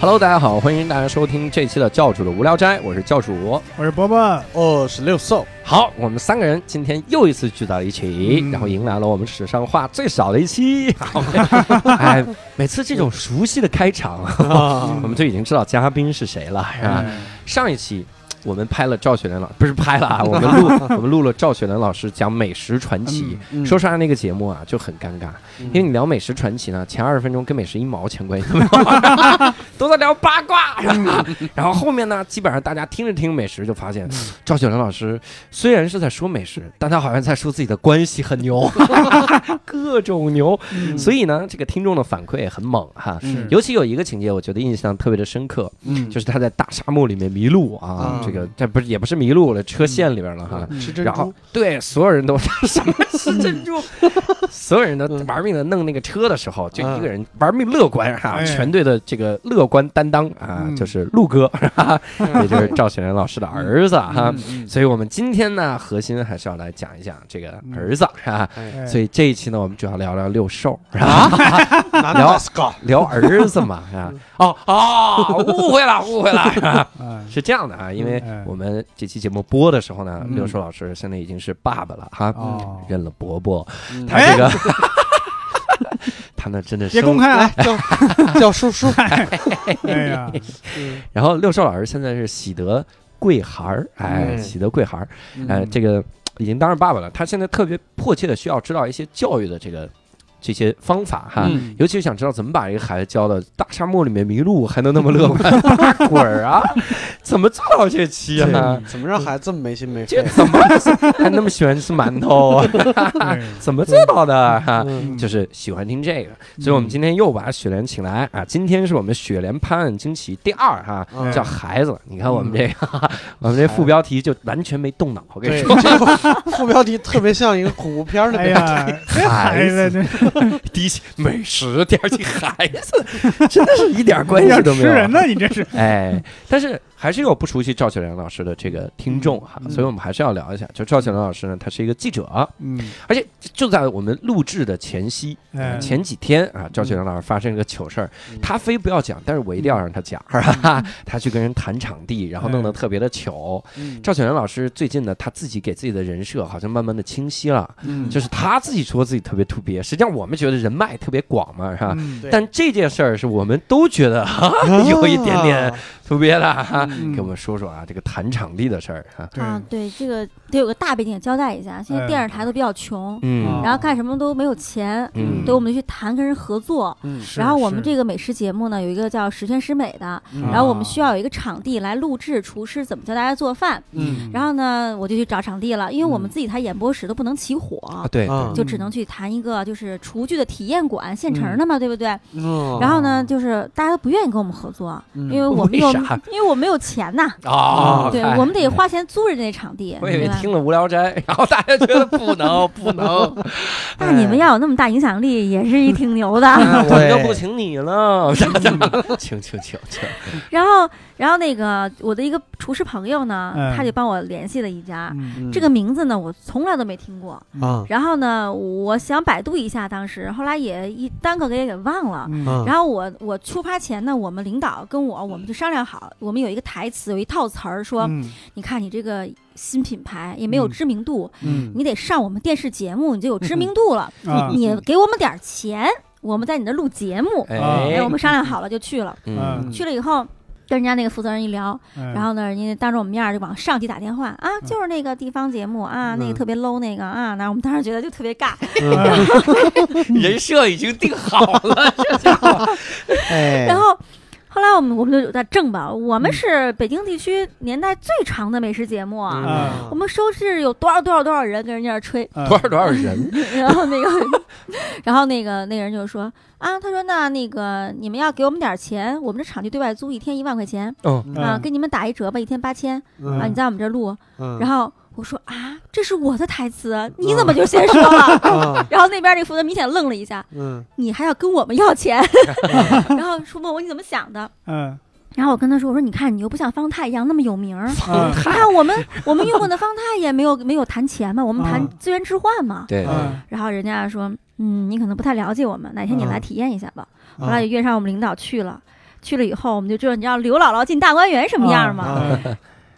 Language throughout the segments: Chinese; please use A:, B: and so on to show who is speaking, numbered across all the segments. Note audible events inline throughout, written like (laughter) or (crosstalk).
A: Hello，大家好，欢迎大家收听这期的教主的无聊斋，我是教主。
B: 我是伯伯，
C: 哦，十六兽，
A: 好，我们三个人今天又一次聚到了一起，
B: 嗯
A: 然后迎来了我们史上话最少的一期。 (laughs) 哎，每次这种熟悉的开场，(laughs)
C: 嗯
A: 我们就已经知道嘉宾是谁了，是吧？
B: 哎
A: 上一期我们拍了赵雪莲老，不是拍
C: (laughs)
A: 了啊，我们录我们录了赵雪莲老师讲美食传奇。
C: 嗯
A: 说实话，那个节目啊就很尴尬，因为你聊美食传奇呢，前二十分钟跟美食一毛钱关系都没有，都在聊八卦，是吧然后后面呢，基本上大家听着听美食就发现，赵雪莲老师虽然是在说美食，但他好像在说自己的关系很牛，各种牛，所以呢，这个听众的反馈也很猛哈。
C: 是
A: 尤其有一个情节，我觉得印象特别的深刻，
C: 嗯
A: 就是他在大沙漠里面迷路啊，
C: 啊
A: 这个这不是也不是迷路了，车陷里边了哈。
C: 吃珍
A: 然后
C: 珠，
A: 对所有
C: (laughs)
A: 人都什么是珍珠， (laughs) 所有人都
C: 嗯
A: 玩命的弄那个车的时候，就一个人玩命乐观啊，
B: 哎
A: 全队的这个乐观担当啊，
B: 嗯
A: 就是陆
C: (laughs)
A: 哥，也就是赵显然老师的儿子哈。
C: 嗯
A: 所以我们今天呢，核心还是要来讲一讲这个儿子
C: 嗯
A: 啊。
B: 哎
A: 所以这一期呢，我们主要聊聊六兽，
C: 啊 (laughs) 拿
A: 然后
C: 大 scar，
A: 聊儿子嘛啊。
C: 嗯
A: 哦哦，误会了，误会了。
B: 哎
A: 是这样的啊，因为
B: 嗯
A: 我们这期节目播的时候呢，
B: 嗯
A: 六叔老师现在已经是爸爸了哈，
B: 哦，哎
A: 认了伯伯，
C: 嗯
A: 他这个， (laughs) 他呢真的
B: 别公
A: 生。
B: 开
C: 来
B: 啊！ (laughs)
C: 叫叫叔嗯叔，
B: 哎呀，
A: 然后六叔老师现在是喜得贵孩儿，哎，
C: 嗯
A: 喜得贵孩儿，哎，
B: 嗯
A: 这个已经当上爸爸了，他现在特别迫切的需要知道一些教育的这个这些方法哈。
C: 嗯
A: 尤其是想知道怎么把一个孩子教的大沙漠里面迷路还能那么乐
C: (laughs)
A: 观，打滚儿啊，怎么做到这期啊？
C: 怎么让孩子这么没心没
A: 这
C: 肺？
A: 怎么还那么喜欢吃馒头
C: (laughs)
A: 啊？
B: 对
A: 怎么做到的？哈、
C: 嗯
A: 就是喜欢听这个，所以我们今天又把雪莲请来啊。今天是我们雪莲拍案惊奇第二哈、
C: 嗯
A: 叫孩子。你看我们这个，哈哈我们这副标题就完全没动脑，我跟你
C: 对，
A: 说，
C: 这个副标题特别像一个恐怖片儿的
B: 哎
C: 感觉，
B: 呀，这孩子这
A: 第一期美食，第二期孩子，真的是一点 (laughs) 关
B: 要
A: 系都
B: 吃
A: 没有。啊
B: 人呢，你这是
A: 哎，但是还是有不熟悉赵雪莲老师的这个听众哈，所以我们还是要聊一下。就赵雪莲老师呢，他是一个记者，
B: 嗯，
A: 而且就在我们录制的前夕，
B: 哎
A: 前几天啊，赵雪良老师发生了个糗事儿，他非不要讲，但是我一定要让他讲，哈哈， (laughs) 他去跟人谈场地，然后弄得特别的糗。
C: 嗯
A: 赵雪良老师最近呢，他自己给自己的人设好像慢慢的清晰了，
C: 嗯
A: 就是他自己说自己特别特别，实际上我们觉得人脉特别广嘛，是吧？
B: 嗯
C: 对
A: 但这件事儿是我们都觉得哈哈
D: (laughs)
C: 啊
A: 有一点点特别的哈，
C: 嗯
A: 给我们说说啊，这个谈场地的事儿哈。
B: 对
D: 啊，对，这个得有个大背景交代一下。现在电视台都比较穷，
A: 哎嗯
C: 啊
D: 然后干什么都没有钱，
A: 嗯
D: 所以我们就去谈跟人合作。
C: 嗯
B: 是
D: 然后我们
B: 是
D: 这个美食节目呢，有一个叫“十全十美”
A: 啊
D: 的，
C: 嗯
D: 然后我们需要有一个场地来录制厨师怎么教大家做饭。
C: 嗯
D: 然后呢，我就去找场地了，因为我们
C: 嗯
D: 自己台演播室都不能起火，
A: 啊，对，
C: 啊
D: 就只能去谈一个就是厨具的体验馆，现成的嘛，对不对？
A: 哦
C: 嗯
D: 然后呢，就是大家都不愿意跟我们合作，
C: 嗯 (laughs)
D: 因为我们
A: (laughs) 为
D: 又
A: 啥
D: 因为我没有
A: (laughs)
D: 钱呐，
A: 啊，
D: 嗯对
A: 看
D: 我们得花钱租人家那场地，
A: 我以
D: 对
A: 为
D: 吧？
A: 听了《无聊斋》，然后大家觉得不能不 (laughs) 能，
D: 那你
B: 嗯
D: 们要有那么大影响力，也是一挺牛的。
B: (laughs)
A: 哎，我们
C: 对
A: 就不请你了， (laughs) 请请请请，
D: 然后，然后那个我的一个厨师朋友呢，
B: 嗯
D: 他就帮我联系了一家。
B: 嗯
C: 嗯
D: 这个名字呢，我从来都没听过。
C: 啊
D: 然后呢，我想百度一下，当时后来也一单个给给忘了。
B: 嗯
C: 啊
D: 然后我我出发前呢，我们领导跟我我们就商量好，我们有一个台词，有一套词儿，说、
B: 嗯
D: 你看你这个新品牌也没有
B: 嗯
D: 知名度，
C: 嗯
D: 你得上我们电视节目，你就有知名度了。
B: 啊
D: 你给我们点儿钱，我们在你那儿录节目。哎，我
A: 哎，
D: 们商量好了就去了。
A: 嗯，
D: 去了以后，跟人家那个负责人一聊，
B: 然
D: 然后呢，人家当着我们面儿就往上级打电话啊，就是那个地方节目啊，那
C: 嗯
D: 个
C: 哎
D: 特别 low 那个啊，那我们当时觉得就特别尬。
A: 人设已经定好了，
C: 哎，
D: (laughs) 然后后来我们我们就有在正吧，我们是北京地区年代最长的美食节目
C: 嗯
D: 啊，
B: 啊
D: 我们收视有多少多少多少人跟人家那儿吹，
A: (laughs)
D: (laughs)
A: 多少多少人，
D: 然后那个， (laughs) 然后那个那个人就说啊，他说那那个你们要给我们点儿钱，我们这场地对外租一天一万块钱
A: 嗯
D: 啊，
B: 嗯
D: 给你们打一折吧，一天八千啊，
C: 嗯
D: 你在我们这儿录。
C: 嗯
D: 然后我说啊，这是我的台词，你怎么就先说了？
C: 啊
D: 然后那边那负责明显愣了一下，
C: 嗯
D: 你还要跟我们要钱？然后说问我你怎么想的？
A: (laughs)
B: 嗯
D: 然后我跟他说，我说你看你又不像方太一样那么有名儿，你
B: 嗯
D: 看我们我们用过的方太也没有没有谈钱嘛，我们谈
B: 嗯
D: 资源置换嘛。
A: 对，
C: 嗯
B: 啊
D: (laughs) 然后人家说，嗯，你可能不太了解我们，哪天你
C: 嗯
D: 来 (laughs) 体验一下吧。后来
C: 啊
D: 也约上我们领导去了。去了以后，我们就知道，你知道刘姥姥进大观园什么样
B: 嗯
D: 吗？
C: 啊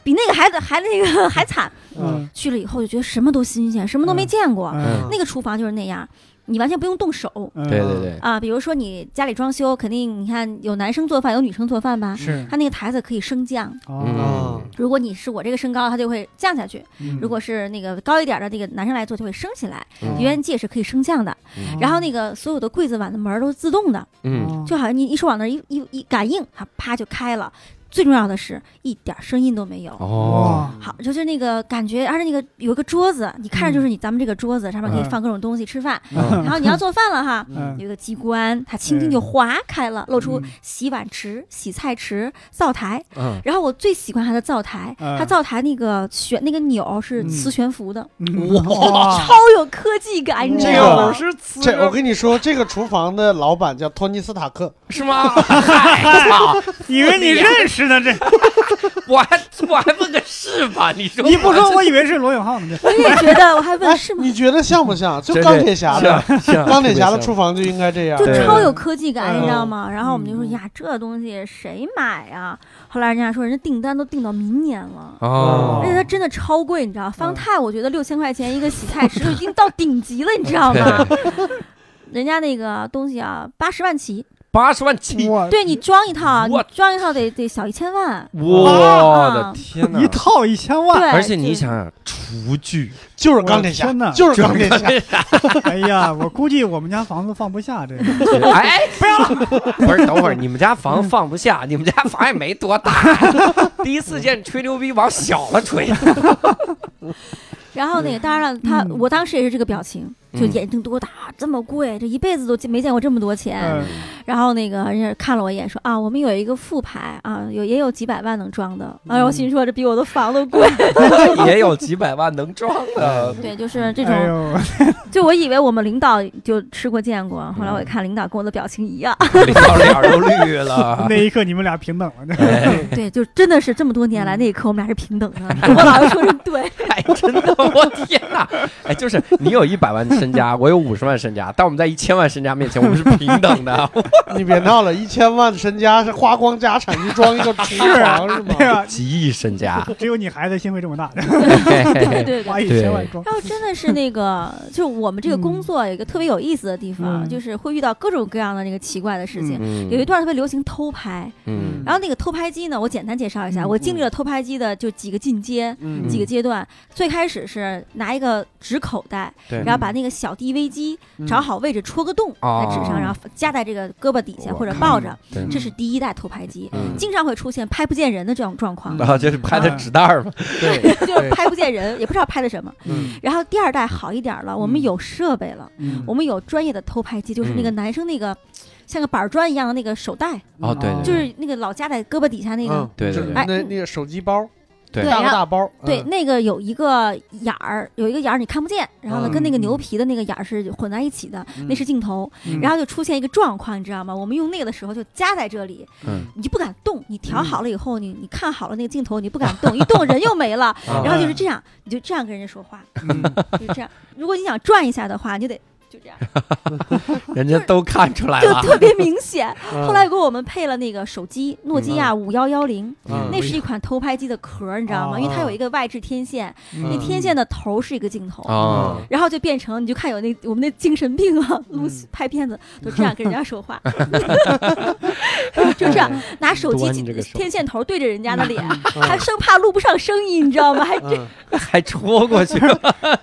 D: 比那个还还那个还惨。
C: 嗯
D: 去了以后就觉得什么都新鲜，什么都没见过。
B: 嗯
D: 那个厨房就是那样，你完全不用动手
B: 嗯
A: 对对对，
D: 啊。比如说你家里装修，肯定你看有男生做饭，有女生做饭吧。
B: 是啊
D: 他那个台子可以升降，
B: 哦，
A: 嗯，
D: 如果你是我这个身高，它就会降下去；
B: 嗯
D: 如果是那个高一点的那个男生来做，就会升起来。
A: 嗯
D: 油烟机也是可以升降的，
A: 嗯
D: 然后那个所有的柜子、碗的门儿都是自动的，
A: 嗯，
B: 哦
D: 就好像你一手往那儿一一一感应，它啪就开了。最重要的是一点儿声音都没有。
A: 哦，
B: 嗯
D: 好，就是那个感觉，而且那个有一个桌子，你看着
B: 嗯
D: 就是你咱们这个桌子上面可以放各种东西吃饭，
A: 嗯
D: 然后你要做饭了哈，
B: 嗯
D: 有一个机关，它轻轻就划开了，露出洗碗池、洗菜池、灶台。
A: 嗯，
D: 然后我最喜欢它的灶台，
B: 嗯
D: 它灶台那个旋那个钮是
B: 嗯啊
D: 磁悬浮的，
B: 哇
D: 超有科技感，你
C: 嗯 (laughs)
D: 知
C: 这个
D: 道
C: 我
D: 吗？
B: 是瓷
C: 这我跟你说，这个厨房的老板叫托尼斯塔克，
A: 是吗？ (laughs) 嗨操
B: 以为你认识呢，这
D: (laughs)
A: 我还我还问个是吧？你说
B: 你不说我以为是罗永浩呢，
D: 我也觉得，我还
C: 哎
D: 问是，吗？
C: 你觉得像不像？就
A: 真的
C: 钢铁侠的，
A: 像像
C: (laughs) 钢铁侠的
A: 特别像
C: 厨房就应该这样
D: 就。
A: 对
D: 超有科技感，
B: 嗯
D: 你知道吗？然后我们就说
B: 嗯
D: 呀，这东西谁买啊？后来人家说，人家订单都订到明年了。
A: 哦
D: 而且它
C: 嗯
D: 真的超贵，你知道，
B: 嗯
D: 方太我觉得六千块钱一个洗菜池已经到顶级了，你知道
A: (laughs)
D: 吗？
A: 对
D: 人家那个东西啊，八十万起，
A: 八十万 (laughs) 起，
B: 我
D: 对你装一套啊，你
A: 我
D: 装一套得得小一千万，
A: 我
D: 啊
A: 的天哪
B: 一！套一千
D: (laughs)
B: 万，
D: 对，
A: 而且你
D: 就
A: 想想，厨 (laughs) 具
C: 就是钢铁
B: 我的天哪
C: 侠，就是钢铁侠。
B: 哎呀，我估计我们家房子放不下这个，
A: 哎，不要嗯了！ (laughs) 不是，等会儿你们家房放不下，你们家房也没多大。 (laughs) 第一次见吹牛逼往小了吹，
D: 然后那个，当然了，他
B: 嗯
D: 我当时也是这个表情，就
A: 嗯
D: 眼睛多大，啊这么贵，这一辈子都没见过这么多钱。
B: 嗯
D: 然后那个人家看了我一眼，说啊，我们有一个副牌啊，有也有几百万能装
B: 嗯
D: 的。哎，我心说这比我的房都贵。
A: (laughs) 也有几百万能装的。
D: (laughs) 对，就是这
B: 哎
D: 种，
B: 呦，
D: 就我以为我们领导就吃过见过，后来
A: 嗯
D: 我一看领导跟我的表情一样，
A: 脸脸都绿了
D: 啊
B: 那。一刻你们俩平等了，这
D: 哎 (laughs) 对，就真的是这么多年来那一刻我们俩是平等的。我老是说这对，
A: (laughs) 哎，真的，我天哪！哎，就是你有一百万身家，我有五十万身家，但我们在一千万身家面前，我们是平等
D: (laughs)
A: 的。
C: (laughs) 你别闹了，一千万身家是花光家产去装一
D: (laughs)
C: 个厨
D: 啊
C: 房是
B: (laughs) 对
C: 吗？
B: 吧？
A: 几亿身家，
B: 只有你孩子心会这么大，
A: 嘿嘿
D: 对
A: 嘿
D: 对对
B: (laughs) 花。一千万装，
D: 然后真的是那个，就是我们这个工作有一个特别有意思的地方，
B: 嗯
D: 就是会遇到各种各样的那个奇怪的事情。
A: 嗯
D: 有一段特别流行偷拍，
A: 嗯
D: 然后那个偷拍机呢，我简单介绍一下，
B: 嗯
D: 我经历了偷拍机的就几个进阶。
C: 嗯
D: 几个阶段，最开始是拿一个纸口袋，
A: 对
D: 然后把那个小 DV 机
C: 嗯
D: 找好位置戳个洞
A: 哦
D: 在纸上，然后夹在这个胳膊底下
A: 我
D: 或者抱着，
A: 对
D: 这是第一代偷拍机，
A: 嗯
D: 经常会出现拍不见人的这种状
B: 嗯
D: 况，
A: 然后就是拍的纸袋儿嘛，
D: (laughs)
C: 对，
D: 就是拍不见人，也不知道拍的什么。
C: 嗯
D: 然后第二代好一点了，我们
B: 嗯
D: 有设备了，
B: 嗯
D: 我们有专业的偷拍机，就是
C: 嗯
D: 那个男生那个像个板砖一样的那个手带，
A: 哦对对
D: 嗯就
A: 对
D: 是那个老夹在胳膊底下那个
C: 嗯，
A: 对对
C: 就是
A: 对
C: 那那个手机包，
A: 对
C: 大个
D: 然后
C: 大包，
D: 哎对，
C: 嗯
D: 那个有一个眼儿，有一个眼儿你看不见，然后呢，
C: 嗯
D: 跟那个牛皮的那个眼儿是混在一起的，那是镜头。
B: 嗯
D: 然后就出现一个状况，你知道吗？我们用那个的时候就夹在这里，
A: 嗯
D: 你就不敢动。你
C: 嗯
D: 调好了以后，你你看好了那个镜头，你不敢动，一动人又没
C: (laughs)
D: 了。
C: 哎
A: 啊
D: 然后就是这样，你就这样跟人家说话，
B: 嗯
D: (laughs) 就这样。如果你想转一下的话，你就得就这样，
A: 人家都看出来
D: 就
A: 了，
D: 特别明显。
C: 后
D: 后来又给我们配了那个手机，诺基亚五幺幺零，
A: 嗯
C: 哎
D: 那是一款偷拍机的壳儿，你知道吗？因为它有一个外置天线，那
C: 嗯
D: 天线的头是一个镜头。
A: 啊，
D: 然后就变成，你就看有那我们那精神病啊，录拍片子都这样跟人家说话，就这样拿手机
A: 端着这个手
D: 天线头对着人家的脸，还
C: 还
D: 生怕录不上声音，你知道吗？
C: 嗯
D: (laughs) 还这
A: 还戳过去，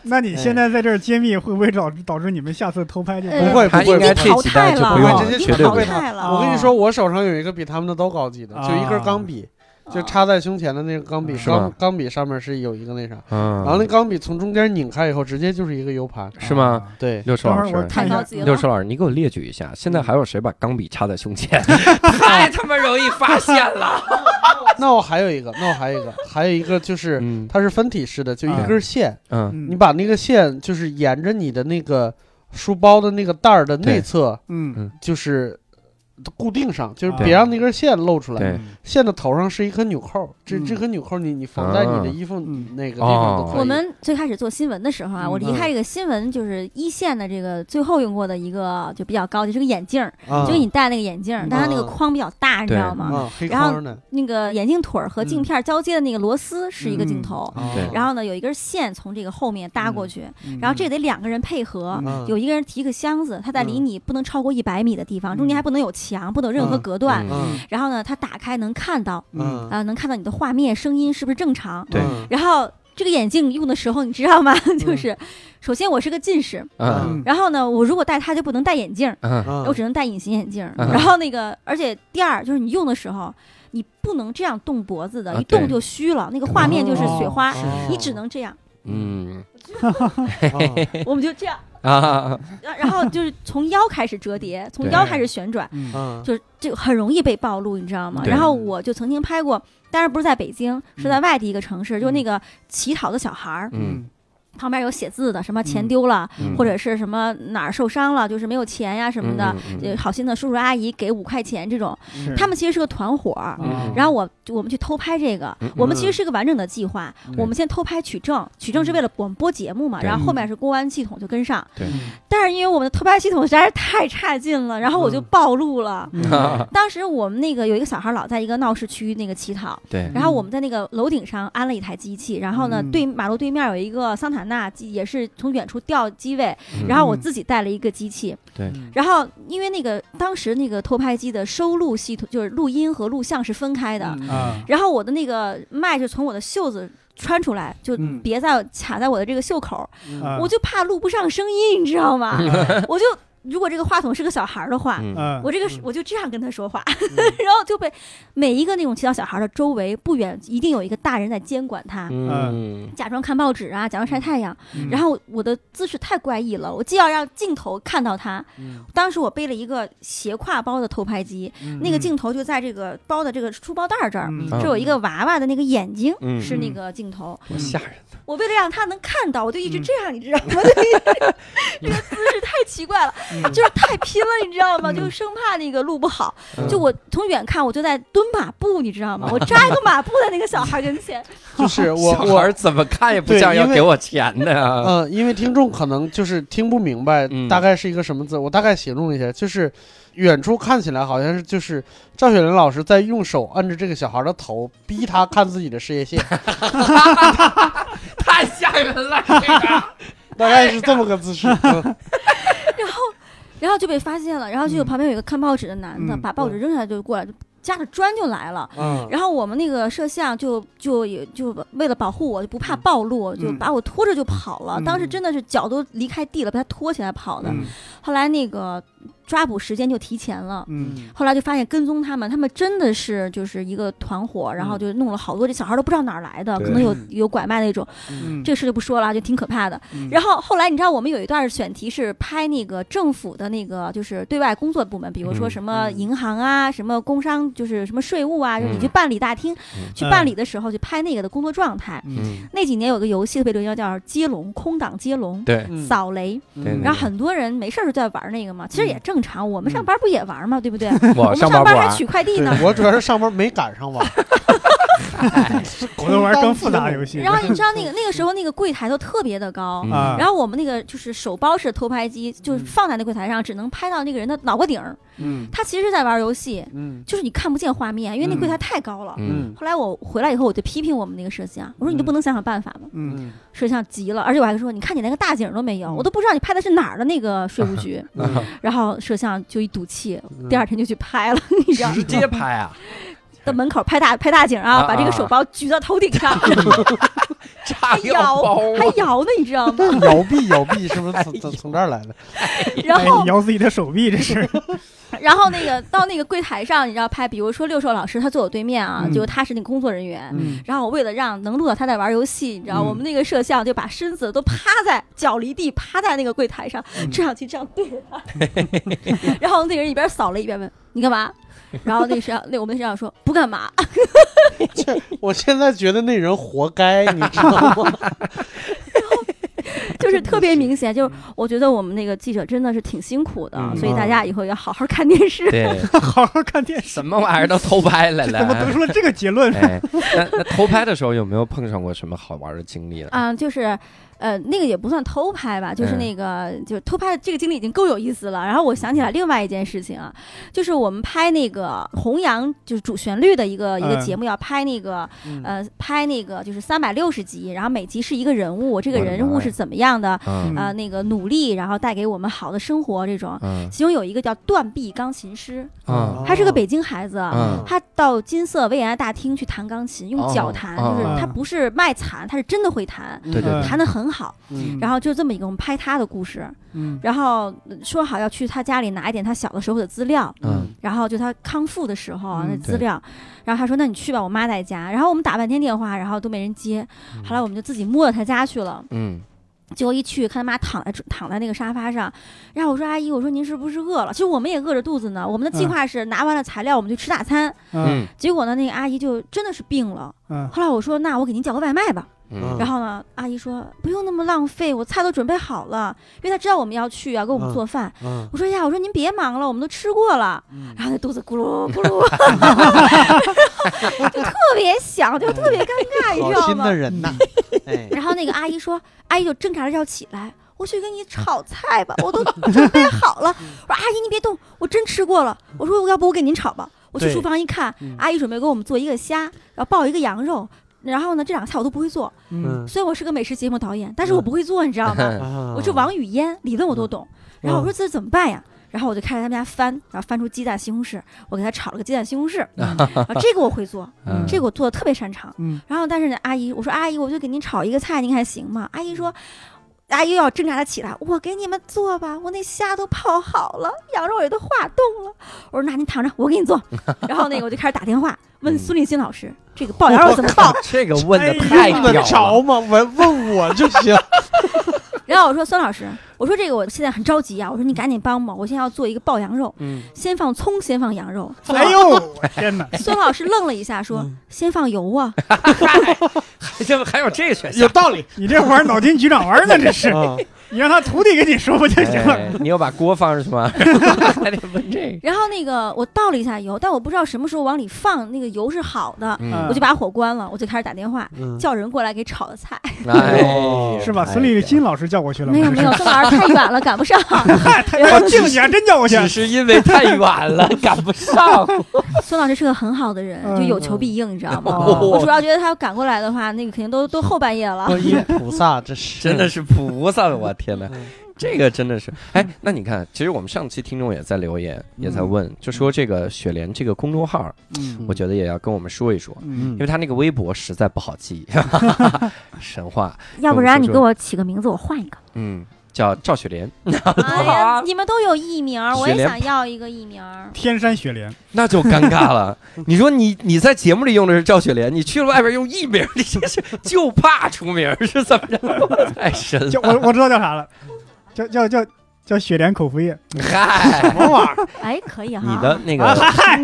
B: 那你现在在这儿揭秘，会不会导导致你们下次偷拍就
D: 哎呃
C: 不会不
A: 他
C: 会
A: 应该
D: 已
A: 这
D: 经淘
A: 几
D: 汰
A: 代就
D: 了，
A: 不用
C: 这
A: 了，
C: 些
D: 已
A: 绝
D: 经
A: 对
D: 淘
A: 不用。
D: 汰
C: 我
D: 了，
C: 跟你说，我手上有一个比他们的都高级的，就
D: 啊
C: 一根钢笔，就插在胸前的那个钢
D: 嗯
C: 笔，
A: 是吗
C: 钢钢笔上面是有一个那啥，
A: (laughs) 嗯
C: 然后那钢笔从中间拧开以后，直接就是一个 U 盘。
D: 嗯
A: 是吗？
C: 对，
A: 六叔
B: 等会
A: 老
B: 儿我
A: 师，
B: 看
D: 太
B: 一下
D: 高，级
A: 六
D: 了。
A: 叔老师，你给我列举一下，现在还有谁把钢笔插在胸前？太他妈容易发现了。
C: 那我还有一个，那我还有一个，还有一个就是
A: 嗯
C: 它是分体式的，就一
D: 啊
C: 根线，
A: (laughs) 嗯
B: 嗯
C: 你把那个线就是沿着你的那个书包的那个袋儿的内侧，
B: 嗯
A: 嗯
C: 就是固定上，就是
B: 对
C: 别让那根线露出来。
A: 对
B: 嗯
C: 线的头上是一颗纽扣，这
B: 嗯
C: 这颗纽扣你你缝在你的衣服
B: 嗯
C: 那个地方都
A: 啊哦
C: 可以。
D: 我们最开始做新闻的时候啊，
B: 嗯
D: 我离开这个新闻就是一线的这个最后用过的一个就比较高级，是个眼镜儿，
C: 啊
D: 就是你戴那个眼镜儿，
B: 嗯
D: 但它那个框比较大，你知道吗？
C: 啊黑
D: 然后
C: 框的
D: 那个眼镜腿儿和镜片交接的那个螺丝是一个镜头，
C: 啊
A: 对嗯
D: 然后呢有一根线从这个后面搭过去，
B: 嗯
D: 然后这得两个人配合。
C: 嗯
D: 有一个人提个箱子，他在离
C: 嗯
D: 你不能超过一百米的地方，
B: 嗯
D: 中间还不能有墙，不能有任何
C: 嗯
D: 隔断。
C: 嗯
D: 然后呢，他打开能看到，
C: 嗯
D: 啊、能看到你的画面、声音是不是正常。
A: 对
C: 嗯
D: 然后这个眼镜用的时候，你知道吗？ (laughs) 就是首先我是个近视，
A: 嗯
D: 然后呢，我如果戴它就不能戴眼镜，
A: 嗯
C: 嗯
D: 我只能戴隐形眼镜。
A: 嗯
D: 然后那个，而且第二就是你用的时候，你不能这样动脖子的，
A: 啊
D: 一动就虚了，那个画面就是雪花，
C: 哦
D: 你只能这样。
A: 嗯
C: 啊
D: (laughs) 我们就这样，
A: 啊，
D: 然然后就是从腰开始折叠，从腰开始旋转。
B: (laughs) 嗯
C: 啊
D: 就是就很容易被暴露，你知道吗？
A: 对
D: 然后我就曾经拍过，当然不是在北京，是在
B: 嗯
D: 外地一个城市，就那个乞讨的小孩儿，
A: 嗯，
D: 旁边有写字的，什么钱
B: 嗯
D: 丢了，
A: 嗯
D: 或者是什么哪儿受伤了，就是没有钱呀、什么的，
A: 嗯，
D: 呃好心的叔叔阿姨给五块钱这种，
B: 是
D: 他们其实是个团伙儿。
A: 嗯
D: 然后我我们去偷拍这个
A: 嗯嗯，嗯
D: 我们其实是个完整的计划
B: 嗯。
D: 我们先偷拍取证，取证是为了我们播节目嘛，
A: 对
D: 然后后面是公安系统就跟上。
A: 对
D: 但是因为我们的偷拍系统实在是太差劲了，然后我就
C: 嗯
D: 暴露了。 (laughs)
B: 嗯
D: 当时我们那个有一个小孩老在一个闹市区那个乞讨，
A: 对，
D: 然后我们在那个楼顶上安了一台机器，然后呢，
B: 嗯
D: 对马路对面有一个桑塔纳，机，也是从远处掉机位，
A: 嗯
D: 然后我自己带了一个机器，
A: 对
B: 嗯
D: 然后因为那个当时那个偷拍机的收录系统就是录音和录像是分开的，
B: 啊，
D: 然后我的那个麦就从我的袖子穿出来，就
B: 嗯
D: 别在卡在我的这个袖口，
B: 啊
D: 我就怕录不上声音，你知道吗？
B: (laughs)
D: 我就如果这个话筒是个小孩儿的话，
A: 嗯
B: 嗯
D: 我这个
C: 嗯
D: 我就这样跟他说话， (laughs) 然后就被每一个那种乞讨小孩的周围不远一定有一个大人在监管他，
A: 嗯
D: 假装看报纸啊，假装晒太阳。
B: 嗯
D: 然后我的姿势太怪异了，我既要让镜头看到他，
C: 嗯
D: 当时我背了一个斜挎包的偷拍机，那个镜头就在这个包的这个书包袋儿这儿，
B: 嗯
A: 啊
D: 这有一个娃娃的那个眼睛。
A: 嗯，
D: 是那个镜头，
A: 多吓人，
D: 我为了让他能看到，我就一直
B: 嗯
D: 这样，你知道吗？这个姿势太奇怪了，就是太拼了，你知道吗？
B: 嗯
D: 就生怕那个录不好，
A: 嗯
D: 就我从远看，我就在蹲马步，你知道吗？我扎一个马步在那个小孩跟前，
C: 就是 (laughs) 我
A: 小
C: 我
A: 孩儿怎么看也不像要给我钱的啊
D: 呃
A: 呀，
C: 嗯，因为听众可能就是听不明白
A: 嗯
C: 大概是一个什么字，我大概形容一下，就是远处看起来好像是就是赵雪莲老师在用手摁着这个小孩的头，逼他看自己的事
A: (laughs)
C: 业线，
A: (laughs) 太吓人了，这个，
C: 大概是这么个
A: (laughs)
C: 姿势。嗯
D: 然后就被发现了，然后就有旁边有一个看报纸的男的
B: 嗯
D: 把报纸扔下来就过来，就夹着砖就来了。
C: 嗯
D: 然后我们那个摄像就就也就为了保护我，就不怕暴露，就把我拖着就跑了。
B: 嗯
D: 当时真的是脚都离开地了，被他拖起来跑的。
B: 嗯
D: 后来那个抓捕时间就提前了。
B: 嗯
D: 后来就发现跟踪他们，他们真的是就是一个团伙，然后就弄了好多，这小孩都不知道哪儿来的，
A: 对
D: 可能有
B: 嗯
D: 有拐卖那种，
B: 嗯，
D: 这个事就不说了，就挺可怕的。
B: 嗯
D: 然后后来你知道我们有一段选题是拍那个政府的那个就是对外工作部门，比如说
A: 嗯
D: 什么
C: 嗯
D: 银行啊、什么工商，就是什么税务啊，就你
A: 嗯
D: 去办理大厅、
A: 嗯
D: 去办理的时候去拍那个的工作状态。
B: 嗯
D: 那几年有个游戏特别流行，叫接龙，空档接龙。
A: 对，
C: 嗯
D: 扫雷，
A: 对
D: 然后很多人没事儿就在玩那个嘛，其实也正常，我们上班不也玩嘛，
A: (laughs)
D: 对不对？我
A: 嗯我
D: 们
A: 上
D: 上
A: 班不
D: 班还
A: 玩，
D: 取快递
C: 对
D: 呢，
C: 我主要是上班没赶上
A: (laughs)
C: 网，
B: 我都玩更复杂的游戏，
D: 然后你知道那个那个时候那个柜台都特别的高，
A: 嗯
B: 啊，
D: 然后我们那个就是手包式偷拍机，就是放在那柜台上，只能拍到那个人的脑瓜顶儿。
C: (laughs) 嗯
D: 他其实是在玩游戏，
C: 嗯
D: 就是你看不见画面，因为那柜台太高了。
A: 嗯
D: 后来我回来以后，我就批评我们那个摄像，我说你都不能想想办法吗？
B: 嗯
C: 嗯
D: 摄像急了，而且我还说，你看你连个大景儿都没有，
B: 嗯
D: 我都不知道你拍的是哪儿的那个税务局。
C: 嗯，
D: 然后摄像就一赌气，
C: 嗯 (laughs)
D: 第二天就去拍了， (laughs) 你知道吗，
A: 直接拍啊，
D: 到门口拍大拍大景儿
A: 啊
D: 啊，
A: 啊
D: 把这个手包举到头顶上，
A: 炸
D: 还
A: 药
D: 摇
A: 包啊
D: 还摇呢，你知道
C: (laughs)
D: 吗？
C: 摇臂摇臂是不是从从从这儿来的？
D: 然
B: 哎
D: 后
B: 咬自己的手臂，这
D: (laughs)
B: 是，
D: 然后那个到那个柜台上，你知道拍，比如说六兽老师他坐我对面啊，
B: 嗯
D: 就他是那个工作人员。
B: 嗯
D: 然后我为了让能录到他在玩游戏，你知道，
B: 嗯
D: 我们那个摄像就把身子都趴在脚离地，趴在那个柜台上，
B: 嗯
D: 摄像机这样对着他。 (laughs) 然后那个人一边扫了一边问：“你干嘛？”然后那个摄像，那我们的摄像说：“不干嘛。
C: 这我现在觉得那人活该，你知道吗？”
D: 就是特别明显。就是我觉得我们那个记者真的是挺辛苦的，
A: 嗯
D: 所以大家以后要好好看电视。
A: 对，
B: 好好看电视，
A: 什么玩意儿都偷拍来
B: 这怎么得
A: 了。
B: 出了这个结论？
A: 哎，那那偷拍的时候有没有碰上过什么好玩的经历呢？
D: 啊、就是，呃，那个也不算偷拍吧，就是
A: 嗯
D: 那个，就是偷拍的这个经历已经够有意思了。然后我想起来另外一件事情啊，就是我们拍那个弘扬就是主旋律的一个一个
B: 嗯
D: 节目，要拍那个
C: 嗯
D: 呃拍那个就是三百六十集，然后每集是一个人物，这个
A: 我的
D: 人
A: 妈
D: 物
A: 呀
D: 是怎么样的
A: 嗯
D: 啊、那个努力，然后带给我们好的生活这种。
A: 嗯
D: 其中有一个叫断臂钢琴师，
A: 嗯
D: (laughs) 他是个北京孩子，啊
A: 嗯
D: 他到金色维也纳大厅去弹钢琴，用脚弹，
A: 哦
D: 就是
B: 哦
D: 他不是卖惨，他是真的会弹，
B: 嗯
A: 对对对
D: 弹得很好。
C: 嗯
D: 然后就这么一个我们拍他的故事，
B: 嗯
D: 然后说好要去他家里拿一点他小的时候的资料，
A: 嗯
D: 然后就他康复的时候啊
B: 嗯
D: 那资料，然后他说那你去吧，我妈在家。然后我们打半天电话，然后都没人接，后来我们就自己摸到他家去了。
A: 嗯
D: 结果一去看他妈躺在躺在那个沙发上，然后我说阿姨，我说您是不是饿了？其实我们也饿着肚子呢。我们的计划是拿完了材料我们就吃大餐。
B: 嗯
A: 嗯
D: 结果呢，那个阿姨就真的是病了。
B: 嗯
D: 后来我说，那我给您叫个外卖吧。
A: 嗯
D: 然后呢，阿姨说不用那么浪费，我菜都准备好了，因为她知道我们要去啊，给我们
C: 嗯
D: 做饭。
C: 嗯
D: 我说哎呀，我说您别忙了，我们都吃过了。
C: 嗯
D: 然后那肚子
C: (laughs)
D: 咕噜咕噜， (laughs) 就特别响，就特别尴尬，你知
C: 好
D: 道
C: 心嗯的
D: 吗？
C: 人呐，
D: 嗯 (laughs)
C: 哎，
D: 然后那个阿姨说，阿姨就挣扎着要起来。我去给你炒菜吧，我都准备好了。
C: 嗯
D: 我说阿姨您别动，我真吃过了。我说要不我给您炒吧。我去
C: 对
D: 厨房一看，
C: 嗯
D: 阿姨准备给我们做一个虾，然后爆一个羊肉。然后呢，这两个菜我都不会做，
B: 嗯
C: 嗯，
D: 虽然我是个美食节目导演，但是我不会做，你知道
C: (laughs)
D: 吗？
C: 啊
D: 我这王语嫣理论我都懂，然后我说这怎么办呀？然后我就开始他们家翻，然后翻出鸡蛋西红柿，我给他炒了个鸡蛋西红柿，然后这个我会做，
A: 嗯
D: 这个我做的特别擅长。
B: 嗯
D: 然后但是呢，阿姨，我说阿姨，我就给您炒一个菜，您看行吗？阿姨说。阿姨又要挣扎的起来，我给你们做吧，我那虾都泡好了，羊肉也都化冻了。我说那您躺着，我给你做。 (laughs) 然后那个我就开始打电话问孙立新老师，这个爆羊肉怎么爆？
A: (laughs) 这个问的
B: 哎
A: 太
B: 用
C: 用
A: 屌
C: 得
A: 了，
C: 着吗？问问我就行。
D: 然后我说孙老师，我说这个我现在很着急啊，我说你赶紧帮忙，我现在要做一个爆羊肉，
C: 嗯，
D: 先放葱，先放
C: (laughs)
D: 羊肉。 (laughs)
B: 哎呦，我天哪！
D: 孙老师愣了一下，说
C: 嗯
D: 先放油啊。
A: (laughs) 这还有这个选项
C: 有。道 (laughs) 理。
B: 你这玩意儿脑筋急转弯呢，这
D: (laughs)
B: 是
C: 啊
B: 你让他徒弟给你说不就行
A: 哎
B: 了？
A: 你要把锅放上去吗？还得问这个。
D: 然后那个我倒了一下油，但我不知道什么时候往里放，那个油是好的，
B: 嗯
D: 我就把火关了，我就开始打电话 (laughs)
C: 嗯
D: 叫人过来给炒的菜。
A: 哎，
B: 哦是吧？孙立新老师叫过去了吗哎
D: 没？有没
B: (laughs)
D: 有，孙老师太远了，赶不上。 (laughs)
B: 我敬你还啊真叫过去。
A: 哎只是因为太远了，赶不上。
D: 孙老师是个很好的人，就有求必应，你知道
C: 嗯
D: 吗？
B: 哦
D: 我主要觉得他要赶过来的话，那个肯定都都后半夜了。
C: 观音菩萨，这是
A: 真的是菩萨了，我天哪
C: 嗯，
A: 这个真的是，哎，那你看，其实我们上期听众也在留言，也在问，就说这个雪莲这个公众号，
B: 嗯
A: 我觉得也要跟我们说一说，
B: 嗯
A: 因为他那个微博实在不好记，神话，
D: 要不然
C: 嗯
D: 你给我起个名字，我换一个。
A: 嗯，叫赵雪莲， (laughs) 啊
D: 哎呀，你们都有艺名，我
A: 雪
D: 也
A: 莲
D: 想要一个艺名。
B: 天山雪莲，
A: (laughs) 那就尴尬了。 (laughs) 你说你你在节目里用的是赵雪莲，你去了外边用艺名，你这是就怕出名是怎
D: (laughs)
A: 么着？太神了！
B: (laughs) 叫我我知道叫啥了，叫叫叫叫雪莲口服液。
A: 嗨，
B: 什么玩意儿？
D: 哎，可以哈。
A: 你
D: (laughs)
A: 的 (laughs) 那
B: 啊
A: 个
B: 嗨，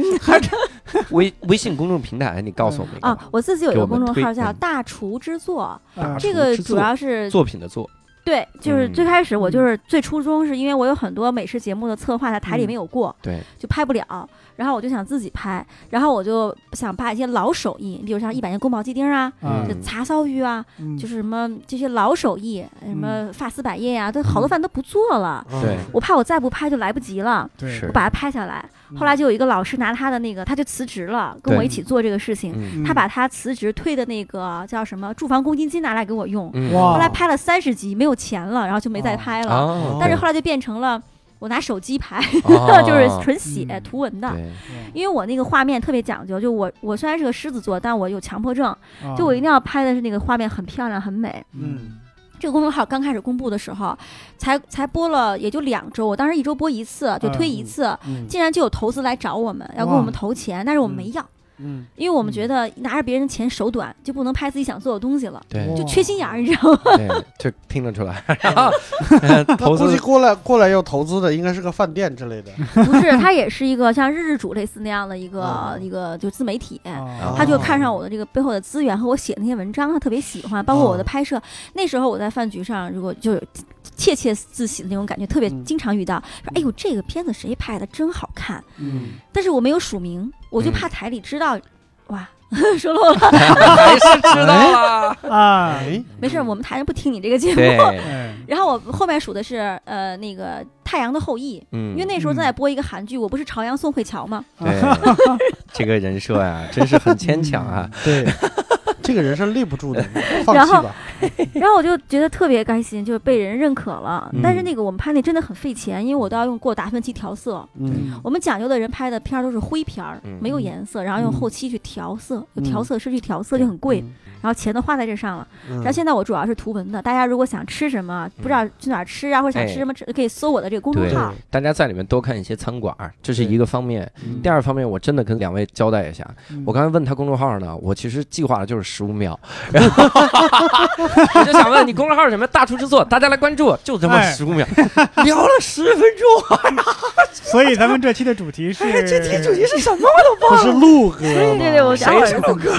A: 微微信公众平台，你告诉我们一个吧
D: 啊，我自己有一
A: 给
D: 个
A: 我们
D: 公众号
A: 推
D: 叫“
A: 嗯
D: 大厨之作”，
B: 啊
D: 这
A: 厨
D: 个
A: 之
D: 主
A: 作
D: 要是
A: 作品的作，
D: 对，就是
A: 嗯嗯
D: 最开始我就是最初衷是因为我有很多美食节目的策划在台里没有过，
A: 对，
D: 就拍不了，然后我就想自己拍，然后我就想把一些老手艺，比如像一百年宫保鸡丁啊。
B: 啊
D: 就
A: 嗯
D: 茶烧鱼啊，
B: 嗯
D: 就是什么这些老手艺，什
A: 嗯
D: 么发丝百叶呀、都好多饭都不做了。
C: 嗯
A: 对
D: 我怕我再不拍就来不及了，
B: 对
A: 是
D: 我把它拍下来。后来就有一个老师拿他的那个，他就辞职了，跟我
A: 对
D: 一起做这个事情。
A: 嗯
B: 嗯
D: 他把他辞职退的那个叫什么住房公积金拿来给我用，
A: 嗯
C: 哇
D: 后来拍了三十集，没有钱了，然后就没再拍了。
A: 啊
D: 但是后来就变成了我拿手机拍，
A: 来
D: 就是纯写、
B: 嗯
D: 图文的。
A: 哦对，
D: 因为我那个画面特别讲究，就我我虽然是个狮子座，但我有强迫症，
B: 啊
D: 就我一定要拍的是那个画面很漂亮、很美。
C: 嗯
D: 这个公众号刚开始公布的时候，才才播了也就两周，我当时一周播一次，就推一次，
C: 嗯
D: 竟然就有投资来找我们，要跟我们投钱，但是我们没要。
C: 嗯，
D: 因为我们
C: 嗯
D: 觉得拿着别人的钱手短，就不能拍自己想做的东西了，
A: 对
D: 就缺心眼儿，你知道吗？ (laughs)
A: 对，就听得出来。然后呃投
C: 那估计
A: 资
C: 过来过来要投资的应该是个饭店之类的，
D: 不是，他也是一个像日日主类似那样的一个
C: 嗯
D: 一个就自媒体。
B: 啊
D: 嗯他就
C: 哦
D: 看上我的这个背后的资源和我写的那些文章，他特别喜欢，包括我
C: 哦
D: 的拍摄。那时候我在饭局上，如果就有窃窃自喜的那种感觉，特别
C: 嗯
D: 经常遇到，说：“哎呦，这个片子谁拍的，真好看。”
C: 嗯，
D: 但是我没有署名，我就
A: 嗯
D: 怕台里知道，哇， (laughs) 说漏了，
A: 还是知道了。
B: 啊，
C: 哎，
D: 没事儿，我们台上不听你这个节目。
A: 对，
B: 哎，
D: 然后我后面数的是呃那个《太阳的后裔》，
A: 嗯，
D: 因为那时候正在播一个韩剧，我不是朝阳宋慧
A: (laughs)
D: 乔吗？
A: 对这个人设呀，真是很牵强啊。
C: 对， (laughs) 这个人是立不住
D: (laughs)
C: 的，放
D: 然
C: 弃
D: 后
C: 吧，
D: 然后我就觉得特别开心，就是被人认可了
A: 嗯。
D: 但是那个我们拍那真的很费钱，因为我都要用过达芬奇调色。
C: 嗯，
D: 我们讲究的人拍的片儿都是灰片儿
A: 嗯，
D: 没有颜色，然后用
C: 嗯
D: 后期去调色，
C: 嗯
D: 有调色师去调色就很贵，
A: 嗯
D: 然后钱都花在这上了。
C: 嗯，
D: 然后现在我主要是图文的，大家如果想吃什么，不知道去哪儿吃啊，或者想吃什么，吃可以搜我的这个公众
A: 嗯对
D: 号。
A: 大家在里面多看一些餐馆儿，这是
C: 对
A: 一个方面。
C: 嗯
A: 第二方面，我真的跟两位交代一下，
C: 嗯
A: 我刚才问他公众号呢，我其实计划的就是十五
B: (laughs)
A: 秒，然后我就想问你公众号是什么？大厨之作，大家来关注，就他妈
B: 哎
A: 十五秒，聊了十分钟，
B: 所以咱们这期的主题是，
A: 哎，这题主题是什么？
C: 不是陆哥吗？
D: 对对，我
A: 谁
D: 想会
A: 是
D: 儿
A: 陆哥？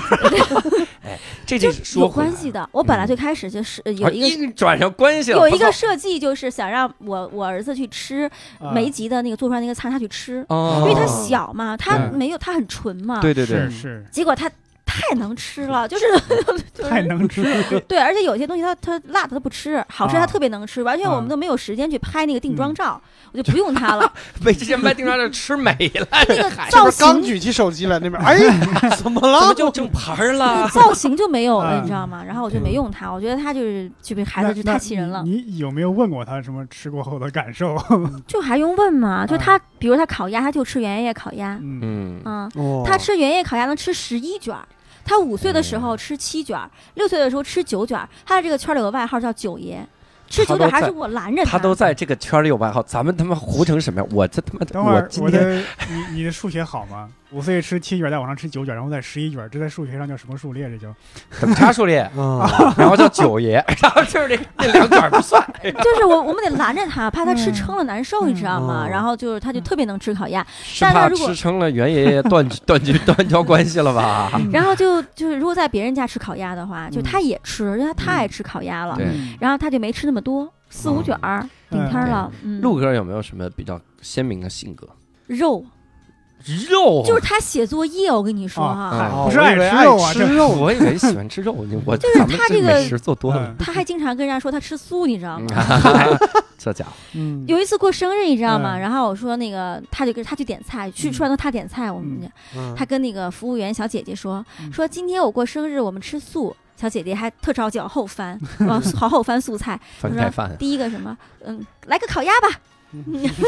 A: 哎，这就
D: 就是是
A: 说
D: 有
A: 回来
D: 关系的。我本来
A: 嗯
D: 最开始就是呃有
A: 啊
D: 一个
A: 硬转上关系了，
D: 有一
A: 不错
D: 个设计，就是想让我我儿子去吃
B: 啊
D: 每一集的那个做出来那个菜，他去吃，
A: 哦，
D: 因为他小嘛，他
B: 对
D: 没有他很纯嘛。
A: 对对对
B: 是，是
D: 结果他太能吃了，就是就是
B: (laughs) 太能吃了，
D: 对，而且有些东西他他辣的他不吃，好吃他
B: 啊
D: 特别能吃，完全
B: 啊嗯
D: 我们都没有时间去拍那个定妆照，我就不
A: (laughs)
D: 用他了。
B: (laughs)
A: 被之前拍定妆照吃美了，
D: 那个
A: 还
D: 造
C: 是刚
D: 型
C: 举起手机来那边，哎，
D: (laughs)
C: 怎么
A: 怎么
C: 了？
A: 就整盘儿了？
D: 造型就没有了，
B: 啊
D: 你知道吗？然后我就
A: 对
D: 没用他，我觉得他就是就比孩
B: 那
D: 子就
B: 那
D: 太气人了。
B: 你你有没有问过他什么吃过后的感受？嗯
D: 就还用问吗？就
B: 啊
D: 他，比如他烤鸭，他就吃原叶烤鸭，
B: 嗯，
A: 嗯，
D: 嗯，
C: 哦
D: 他吃原叶烤鸭能吃十一卷儿，他五岁的时候吃七卷儿，六岁的时候吃九卷儿。他的这个圈儿里有个外号叫九爷，吃
A: 他都
D: 九卷儿还
A: 在
D: 是我拦着
A: 他都在这个圈儿里有外号，咱们他妈糊成什么样？我这他妈的，
B: 等会儿
A: 今
B: 我
A: 天
B: 的你你的数学好吗？五岁吃七卷，再往上吃九卷，然后再十一卷，这在数学上叫什么数列？这叫
A: 等差数 (laughs) 列，
C: 啊，
A: 然后叫九 (laughs) 爷，然后就是那那两卷儿不算。
D: (laughs) 就是我我们得拦着他，怕他吃
B: 嗯
D: 撑了难受，你知道吗？
C: 嗯
D: 然后就是他就特别能吃烤鸭，
A: 是
D: 但他
A: 怕
D: 如果
A: 吃撑了，袁爷爷断 (laughs) 断绝断交关系了吧？
D: 然后就就是如果在别人家吃烤鸭的话，就
C: 嗯
D: 他也吃，因为他太爱吃烤鸭了，
A: 对
B: 嗯
D: 然后他就没吃那么多。四五卷儿顶天儿了，嗯，
A: 陆哥有没有什么比较鲜明的性格？
D: 肉
A: 肉
D: 就是他写作业，我跟你说
B: 啊
D: 哈，
A: 啊
C: 哦
B: 不是
C: 我以
B: 爱
C: 为
B: 吃
C: 爱
B: 肉啊
C: 吃
B: 这
C: 肉，
A: 我以为喜欢吃肉，
D: (laughs)
A: 你我
D: 就是
A: 咱们
D: 他这个嗯
A: 美食做多了
B: 嗯，
D: 他还经常跟人家说他吃素，你知
A: 嗯
D: 道吗？
A: (laughs) 这家伙
C: 嗯
D: 有一次过生日，你知道吗？
B: 嗯
D: 然后我说那个，他就跟他去点菜，去
B: 嗯
D: 吃完都他点菜，我们家、
C: 嗯
D: 他跟那个服务员小姐姐说、
B: 嗯
D: 说今天我过生日，我们吃素。小姐姐还特着急往后翻，往往后翻素菜。
A: 翻盖饭，
D: 第一个什么，嗯，来个烤鸭吧。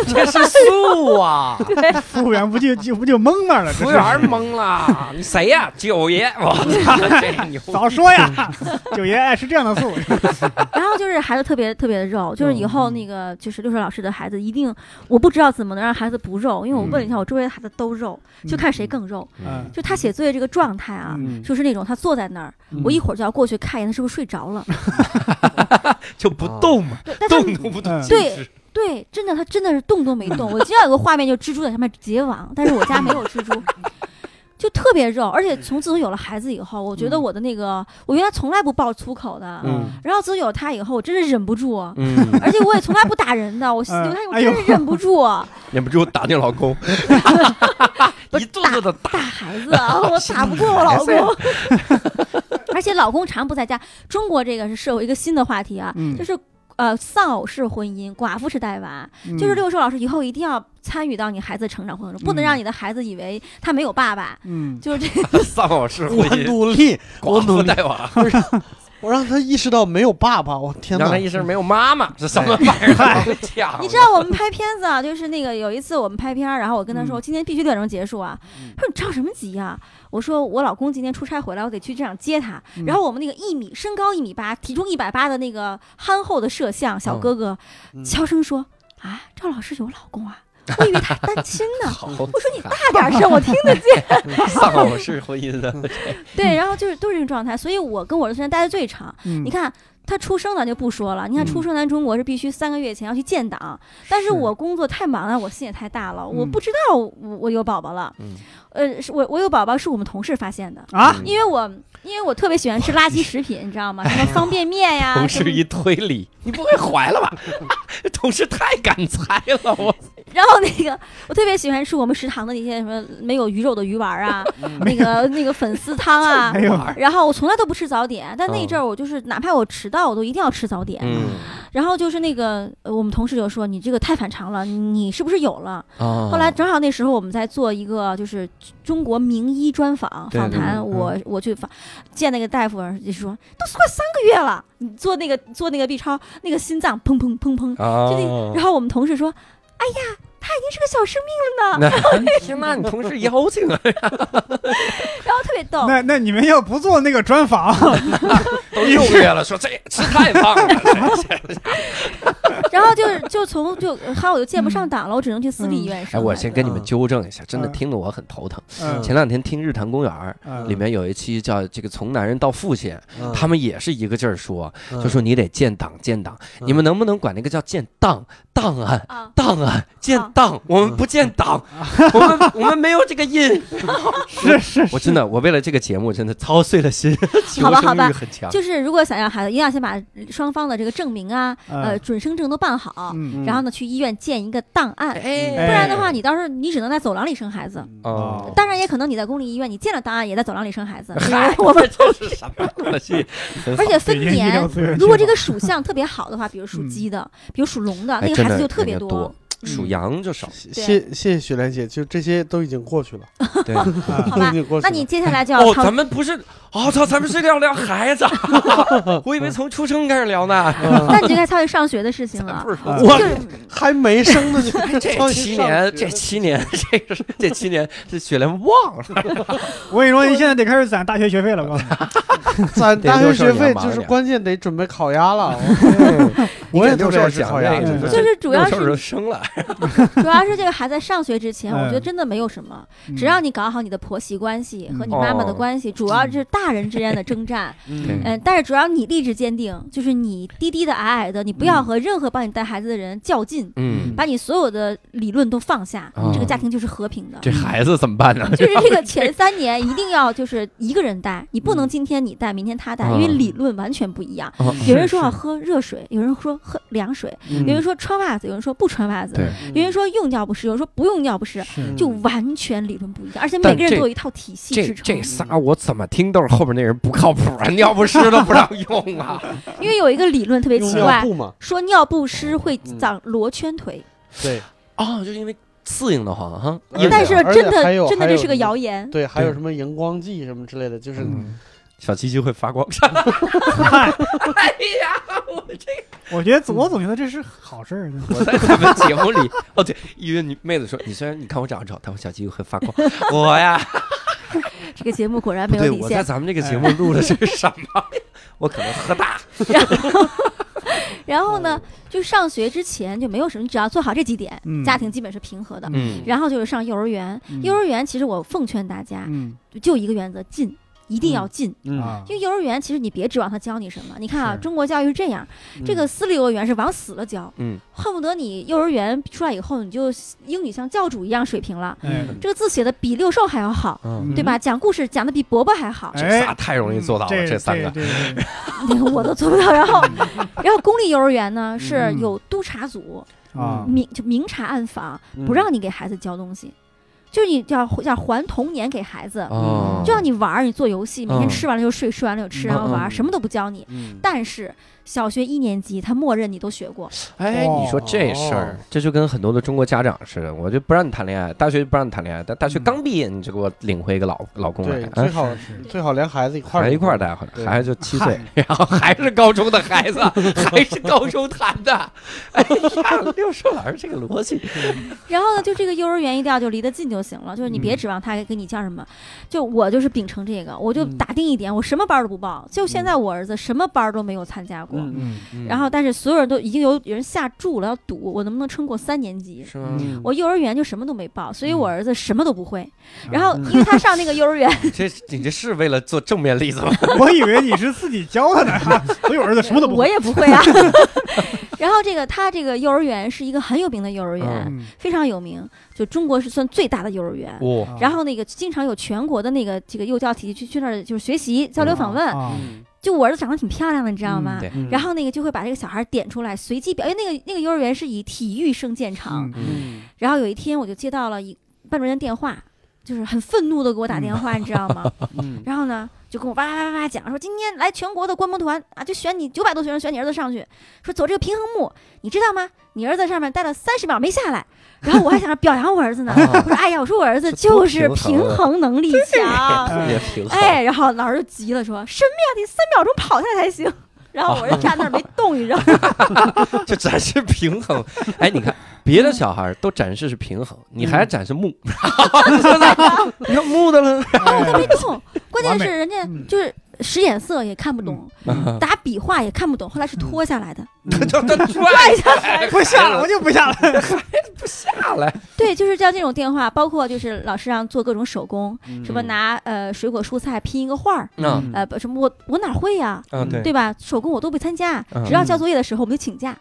A: 这是素啊！
B: 服务员不就就不就懵那儿了？这
A: 服务
B: 是
A: 员懵了， (laughs) 你谁呀？九 (laughs) 爷，我操，这牛！
B: 早说
D: (laughs)
B: 呀，九爷爱吃这样的素。
D: 然后就是孩子特别特别的肉，就是以后那个就是六叔老师的孩子一定，我不知道怎么能让孩子不肉，因为我问了一下，我周围的孩子都肉， (laughs) 就看谁更肉。
B: 嗯
D: 就他写作业这个状态啊，
C: 嗯
D: 就是那种他坐在那儿，
B: 嗯
D: 我一会儿就要过去看一眼他是不是睡着了。
A: 就不动嘛，
D: 对，但他
A: 动都不动
B: 嗯，
D: 对对，真的，他真的是动都没动。我经常有个画面，就蜘蛛在上面结网，但是我家没有蜘蛛，就特别肉。而且从自从有了孩子以后，我觉得
C: 嗯
D: 我的那个，我原来从来不爆粗口的，
A: 嗯 (laughs)
D: 然后自从有他以后，我真是忍不住。
A: 嗯，
D: 而且我也从来不打人的，我有他，我
B: 哎
D: 真
B: 呦
D: 是忍不住、
A: 忍不住打 (laughs) 你老公，
D: 不
A: (laughs) 一肚子的
D: 打孩
B: (laughs)
D: 子啊，我打不过我老公，而且老公 (laughs) 常不在家。中国这个是社会一个新的话题啊，
B: 嗯
D: 就是呃丧偶式婚姻，寡妇式带娃，
B: 嗯
D: 就是六兽老师以后一定要参与到你孩子成长过程中，不能
B: 嗯
D: 让你的孩子以为他没有爸爸。
B: 嗯，
D: 就是这，
A: (laughs) 丧偶式婚
C: 我
A: 姻，
C: 努力，我
A: 寡
C: 努
A: 妇
C: 力，
A: 带娃，
C: 我让我让他意识到没有爸爸，我天
A: 让他
C: 哪！
A: 一生没有妈妈，这什么玩意儿？都 (laughs) 抢了
D: 你知道我们拍片子啊，就是那个有一次我们拍片儿，然后我跟他说，
B: 嗯
D: 今天必须六点钟结束啊。
C: 嗯
D: 他说你着什么急呀、我说我老公今天出差回来，我得去机场接他。
B: 嗯
D: 然后我们那个一米身高一米八，体重一百八的那个憨厚的摄像小哥哥，
C: 嗯
D: 悄声说啊，赵老师有老公啊。我以为他单亲呢。 (laughs)
A: 好，我
D: 我说你大点声，我听得见。
A: 丧偶式婚姻的，
D: 对，然后就是都是这种状态，所以我跟我的时间待的最长。
B: 嗯
D: 你，看他出生咱就不说了，你看出生咱中国是必须三个月前要去建档，但是我工作太忙了，我心也太大了，我
B: 嗯
D: 不知道我我有宝宝了。
A: 嗯
D: 呃，是我我有宝宝是我们同事发现的。
B: 啊，
A: 嗯
D: 因为我因为我特别喜欢吃垃圾食品，你知道吗？什么方便面
A: (laughs)
D: 呀，
A: 嗯同
D: 什么
A: 事一推理，你不会怀了吧？ (laughs) 同事太敢猜了，
D: (laughs)
A: 我
D: 然后那个我特别喜欢吃我们食堂的那些什么没有鱼肉的鱼丸啊，那个那个粉丝汤啊。
B: (laughs) 没有，
D: 然后我从来都不吃早点，但那一阵儿我就是哪怕我迟到，我都一定要吃早点。
A: 嗯
D: 然后就是那个呃我们同事就说你这个太反常了，你是不是有了？
A: 啊
D: 后来正好那时候我们在做一个就是中国名医专访
A: 对
D: 访
A: 对
D: 谈，
A: 对嗯
D: 我我去访见那个大夫，就说都快三个月了，你做那个做那个 B 超，那个心脏砰砰砰砰，
A: 啊
D: 就那，然后我们同事说，哎呀，他已经是个小生命了呢，
A: 天呐，你同事邀请啊，
D: (laughs) 然后特别逗。
B: 那那你们要不做那个专
D: (laughs)
B: 访，
D: 嗯
A: 都六个月了，说这吃太胖了。
D: 然后就是就从就还有我就见不上档了，我只能去私立医
A: 嗯
D: 院
A: 哎，
D: 生孩子。
A: 我先跟你们纠正一下，真的
B: 嗯
A: 听得我很头疼。
B: 嗯
A: 前两天听《日坛公园儿》
B: 嗯
A: 里面有一期叫这个从男人到父亲，
C: 嗯
A: 他们也是一个劲儿说，
C: 嗯
A: 就说你得建档建档，
C: 嗯
A: 你们能不能管那个叫建档档案？
D: 啊，
A: 档嗯案建
D: 啊
A: 档，我们不建 (laughs) 档，我们我们没有这个音。
B: 是是
A: (laughs) 我真的，我为了这个节目真的操碎了 (laughs) 心，求
D: 好吧好
A: 生
D: 吧
A: 欲很强。
D: 就是如果想要孩子，一定要先把双方的这个证明啊，呃，
B: 嗯
D: 准生证都办好，
B: 嗯
D: 然后呢去医院建一个档案。
A: 哎
D: 不然的话，你到时候你只能在走廊里生孩子。
A: 哦，
D: 当然，也可能你在公立医院，你建了档案也在走廊里生孩子。
A: (laughs) 嗨
D: 我们
A: 这是什么东 (laughs) 西？
D: 而且
B: 北
D: 分
B: 京医疗
D: 年，
B: 资源
D: 如果这
B: 个
D: 个属相特别好的话，比如属鸡的，比如属龙的，
A: 哎
D: 那个
A: 真
D: 孩子
A: 的
D: 就特
A: 人
D: 别
A: 家多，属
B: 嗯
A: 羊就少。
C: 谢谢谢雪莲姐，就这些都已经过去了，
A: (laughs) 对，
D: 好
C: (laughs) 都
D: 吧
C: 已经过去了。
D: 那你接下来就要
A: 哦，
D: 操
A: 咱们不是，我、操，咱们是聊聊孩 (laughs) 子，我以为从出生开始聊呢。
D: (laughs) 那你就
A: (laughs)
D: 该操心上学的事情了。
A: 不是说
B: 嗯
A: 我
D: 就是
C: 嗯还没生呢，就
A: 这七年，这七年， (laughs) 这个是这七年，这雪莲忘了。
B: 我跟你说，你现在得开始攒大学学费
D: (laughs)
B: 了，我告诉你，
C: 攒大学学
A: 得六兽也
C: 费
A: 要忙
C: 就是
A: 点
C: 关键得准备烤鸭
A: (laughs)
C: 了。
A: 我
C: 我也
A: 六
C: 特
A: 十
C: 别
A: 二讲
C: 爱吃烤
A: 那
C: 鸭，
A: 个，
B: 嗯
D: 就是主要
A: (laughs) 六十二
D: 是
A: 都生了，
D: 主要是这个孩子在上学之前，我觉得
B: 嗯
D: 真的没有什么，
B: 嗯
D: 只要你搞好你的婆媳关系和你妈妈的
A: 嗯
D: 关系，主要是大人之间的征战。
A: 嗯
D: 嗯，但是主要你立志坚定，就是你低低的、矮矮的，你不要和任何帮你带孩子的人较劲，
A: 嗯，
D: 把你所有的理论都放下，
A: 哦
D: 这个家庭就是和平的。
A: (laughs) 这孩子怎么办呢？
D: 就是这个前三年一定要就是一个人带，你不能今天你带，明天他带，因为
A: 嗯
D: 理论完全不一样。
A: 哦 (laughs)
D: 有人说要喝热水，有人说喝凉水，
C: 嗯
D: 有人说穿袜子，有人说不穿袜子，
A: 对
D: 有人说用尿不湿，有人说不用尿不湿，
B: 是
D: 就完全理论不一样，而且
A: 但
D: 每个人
A: 这
D: 都有一套体系
A: 这
D: 支撑
A: 这。仨我怎么听都是后边那人不靠谱 (laughs) 啊，尿不湿都不让用啊。 (laughs)
D: 因为有一个理论特别
C: 用
D: 奇
C: 尿
D: 怪，
C: 布嘛，
D: 说尿不湿会
C: 嗯
D: 长罗圈腿，
C: 对
A: 哦，就是因为刺应的慌哈。
C: 嗯
D: 但是
C: 而且
D: 真
C: 还
D: 的
C: 有
D: 真的
C: 还
D: 这
C: 有
D: 是个
C: 一个
D: 谣言。
C: 对，还有
A: 对
C: 什么荧光剂什么之类的，就是
A: 嗯小鸡鸡会发光，
B: 我觉得我总觉得这是好事儿。
A: (laughs) 我在咱们节目 (laughs) 里，哦对，一个女妹子说，你虽然你看我长得丑，但我小鸡会发光。 (laughs) 我呀，
D: 这个节目果然
A: 不
D: 没有
A: 对，
D: 底
A: 我在
D: 线。
A: 咱们这个节目录的是什 (laughs) 么？我可能喝大。
D: 然后呢，
C: 嗯
D: 就上学之前就没有什么，你只要做好这几点，
B: 嗯
D: 家庭基本是平和的。
A: 嗯
D: 然后就是上幼儿园，
B: 嗯
D: 幼儿园其实我奉劝大家，
B: 嗯
D: 就一个原则，进。一定要进，
C: 嗯，
B: 啊
D: 因，为幼儿园其实你别指望他教你什么。你看啊，
B: 是
D: 中国教育是这样，
C: 嗯
D: 这个私立幼儿园是往死了教，
A: 嗯，
D: 恨不得你幼儿园出来以后，你就英语像教主一样水平了，
B: 哎
D: 这个字写的比六兽还要好，
A: 嗯，
D: 嗯对吧？嗯讲故事讲的比伯伯还
B: 哎
D: 好，
A: 这仨太容易做到了，
B: 嗯这
A: 这三个。
B: 这这这
D: 那个 (laughs) 我都做不到。然后，然后公立幼儿园呢是
B: 嗯
D: 有督查组，
B: 啊，
D: 明就明察暗访，
C: 嗯
D: 不让你给孩子教东西，就是你要要还童年给孩子，
A: 哦，
D: 就让你玩儿，你做游戏，每天
A: 嗯
D: 吃完了就睡，睡完了就吃，
B: 嗯
D: 然后玩
A: 嗯
D: 儿，什么都不教你。
C: 嗯
D: 但是小学一年级，他默认你都学过，
A: 哎，你说这事儿
C: 哦，
A: 这就跟很多的中国家长似的，我就不让你谈恋爱，大学不让你谈恋爱，但大学
B: 嗯
A: 刚毕业你就给我领回一个老老公来
C: 对，，
A: 嗯
C: 最好
B: 是
C: 最好连孩子一块
A: 还
C: 儿
A: 一块儿带回来，
C: 对
A: 孩子就七岁，然后还是高中的孩 (laughs) 子，还是高中谈的。哎呀，六叔老师这个逻辑，
D: 然后呢，就这个幼儿园一定要就离得近就行了，就是你
B: 嗯
D: 别指望他给你叫什么。就我就是秉承这个，我就
C: 嗯
D: 打定一点，我什么班儿都不报。就现
C: 嗯
D: 在我儿子什么班儿都没有参加过，
C: 嗯
A: 嗯，嗯
D: 然后但是所有人都已经有人下注了，要赌我能不能撑过三年级。
B: 嗯
A: 是吗？
C: 嗯
D: 我幼儿园就什么都没报，所以我儿子什么都不会。
B: 嗯
D: 然后
C: 嗯
D: 因为他上那个幼儿园，
A: 这你这是为了做正面例子吗？
B: 我以为你是自己教他
D: (laughs)
B: 呢，所以我儿子什么都不
D: 我
B: 会。
D: 也不会啊。
B: (laughs)
D: 然后这个他这个幼儿园是一个很有名的幼儿园，
A: 嗯
B: 嗯
D: 非常有名，就中国是算最大的幼儿园。
A: 哦，
B: 啊
D: 然后那个经常有全国的那个这个幼教体系去去那儿就是学习交流访问，
B: 啊
C: 嗯
D: 就我儿子长得挺漂亮的，你知道吗？
B: 嗯
A: 对
C: 嗯
D: 然后那个就会把这个小孩点出来，随机表。因为那个那个幼儿园是以体育生见长。
B: 嗯
A: 嗯，
C: 嗯
D: 然后有一天我就接到了一班主任电话，就是很愤怒的给我打电话，你知道
B: (laughs)
D: 吗？
C: 嗯
D: 然后呢，就跟我哇哇哇哇讲说，今天来全国的观摩团啊，就选你九百多学生选你儿子上去，说走这个平衡木，你知道吗？你儿子上面待了三十秒没下来，然后我还想着表扬我儿子呢
A: 啊
D: 我说哎呀，我说我儿子
A: 这多
D: 就是
A: 平
D: 平
A: 衡啊
D: 衡能力
B: (laughs)
D: 强，
A: 特别平衡。
D: (laughs) 哎，然后老师就急了说，什么呀，得三秒钟跑下来才行。然后我就站那儿没动，你知道
B: (laughs)
D: 吗？
A: 这展示平衡。哎，你看别的小孩儿都展示是平衡，你还展示 (laughs) 木，你看木的了。
D: 我
B: 哎
D: 都没动。关键
B: 完美
D: 是人家
B: 嗯
D: 就是使眼色也看不懂，
A: (laughs)
D: 打比划也看不懂，后来是脱下来的。
A: 他就他拽下来，
B: 不下了，我就不下了。
A: 下来，
D: 对，就是叫这种电话，包括就是老师让做各种手工，什么
A: 嗯
D: 拿呃水果蔬菜拼一个画儿，
A: 嗯
D: 呃不什么我我哪会呀、
A: 嗯，对，
D: 对吧？手工我都不参加，
A: 嗯
D: 只要交作业的时候我们就请假。
B: 嗯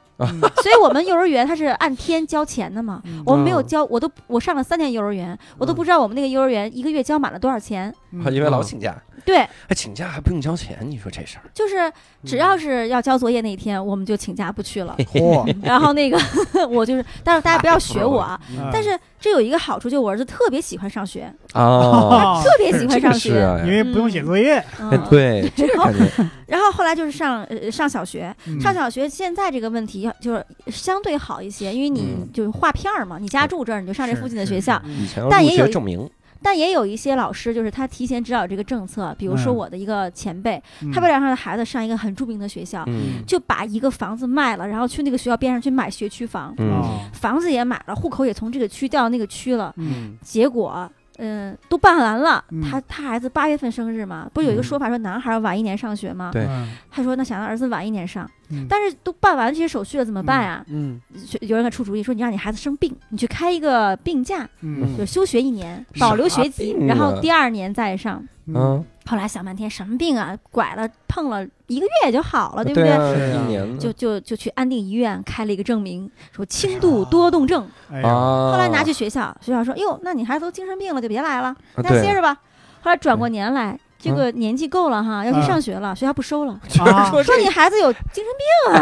D: 所以我们幼儿园它是按天交钱的嘛，我们没有
A: 嗯
D: 交，我都我上了三年幼儿园，我都不知道我们那个幼儿园一个月交满了多少钱。
B: 嗯
A: 因为老请假，
D: 对，
A: 还请假还不用交钱，你说这事儿，
D: 就是只要是要交作业那一天，我们就请假不去
C: 嗯
D: 了。
C: 嚯，
D: 然后那个 (laughs) 我就是，但是大家不要学我啊。
B: 嗯
D: 但是这有一个好处，就我儿子特别喜欢上学，
A: 哦，
B: 啊
D: 特别喜欢上
A: 是
D: 学。
A: 啊，
B: 因为不用写作业，
A: 哎
D: 嗯，
A: 对，这个感觉，
D: 然后后来就是上呃上小学，
B: 嗯
D: 上小学现在这个问题要就是相对好一些，因为你
A: 嗯
D: 就是划片儿嘛，你家住这儿你就上这
B: 是
D: 附近的
B: 是嗯
D: 学
B: 是
D: 校。
A: 以前要
D: 但
A: 入
D: 也有
A: 学
D: 一
A: 证明，
D: 但也有一些老师就是他提前指导这个政策，比如说
B: 嗯
D: 我的一个前辈，
B: 嗯
D: 他为了让他的孩子上一个很著名的学校，
A: 嗯
D: 就把一个房子卖了，然后去那个学校边上去买学区房，
A: 嗯，
B: 哦
D: 房子也买了，户口也从这个区调到那个区了，
B: 嗯
D: 结果。嗯，都办完了。
B: 嗯
D: 他他孩子八月份生日嘛，不是有一个
A: 嗯
D: 说法说男孩晚一年上学吗？
A: 对
B: 嗯
D: 他说那想让儿子晚一年上，
B: 嗯
D: 但是都办完这些手续了，怎么办呀？
C: 嗯
D: 就有人给出主意说，你让你孩子生病，你去开一个病假，
B: 嗯
D: 就是休学一年，
A: 啥
D: 保留学籍
A: 病，啊
D: 然后第二年再上。
B: 嗯
A: 嗯，
D: 后来想半天，什么病啊？拐了碰了一个月也就好了，对不
A: 对
D: 对？
A: 啊，
C: 是啊
A: 一年
D: 就就就去安定医院开了一个证明，说轻度多动症。
B: 哎呀
A: 啊，
D: 后来拿去学校，学校说：“哟，那你孩子都精神病了，就别来了，
A: 啊
D: 那
A: 对嗯
D: 歇着吧。”后来转过年来，这个年纪够了哈，要去
B: 嗯
D: 上学了，学校
A: (laughs)
D: 不收了，
B: 啊
A: 说
D: (laughs) 说你孩子有精神 病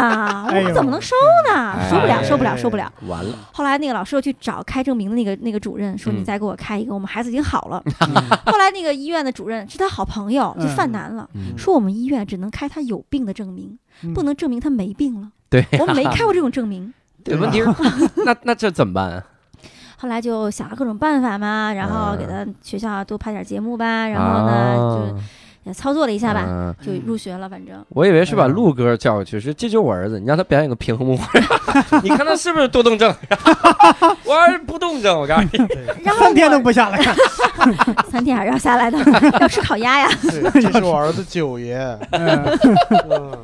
A: (laughs)
D: 啊，
B: 哎
D: 我
B: 呦
D: 怎么能收呢？
A: 哎
D: 受不了，受不了，受不了。
A: 完了，
D: 后来那个老师又去找开证明的那个那个主任，说
A: 嗯
D: 你再给我开一个，我们孩子已经好了。
C: 嗯
D: (laughs) 后来那个医院的主任是他好朋友，就犯难了，
A: 嗯
D: 说我们医院只能开他有病的证明，
B: 嗯
D: 不能证明他没病了。
A: 对
D: 我们没开过这种
A: (laughs)
D: 证明。
A: 对，
D: (laughs)
A: 问题是，那那这怎么办啊？
D: 后来就想了各种办法嘛，然后
A: 嗯
D: 给他学校多拍点节目吧，然后呢
A: 啊
D: 就也操作了一下吧，
A: 嗯
D: 就入学了。反正 (laughs)
A: 我以为是把
B: 哎呀
A: 陆哥叫过去，是这就是我儿子，你让他表演个平衡
B: (laughs)
A: 木，你看他是不是多动症？我儿子不动症，我告诉你，
D: 然后
B: 三天都
D: 我
B: 不下来，
D: 三天还是要下来的， (laughs) 要吃烤鸭呀。 (laughs)
C: 是这是我儿子九爷，
B: 嗯
C: 嗯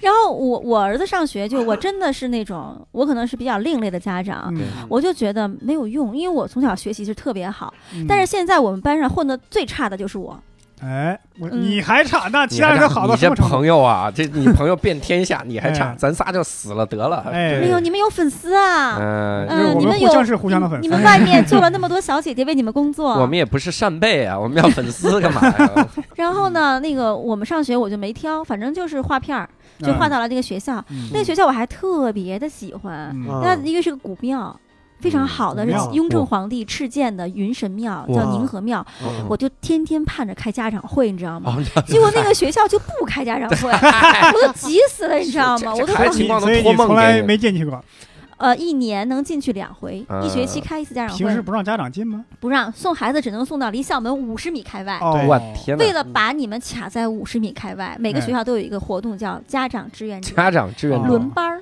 D: 然后我我儿子上学就我真的是那种我可能是比较另类的家
B: 嗯
D: 长，我就觉得没有用，因为我从小学习是特别好，
B: 嗯
D: 但是现在我们班上混的最差的就是我，
B: 哎，我 (laughs)
D: 嗯
B: 你还差，那
A: 你
B: 其他人都好到什
A: 这
B: 么程度？
A: 朋友啊，这你朋友遍天下，你还差，
B: 哎
A: 咱仨就死了得了。
B: 哎
D: 哎呦，你们有粉丝啊，
A: 嗯，
B: 就是
D: 嗯，
B: 我
D: 你
B: 们
D: 们
B: 互
D: 有
B: 相是互相的粉丝
D: 你们
B: (laughs)
D: 外面做了那么多小姐姐为你们工作，
A: 我们也不是扇贝啊，我们要粉丝干嘛
B: (laughs)
A: 呀？
D: 然
B: 嗯
D: 后呢，那个我们上学我就没挑，反正就是画片儿，就画到了那啊个学校。
B: 嗯
D: 那个学校我还特别的喜欢，
B: 嗯
C: 嗯
D: 那因为是个古庙，非常好的，
B: 古
D: 是
B: 庙
D: 雍正
A: 哇
D: 皇帝敕建的云神庙，
A: 哇
D: 叫宁和庙。
C: 嗯
D: 我就天天盼着开家长会，你知道吗？
A: 哦
D: 结果那个学校就不开家长会，我都急死了，你知道
A: 这
D: 吗？我都
A: 这孩
B: 所
A: 子情
B: 以你
A: 况都
B: 所以
A: 托
B: 你
A: 梦
B: 从
A: 给
B: 来
A: 你
B: 没进去过，
D: 呃一年能进去两回，一学期
A: 嗯
D: 开一次家长
B: 平时
D: 会，
B: 不让家长进吗？
D: 不让送孩子，只能送到离校门五十米开外。
B: 哦，
A: (laughs) 我天哪
D: 为！了把你们卡在五十米开外，每个学校都有一个活动叫家长志愿者
A: 家长志愿
B: 嗯
A: 者
D: 轮班儿，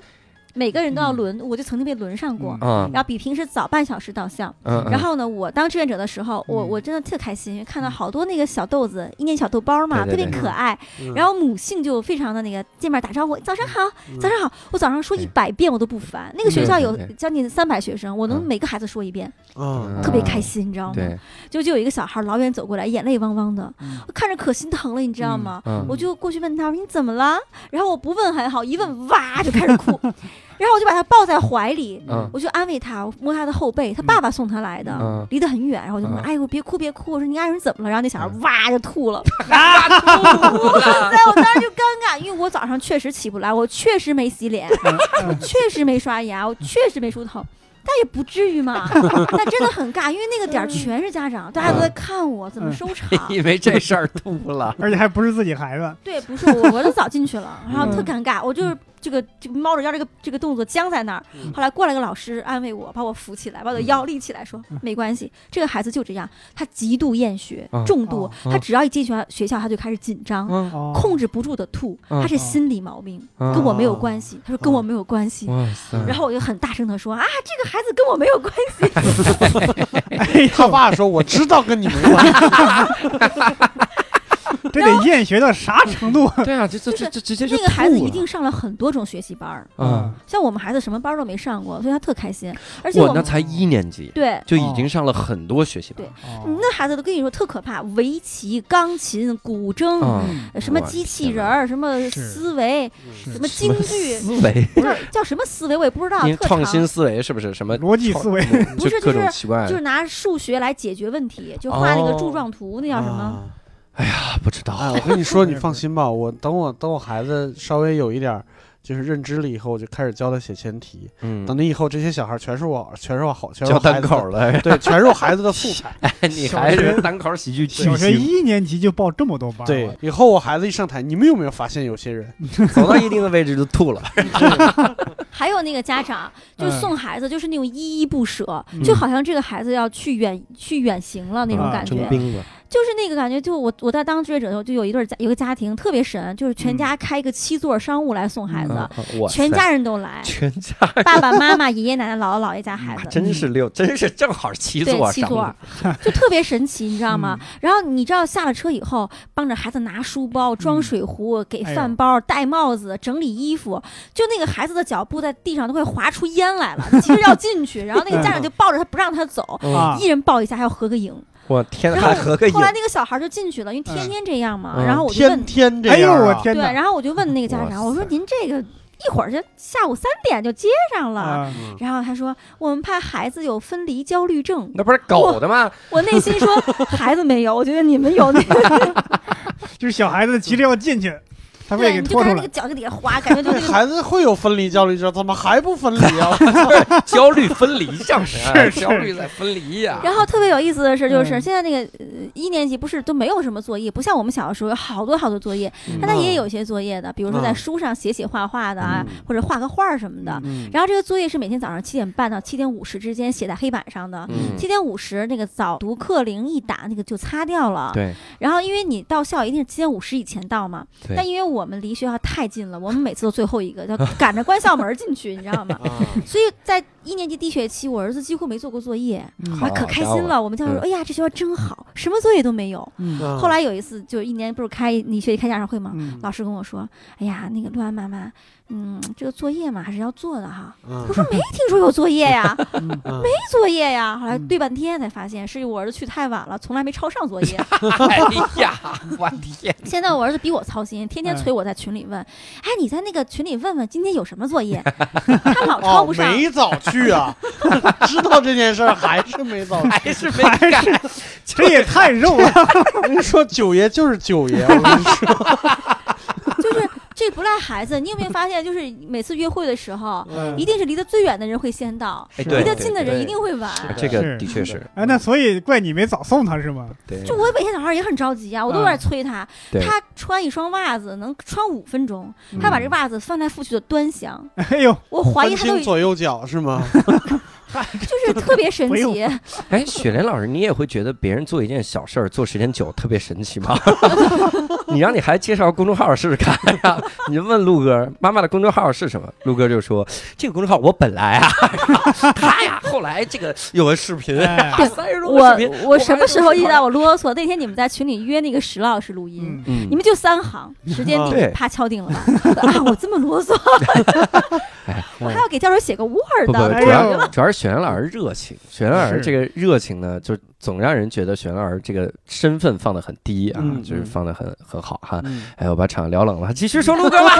D: 每个人都要
B: 嗯
D: 轮，我就曾经被轮上过。
A: 嗯
D: 然后比平时早半小时到校，
A: 嗯，嗯
D: 然后呢，我当志愿者的时候，我
B: 嗯
D: 我真的特开心，因为看到好多那个小豆子，一年小豆包嘛，
A: 对
D: 特
A: 对嗯
D: 别
C: 对
D: 可爱。然后母性就非常的那个见面打招呼，早上好，
C: 嗯
D: 早上好。我早上说一
A: 对
D: 百遍我都不烦。那个学
A: 对
D: 校
A: 对
D: 有
A: 对
D: 将近三百学生，我能
A: 嗯
D: 每个孩子说一遍，
C: 嗯
D: 特别
A: 嗯
D: 开心，你知道吗？
A: 对，
D: 就就有一个小孩老远走过来，眼泪汪汪的，
B: 嗯
D: 我看着可心疼了，你知道吗？
A: 嗯
D: 我就过去问他，我说你怎么了？然后我不问还好，一问哇就开始
A: (laughs)
D: 哭，然后我就把他抱在怀里，
A: 嗯
D: 我就安慰他，我摸他的后背，他爸爸送他来的，
A: 嗯
D: 离得很远，然后我就问他，
A: 嗯
D: 哎呦别哭别哭，我说你爱人怎么了？然后那小孩
A: 嗯。
D: 哇就吐了，对，我当时就尴尬，因为我早上确实起不来，我确实没洗脸，我确实没刷牙，我确实没梳头。但也不至于嘛，那真的很尬，因为那个点儿全是家长，大家都在看我怎么
B: 嗯
D: 收场
A: (laughs) 因为这事儿吐
D: (laughs)
A: 了，
D: 嗯
B: 而且还不是自己孩子，
D: 对，不是我，我都早进去了，然后特
B: 嗯
D: 尴尬，我就是这个这个猫着腰这个这个动作僵在那儿。
C: 嗯
D: 后来过来个老师安慰我，把我扶起来，把我的
A: 嗯
D: 腰立起来，说没关系，这个孩子就这样，他极度厌学
A: 啊，
D: 重度
B: 哦，
D: 他只要一进学学校他就开始紧张。
A: 嗯
B: 哦
D: 控制不住的吐，
A: 嗯
D: 他是心理毛病，
A: 嗯
D: 跟我没有关系。他说跟我没有关系，
A: 哇塞，
D: 然后我就很大声的说啊，这个孩子跟我没有关系。
C: 他爸说：“我知道跟你没关系。
B: 这得厌学到啥
D: 嗯
B: 程度啊？
A: 对啊，这这
D: 就是
A: 这这直接就
D: 那个孩子
A: 吐
D: 一
A: 了
D: 定上了很多种学习班儿，
B: 哦
A: 啊，
D: 像我们孩子什么班儿都没上过，所以他特开心。而且
A: 我
D: 我
A: 那
D: 们
A: 才一年级
D: 对
A: 就已经上了很多学习班
D: 对
A: 嗯
D: 那孩子都跟你说特可怕，围棋、钢琴、古筝，
A: 啊，
B: 嗯
D: 呃什么
A: 我
D: 机器
A: 天
D: 人
A: 哪
D: 儿，什么
B: 是
D: 思维， (laughs)
B: 是
D: 什么京剧，
A: 思维，
D: 不是叫什么思维，我也不知道。
A: 因为
D: 特
A: 创
D: 长
A: 新思维是不是什么
B: 逻辑思维，
D: 不
A: 就是各
D: 就
A: 种
D: 是
A: 奇怪
D: 就是
A: 的
D: 拿数学来解决问题，就画那个柱状图，那叫什么？
C: 啊
A: 啊？不知
C: 哎，
A: 道
C: 我跟你说，你放心吧，我等我等我孩子稍微有一点儿就是认知了以后，我就开始教他写前提。
A: 嗯
C: 等，他以后这些小孩儿全是我，全是我好，全是
A: 教
C: 我孩
A: 单
C: 子
A: 口
C: 的，
A: 了，
C: 对，全是我孩子的素材。
A: 你还是单口喜剧巨
B: 小学
A: 星，
B: 一年级就报这么多班，
C: 对，，以后我孩子一上台，你们有没有发现有些人
A: 走到一定的位置就吐
D: (laughs)
A: 了，哦
D: 还有那个家长就
B: 嗯
D: 送孩子，就是那种依依不舍，
B: 嗯
D: 就好像这个孩子要去远去远行了那种
B: 啊
D: 感
A: 征
D: 觉，
A: 兵了，
D: 就是那个感觉。就我我在当志愿者的时候，就有一对儿家有一个家庭特别神，就是全
B: 嗯
D: 家开一个七座商务来送孩
A: 嗯
D: 子，
A: 嗯哇
D: 全
A: 塞，
D: 家人都来
A: 全家
D: 爸爸妈妈、爷爷奶奶、姥姥姥爷家孩
A: 啊
D: 子。嗯
A: 真是六，真是正好七
D: 对
A: 座，
D: 七
A: 上嗯
D: 座
A: 了
D: 儿，就特别神奇，你知道吗？ (laughs) 然后你知道下了车以后，帮着孩子拿书包、装
B: 嗯
D: 水壶、给
B: 哎呦
D: 饭包、戴帽子、整理衣服，就那个孩子的脚步在地上都快划出烟来了，急着要进去，然后那个家长就抱着他不让他走，
A: 嗯
B: 啊
D: 一人抱一下，还要合个影。
A: 我天，
D: 然后
A: (laughs) 还合个影
D: 后，来那个小孩就进去了，因为天
B: 嗯
D: 天这样嘛。
A: 嗯
D: 然后我就
C: 天
D: 问，
C: 天这
B: 哎呦
C: 样、啊？
B: 我天
D: 对，
B: 哪！
D: 然后我就问那个家
A: 哇
D: 长，我说
A: 塞
D: 您这个一会儿就下午三点就接上了。
B: 啊
C: 嗯
D: 然后他说：“我们怕孩子有分离焦虑症。”
A: 那不
D: (laughs)
A: 是狗的吗？
D: 我内心说，孩子没有，我觉得你们有那个，
B: 就是小孩子急着要进去，他会
D: 对，啊
B: 给
D: 你就
B: 拖
D: 看
B: 出来
D: 着那个。脚在底下滑，感觉就那个。
C: 孩子会有分离焦虑症，怎么还不分离啊？
A: 焦虑分离像
B: (laughs)
A: 谁啊？
B: 是
A: 焦虑在分离呀、
D: 然后特别有意思的是，就是
B: 嗯
D: 现在那个呃一年级不是都没有什么作业，不像我们小的时候有好多好多作业，
A: 嗯嗯
D: 现在也有一些作业的，比如说在书上写写画画的啊，或者画个画儿什么的。
C: 嗯
D: 然后这个作业是每天早上七点半到七点五十之间写在黑板上的。
A: 嗯
D: 七点五十那个早读课铃一打，那个就擦掉了。
A: 对，
D: 然后因为你到校一定是七点五十以前到嘛，
A: 对
D: 但因为我们离学校太近了，我们每次都最后一个，要赶着关校门儿进
B: (laughs)
D: 去，你知道吗？
C: 啊
D: 所以在一年级低学期，我儿子几乎没做过作
B: (laughs)
D: 业，
B: 嗯
A: 好
D: 啊，可开心了。我们教授说：“
A: 嗯
D: 哎呀，这学校真好，什么作业都没有。
B: 嗯
C: 嗯”
D: 后来有一次，就一年不是开你学期开家长会吗？
B: 嗯
D: 老师跟我说：“哎呀，那个陆安妈妈，嗯，这个作业嘛还是要做
B: (laughs)
D: 的哈。”
C: 嗯
D: 我说：“没听说有作业呀，没
B: 嗯
C: 嗯
D: 作业呀。”后来
B: 嗯
D: 对半天才发现，是我儿子去太晚了，从来没抄上作业。
A: 哎呀，我天！
D: (laughs) 现在我儿子比我操心，天天
B: 嗯
D: 催我在群里问：“哎，你在那个群里问问今天有什么作业？”他老抄不上
C: 哦，。没早去
D: (laughs)
C: 啊，知道这件事儿还是没早去。
A: 还是没
B: 还是
A: 干，
B: 这也太肉了，
C: 我跟你说，九爷就是九爷，我跟你说，
D: 就是这不赖孩子，你有没有发现，就是每次约会的时候，
C: 嗯
D: 一定是离得最远的人会先到，
A: 哎
D: 离
A: 对
D: 得
A: 对
D: 近的人
A: 对
D: 一定会晚。
A: 啊这个 (laughs)
B: 是
A: 的确是，
B: (laughs) 哎，那所以怪你没早送他是吗？
A: 对，
D: 就我每天早上也很着急啊，我都有点
B: 嗯
D: 催他。
A: 对
D: 他穿一双袜子能穿五分钟，他把这袜子翻来覆去的端详，
B: (laughs) 哎呦，
D: 我怀疑
C: 分
D: 他都
C: 清
D: 已
C: 左右脚是吗？
D: 就是特别神
B: 不用
D: 奇。
A: 哎，雪莲老师，你也会觉得别人做一件小事儿做时间久特别神
D: (laughs)
A: 奇吗？你让你还介绍公众号试试看呀？你问陆哥妈妈的公众号是什么？陆哥就说这个公众号我本来啊， (laughs) 他呀后来这个有个视频，
B: 哎
A: 三十多个
D: 我
A: 视频，
D: 我什么时候
A: 一
D: 意识到我啰嗦？那天你们在群里约那个石老师录音，
B: 嗯，
A: 嗯
D: 你们就三行，时间地
A: 对
D: 点啪敲定
A: (laughs)
D: 了。啊，我这么啰嗦，我还要给教授写个 Word
A: 哎不不，
D: 呢。
A: 主
B: 哎
A: 要
B: 呦
A: 主要是雪莲老师热情，雪莲老师
B: 是
A: 这个热情呢，就总让人觉得雪莲老师这个身份放得很低啊，
C: 嗯
A: 就是
C: 嗯
A: 放得很很好哈。
C: 嗯
A: 哎，我把场聊冷了，继续说陆哥
D: (laughs)
A: 吧。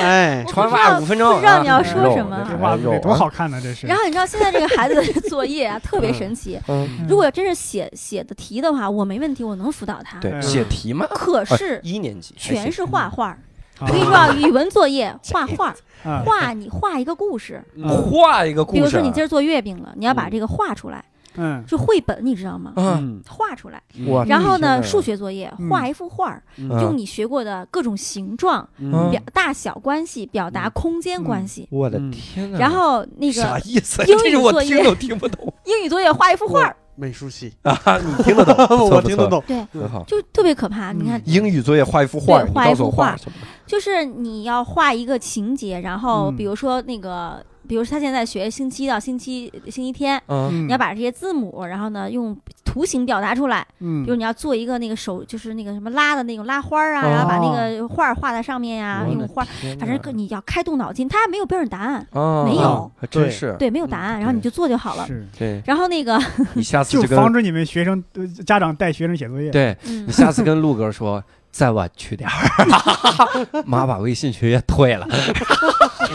C: 哎，
A: 传话五分钟，啊
D: 不知道你要
B: 说
A: 肉
D: 什么
B: 这
A: 哎
B: 袜子
A: 肉
B: 得多好看呢，这是。
D: 然后你知道现在这个孩子的作业
A: (laughs)
D: 啊，特别神奇。
A: 嗯，
B: 嗯
D: 如果真是写写的题的话，我没问题，我能辅导他。
A: 对，
B: 嗯
A: 写题嘛，
D: 可
A: 哎
D: 是
A: 一年级哎还
D: 全
A: 行嗯
D: 是画画儿，
B: 啊
D: 所以说啊语文作
A: (laughs)
D: 业画画儿，
B: 啊
D: 画你画一个故事。
C: 嗯
A: 画一个哎故事啊。
D: 比如说你今儿做月饼了，你要把
A: 嗯
D: 这个画出来，
B: 嗯，
D: 就绘本，你知道吗？
A: 啊，
C: 嗯
D: 画出来，
A: 我
D: 然后
A: 嗯
D: 呢，数学作业
B: 嗯
D: 画一幅画儿，
A: 嗯
D: 用你学过的各种形状、
A: 嗯
D: 表大小关系表达空间关系。
A: 我的
C: 嗯
A: 天哪！
D: 然后那
A: 啥
D: 个
A: 意思啊？
D: 英语
A: 这是我
D: 作
A: 听
D: 业
A: 都听不
D: (laughs)
A: 懂
D: 英语作业画一幅画儿，
C: 美术系，
A: 啊，你听得懂？不错
C: (laughs) 我听得，懂。
A: 不错很好。
D: 就特别可怕。
B: 嗯
D: 你看，
A: 英语作业画一幅画，
D: 嗯对
A: 你
D: 画
A: 告
D: 一
A: 诉我
D: 幅
A: 画
D: 画
A: 什么？嗯
D: 就是你要画一个情节，然后
B: 嗯
D: 比如说那个，比如说他现在学星期一到星期星期天，
A: 嗯，
B: 你
D: 你要把这些字母，然后呢用图形表达出来。
B: 嗯
D: 就是你要做一个那个手，就是那个什么拉的那种拉花儿啊，然后把那个画儿画在上面呀、
A: 我的
D: 啊用花儿，
A: 天啊
D: 反正
A: 哪
D: 各你要开动脑筋，它还没有标准答案，
A: 啊
D: 没有，
A: 还真
C: 对
A: 是
D: 对，没有答案，然后你就做就好了。
B: 是，
A: 对。
D: 然后那个，
A: 你下次
B: 就
A: 就跟
B: 防止你们学生呃家长带学生写作业。
A: 对
D: 嗯
A: 你，下 (laughs) 次跟陆哥说。再晚去点儿， (laughs) 妈把微信群也退了。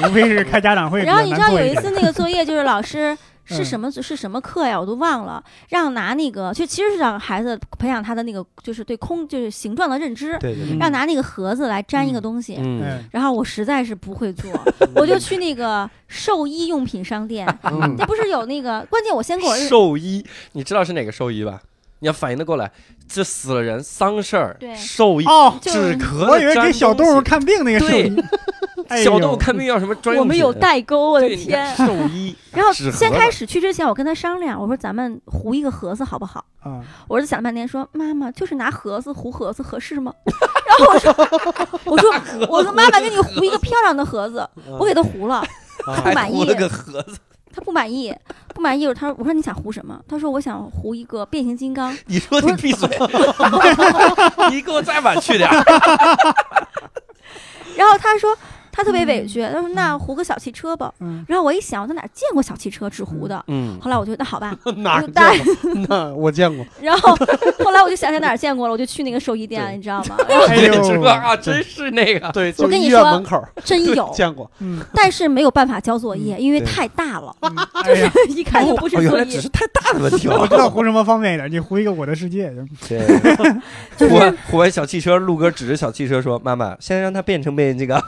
B: 无非是开家长会比
D: 然后
B: 较
D: 你知
B: 难
D: 道
B: 做
D: 有一
B: 一
D: 次
B: 点。
D: 那个作业就是老师是
B: 嗯
D: 什么是什么课呀，我都忘了，让拿那个就其实是让孩子培养他的那个就是对空就是形状的认知，
A: 对
C: 对对
D: 让拿那个盒子来粘一个
B: 嗯
D: 东西。
A: 嗯，
B: 嗯
D: 然后我实在是不会做，我就去那个兽医用品商店，
A: 嗯
D: 那不是有那个关键我先给我认
A: 兽医，你知道是哪个兽医吧？你要反应得过来，这死了人丧事儿，
D: 对
A: 兽医
B: 哦，
D: 就
A: 止咳嗯的
B: 我以为
A: 粘
B: 给小
A: 东
B: 动物
A: 西
B: 看病那个
A: 对
B: 兽医，哎呦
A: (laughs) 小动物看病要什么专用
D: 我
A: 品？
D: 们有代沟，我的
A: 对你
D: 天，
A: 看！兽医
D: 然后
A: 纸盒
D: 先
A: 的
D: 开始去之前，我跟他商量，我说咱们糊一个盒子好不好？
B: 啊，
D: 我儿子想了半天说，妈妈就是拿盒子糊盒子合适吗？ (laughs) 然后我说， (laughs) 我说我说妈妈给你糊一个漂亮的盒子，
A: 嗯
D: 我给他糊了，
C: 啊
D: 他 (laughs) 不满意
A: 糊，了个盒子，
D: 他不满意，不满意。他说我说你想糊什么？他说我想糊一个变形金 (laughs) 刚。
A: 你说你闭嘴， (laughs) 你给我再晚去点
D: (laughs)
A: 儿。
D: 然后他说他特别委屈，他说那糊个小汽车吧。
B: 嗯，
D: 然后我一想，我在哪儿见过小汽车纸糊的？
A: 嗯，
D: 后来我就那好吧，
C: (laughs) 哪
D: 我
C: 儿
D: 就带
C: 见过？那我见过，
D: 然后后来我就想起哪儿见过了，我就去那个兽医店了，
C: 对
D: 你知道 (laughs) 吗？
B: 哎
A: 对，
B: 呦
A: 是吧？啊，真是那个，
C: 对，
D: 我
C: 就
D: 跟你
C: 医院
D: 说
C: 门口儿
D: 真
C: (laughs)
D: 有，
C: 见过。
B: 嗯，
D: 但是没有办法交作业，因为
A: 对
D: 太大了，
B: 就
D: (laughs)
A: (laughs)
D: 一看就不是
A: 哦原
D: 作
A: 来只
D: 业
A: 是。太大的问题
B: 哎
A: (laughs)
B: 我
D: (laughs)
A: 了。
B: 知道糊什么方便一点，你糊一个《我的世界》
A: 对，
D: 就是
A: 虎完虎完小汽车，陆哥指着小汽车说：“妈妈，现在让它变成变这个。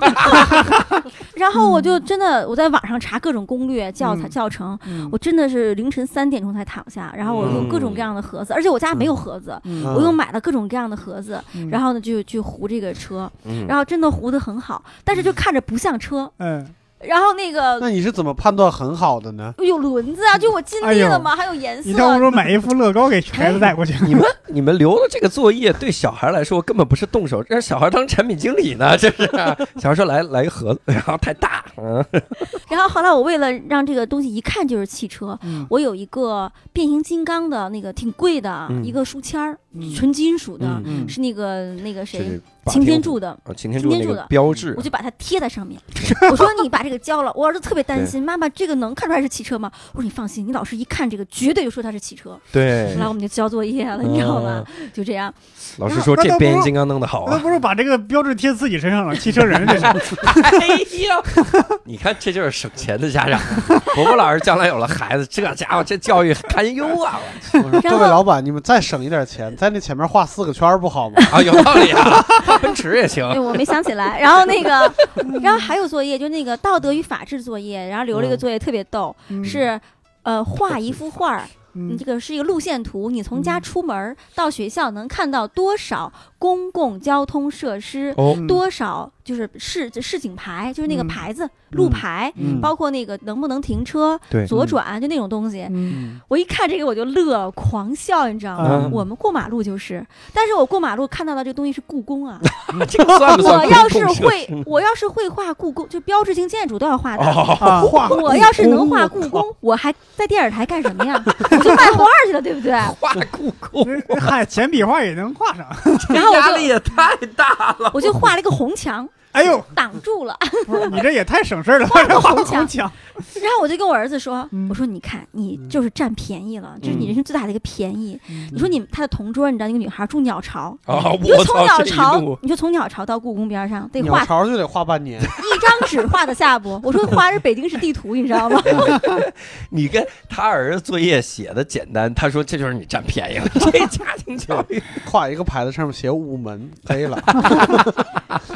D: 然后我就真的我在网上查各种攻略、教材、
B: 嗯
D: 教程，
B: 嗯
D: 我真的是凌晨三点钟才躺下，然后我用各种各样的盒子，而且我家没有盒子。
B: 嗯
D: 我又买了各种各样的盒子，
B: 嗯
D: 然后呢就去糊这个车，”
A: 嗯
D: 然后真的糊得很好，但是就看着不像车。
B: 嗯，
D: 然后那个
C: 那你是怎么判断很好的呢？
D: 有轮子啊，就我尽力了嘛，还有颜
B: 你倒不
D: 色。
B: 如买一副乐高给孩
D: 哎
B: 子带过去。
A: 你们你们留的这个作业对小孩来说根本不是动手，让小孩当产品经理呢， (laughs) 这是。小孩说来来一盒子，然后太大，嗯，
D: 然后后来我为了让这个东西一看就是汽车，
B: 嗯
D: 我有一个变形金刚的那个挺贵的、
A: 嗯
D: 一个书签儿，
B: 嗯
D: 纯金属的，
A: 嗯
D: 是那个那个
A: 这
D: 谁
A: 是
D: 擎天
A: 柱
D: 柱的。
A: 啊，擎天
D: 擎
A: 柱
D: 天
A: 那
D: 柱
A: 个
D: 的
A: 标志
B: 啊
D: 我，就把它贴在上面，我说你把这个交了，我儿子特别担心，妈妈这个能看出来是汽车吗？我说你放心，你老师一看这个绝对就说它是汽车。
A: 对
D: 后来我们就啊交作业了，你知道吗？
B: 哦
D: 就这样，
A: 老师说
B: 那
A: 这
B: 倒不
A: 变形
B: 如
A: 金刚弄得好
B: 那
D: (laughs)
A: 啊！
B: 不如把这个标志贴自己身上了，汽车人这是。
A: 哎呀， (laughs) 你看这就是省钱的家长。 (laughs) 伯伯老师将来有了孩子，这家伙这教育堪忧啊！
C: 我说
D: (laughs) 然
C: 各位
D: 后
C: 老板，你们再省一点钱，在那前面画四个圈儿不
D: (laughs)
C: 好吗？
A: 啊，有道理啊， (laughs) 画奔驰也行
B: 啊
D: 对，。我没想起来。然后那个，
B: (laughs)
D: 然后还有作业，就那个道德与法治作业，然后留了一个
A: 嗯
D: 作业特别逗，是呃画一幅画儿，你
B: 嗯，
D: 这个是一个路线图，你从家
B: 嗯
D: 出门儿到学校能看到多少公共交通设施，
A: 哦
B: 嗯
D: 多少就是市市井牌，就是那个
B: 嗯
D: 牌子、路
C: 嗯
D: 牌，
C: 嗯
D: 包括那个能不能停车、
A: 对
D: 左
C: 嗯
D: 转，就那种东西。
B: 嗯
C: 嗯
D: 我一看这个我就乐了，狂笑，你知道吗？
A: 嗯
D: 我们过马路就是，但是我过马路看到的这个东西是故宫
A: (laughs)
D: 啊，
A: (laughs) 这个算不算？
D: 我要是会，我要是会画故宫，就标志性建筑都要画的。
A: 哦
C: 啊，画
D: 我要是能
A: 啊
D: 画故宫，我还在电视台干什么呀？ (laughs) 我就卖花去了，对不对？
A: 画故宫，
B: 那嗨，简笔画也能画上。
D: 然后我
A: 压力
D: 就
A: 也太大了。
D: 我就画了一个红墙
B: 哎呦，
D: 挡
A: (laughs)
D: 住了，
B: 不是你这也太省事儿了，这画
D: 红墙
B: 红墙。
D: 然后我就跟我儿子说
B: 嗯：“
D: 我说你看，你就是占便宜了，这是你
A: 嗯
D: 人生最大的一个便宜。你
B: 你
D: 说你他的同桌，你知道那个女孩住鸟巢。”
A: 啊！
D: 你就
A: 我
D: 从鸟
A: 操，这一
D: 巢
A: 路，
D: 你就从鸟巢到故宫边上，得画
C: 鸟巢就得画半年，
D: 一张纸画得下
A: (laughs)
D: 不？我说画的是北京市地图，你知道吗？ (laughs)
A: 你跟他儿子作业写的简单，他说这就是你占便宜了， (laughs) 这家庭教育。
C: 画一个牌子上面写午门，可 (laughs)
D: (laughs)
C: 以了。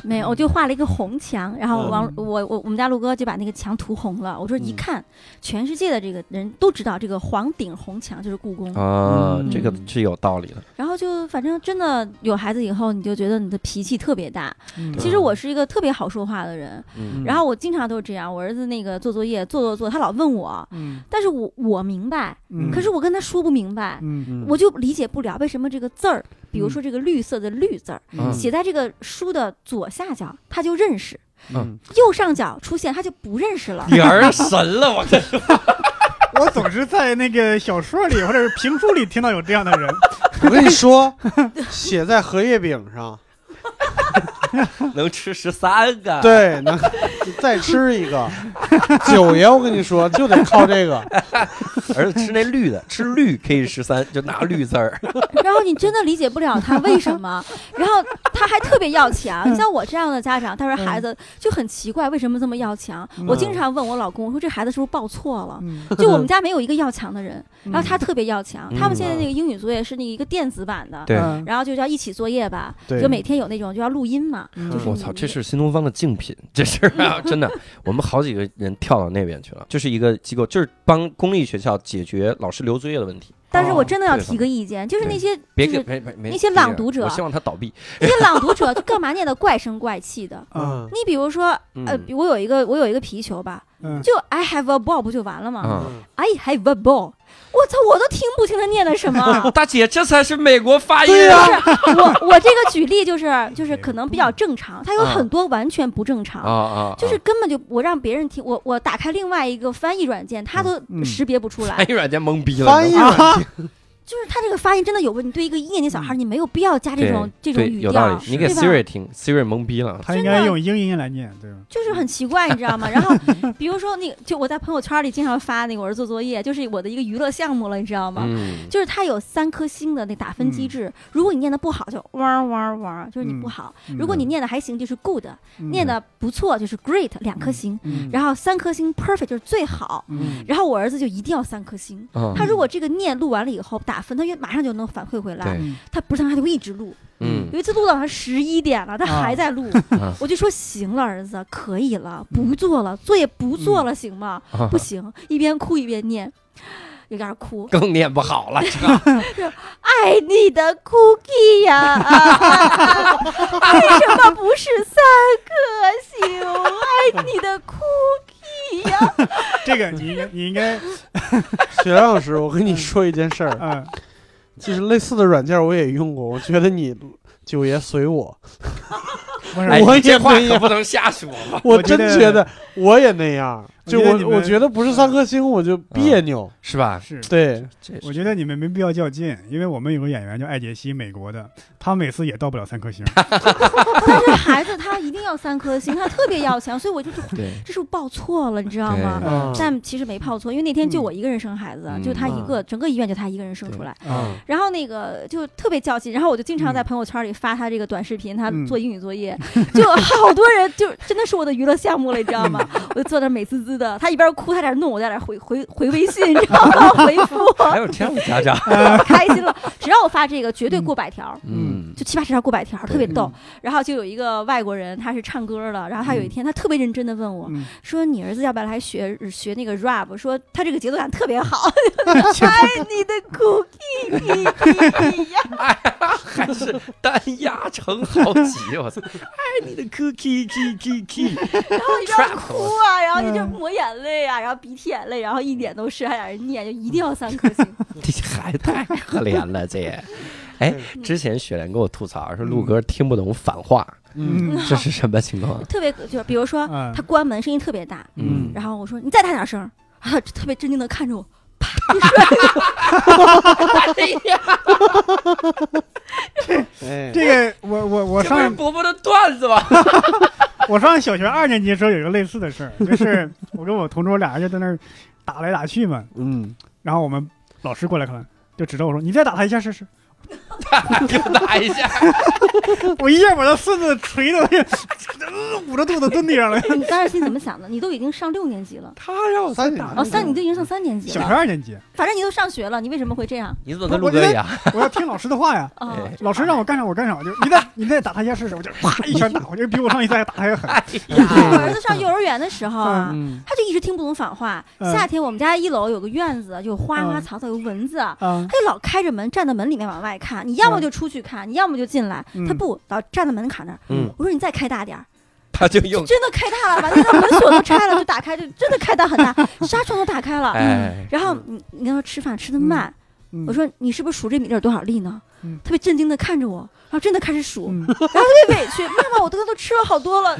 D: 没有，我就画了一个红墙，然后
A: 嗯
D: 王、我我我们家陆哥就把那个墙涂红了。我说一
A: 嗯
D: 看，全世界的这个人都知道这个黄顶红墙就是故宫，
A: 啊，
C: 嗯
A: 这个是有道理的。
D: 然后就反正真的有孩子以后，你就觉得你的脾气特别大。
A: 对
D: 其实我是一个特别好说话的人，
A: 嗯
D: 然后我经常都是这样。我儿子那个做作业做做做，他老问我，
B: 嗯
D: 但是我我明白，
B: 嗯，
D: 可是我跟他说不明白，
B: 嗯
D: 我就理解不了为什么这个字儿，比如说这个绿色的绿字儿。
A: 嗯 (laughs)
D: 写在这个书的左下角，他就认识；
A: 嗯
D: 右上角出现，他就不认识了。
A: 你儿子神了，我跟你
B: 我总是在那个小说里或者是评书里听到有这样的人，
C: 我跟你说，写在荷叶饼上，
D: (laughs)
A: 说能吃十三个。，
C: 对，能再吃一个。九爷，我跟你说，就得靠这个。
D: (laughs)
A: 儿子吃那绿的，吃绿可以十三，就拿绿字儿。
D: 然后你真的理解不了他为什么，然后他还特别要
A: 嗯
D: 强。像我这样的家长，他说孩子就很奇怪，为什么这么要强？
A: 嗯
D: 我经常问我老公，我说这孩子是不是报
A: (laughs)
D: 错了？
B: 嗯
D: 就我们家没有一个要强的人，
B: 嗯
D: 然后他特别要强。
A: 嗯
D: 他们现在那个英语作业是那个一个电子版的，
A: 对
B: 嗯
D: 然后就叫一起作业吧，
C: 对
D: 就每天有那种就要录音嘛，
B: 嗯
D: 就是
A: 我
D: 你
A: 操，这是新东方的竞品，这是啊，真的，我们好几个人跳到那边去了。就是一个机构，就是帮公立学校解决老师留作业的问题。
D: 但是我真的要
A: 哦对
D: 提个意见，就是那些
A: 别
D: 就
A: 给
D: 是
A: 没没没
D: 那些朗读者
A: 我希望他倒闭。
D: 那些朗读者就干嘛念的怪声怪气的。
B: 嗯
C: 嗯
D: 你比如说，呃，
A: 嗯
D: 比我有一个我有一个皮球吧，
B: 嗯，
D: 就 I have a ball 不就完了吗、
A: 嗯。
D: i have a ball，我操，我都听不清他念的什么
A: 大姐，这才是美国发音
D: 就
C: 对
D: 是
C: 呀
D: 我我这个举例就是就是可能比较正常，它有很多完全不正常，
A: 啊啊！
D: 就是
A: 啊
D: 根本就我让别人听，我我打开另外一个翻译软件，它都
B: 嗯
D: 识别不出来，
A: 翻译软件懵逼了，
C: 翻译
D: (laughs)
A: 你知道吗
C: 软件
D: 就是它这个发音真的有问题。对一个一年级小孩，你没有必要加这种这
A: 嗯对
D: 种
A: 对，
D: 语
A: 有道
D: 调
A: 理。，你给
D: 对吧
A: Siri 听，Siri 懵逼了。
B: 他应该用英音来念，对吧？
D: 就是很奇怪，你知道吗？然后比如说那个，就我在朋友圈里经常发那个我儿子做作业，就是我的一个娱乐项目了，你知道吗？
A: 嗯，
D: 就是它有三颗星的那打分机制，如果你念的不好就汪汪汪，就是你不好；
B: 嗯
D: 如果你念的还行，就是 good；、念的不错就是 great，两颗星。
B: 嗯，
D: 然后三颗星 perfect 就是最好。
B: 嗯
D: 然后我儿子就一定要三颗星。
A: 啊
D: 他如果这个念录完了以后打分，他就马上就能反馈回来
A: 对。
D: 他不上他就会一直录。
A: 嗯
D: 有一次录到晚上十一点了，他
B: 啊
D: 还在录，
A: 啊
D: 我就说行了，儿子，可以了，不做了，作业不做了，行吗？
A: 啊
D: 不行，一边哭一边念，有点哭，
A: 更念不好了，
D: 爱你的 cookie 呀、 (laughs) 啊啊啊为什么不是三颗星？爱你的 cookie 呀、
B: 这个你应该你应该
C: 雪亮老师，我跟你说一件事儿，
B: 嗯，
C: 就是类似的软件我也用过，我觉得你九爷随我，
B: 我
A: 哎，
B: 是
C: 我
A: 你这
C: 也
A: 话
C: 没
A: 可
C: 有
A: 不能瞎说嘛。
C: (laughs) 我
B: 我
C: 真
B: 觉得
C: 觉得我也那样。就
B: 我觉得你
C: 我，
B: 们
C: 我觉得不是三颗星我就别扭。
A: 是吧？
B: 是。
C: 对，
A: 这
B: 我觉得你们没必要较劲，因为我们有个演员叫艾杰西，美国的，他每次也到不了三颗
D: (laughs)
B: 星。
D: 但是孩子他一定要三颗星，他特别要强，所以我就是
A: 对，
D: 这是不是报错了，你知道吗
A: 对？
C: 嗯
D: 但其实没泡错，因为那天就我一个人生孩子，
A: 嗯
D: 就他一个，整个医院就他一个人生出来。
C: 嗯
D: 然后那个就特别较劲，然后我就经常在
B: 嗯
D: 朋友圈里发他这个短视频，他
B: 嗯
D: 做英语作业，就好多人就真的是我的娱乐项目了，你知
B: (laughs)
D: 道吗？我就坐那美滋滋的，他一边哭，他在那弄，我在那回回回微信，你知道吗？回复
A: 还
D: 我，
A: 有这样的家长，
D: 开心了。只要我发这个，绝对过百条。
A: 嗯
D: 就七八十条过百条，特别
A: 对
D: 逗。然后就有一个外国人，他是唱歌的，然后他有一天他特别认真的问我，
B: 嗯，
D: 说你儿子要不要来学学那个 rap？说他这个节奏感特
B: (laughs)
D: 哎别好，爱你的 cookie 呀，
A: 还真是单压成好几，我操！爱你的 cookie k k k，
D: 然后你就要
A: Trap
D: 哭啊，然后你就
B: 嗯
D: 抹眼泪啊，然后鼻涕眼泪，然后一点都是，还在那念，就一定要三颗星。
A: 这孩子太可怜了，这也。哎，之前雪莲跟我吐槽说陆哥听不懂反话，
B: 嗯
A: (laughs) 这是什么情况？
D: 特别就比如说
B: 嗯
D: 他关门声音特别大，
A: 嗯，
D: 然后我说你再大点声儿，啊，他特别震惊的看着我，啪一摔，哎呀，
C: 哎，
B: 这个我我我
A: 这不是
B: 上
A: 伯伯的段子吗？
B: 我上小学二年级的时候有一个类似的事儿，就是我跟我同桌俩人就在那儿打来打去嘛，
A: 嗯，
B: 然后我们老师过来看，就指着我说：“你再打他一下
D: (laughs)
B: 试试。
A: (laughs) 给我打一下。”
B: 我一下把他顺子捶的，嗯 (laughs) 捂着肚子蹲地
D: (laughs)
B: 上了。
D: (laughs) 你当时心怎么想的？你都已经上六年级了，
A: 他让我
C: 三年
A: 打
D: 哦，三你都已经上三年级
B: 小学
D: 了，
B: 二年级，
D: 反正你都上学了，你为什么会这样？
A: 你怎么啊跟陆哥一样？
B: 我要听老师的话呀。
D: 哦，
A: 哎
B: 老师让我干啥我干啥，我就你再你再打他一下试试，我就啪一拳打过去，比我上一次还打还
D: (laughs) 哎
B: 狠。
D: 我儿子上幼儿园的时候啊。
C: 嗯
D: 他就一直听不懂反话。
B: 嗯
D: 夏天我们家一楼有个院子，有花花
B: 嗯
D: 草草，有蚊子，
B: 啊
D: 他就老开着门站在门里面往外看。你要么就出去看，你要么就进来。他
B: 嗯
D: 不老站在门槛那儿。
A: 嗯，
D: 我说你再开大点儿，
A: 他就
B: 嗯
A: 用
D: 真的开大了，把那个门锁都拆了，就打开，就真的开大很
B: (laughs)
D: 大，纱窗都打开了。嗯
A: 哎，
D: 然后你你跟他吃饭吃的慢，
B: 嗯
D: 我说你是不是数这米粒儿多少粒呢？
B: 嗯
D: 特别震惊的看着我，然后真的开始数，
B: 嗯
D: 特别委屈，妈妈，我都都吃了好多了，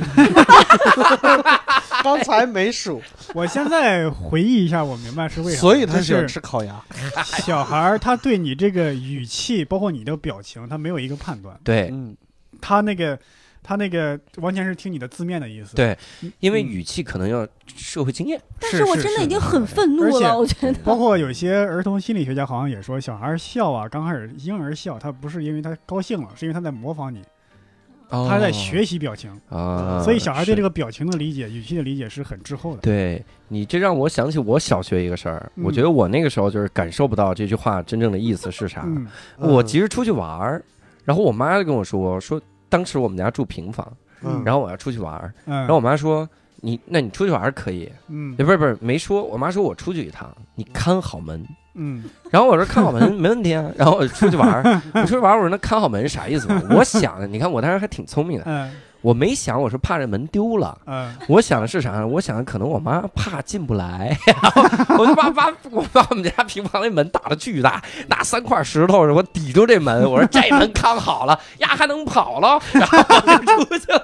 C: 刚才没数，
A: (laughs)
B: 我现在回忆一下，我明白是为啥。
C: 所以他喜
B: 就
C: 欢
B: 是
C: 吃烤鸭。
B: 小孩儿，他对你这个语气，包括你的表情，他没有一个判断。
A: 对，
C: 嗯，
B: 他那个，他那个完全是听你的字面的意思。
A: 对因为
B: 嗯
A: 语气可能要社会经验。
D: 但
B: 是
D: 是我
B: 是
D: 真的
B: 是
D: 已经很愤
B: 而
D: 怒
B: 且
D: 了，我觉得。
B: 包
D: (laughs)
B: 括有些儿童心理学家好像也说，小孩儿笑啊，刚开始婴儿笑，他不是因为他高兴了，是因为他在模仿你，
A: 哦
B: 他在学习表情，
A: 啊，
B: 所以小孩对这
A: 个。
B: 个表情的理解、语气的理解是很滞后的。
A: 对你这让我想起我小学一个事儿，我
B: 嗯
A: 觉得我那个时候就是感受不到这句话真正的意思是啥。
B: 嗯
A: 我
C: 急，
A: 急着出去玩儿，然后我妈就跟我说说，当时我们家住平房，
C: 嗯
A: 然后我要出去玩儿，
B: 嗯，然
A: 然后我妈说你那你出去玩儿可以，
B: 嗯
A: 哎不是不是没说，我妈说我出去一趟，你看好门。
B: 嗯
A: (laughs) 然后我说看好门没问题啊，然 (laughs) 后我出去玩儿，
B: (laughs)
A: 我出去玩儿，我说那看好门啥意思嘛？我想，你看我当时还挺聪明的，
B: 嗯
A: 我没想我是怕这门丢了，
B: 嗯
A: 我想的是啥呢？我想的可能我妈怕进不来， (laughs) 然后我就把把我把我们家平房那门打的巨大，拿三块石头我抵住这门，我说这门看好了， (laughs) 呀还能跑了， (laughs) 然后我就出去了。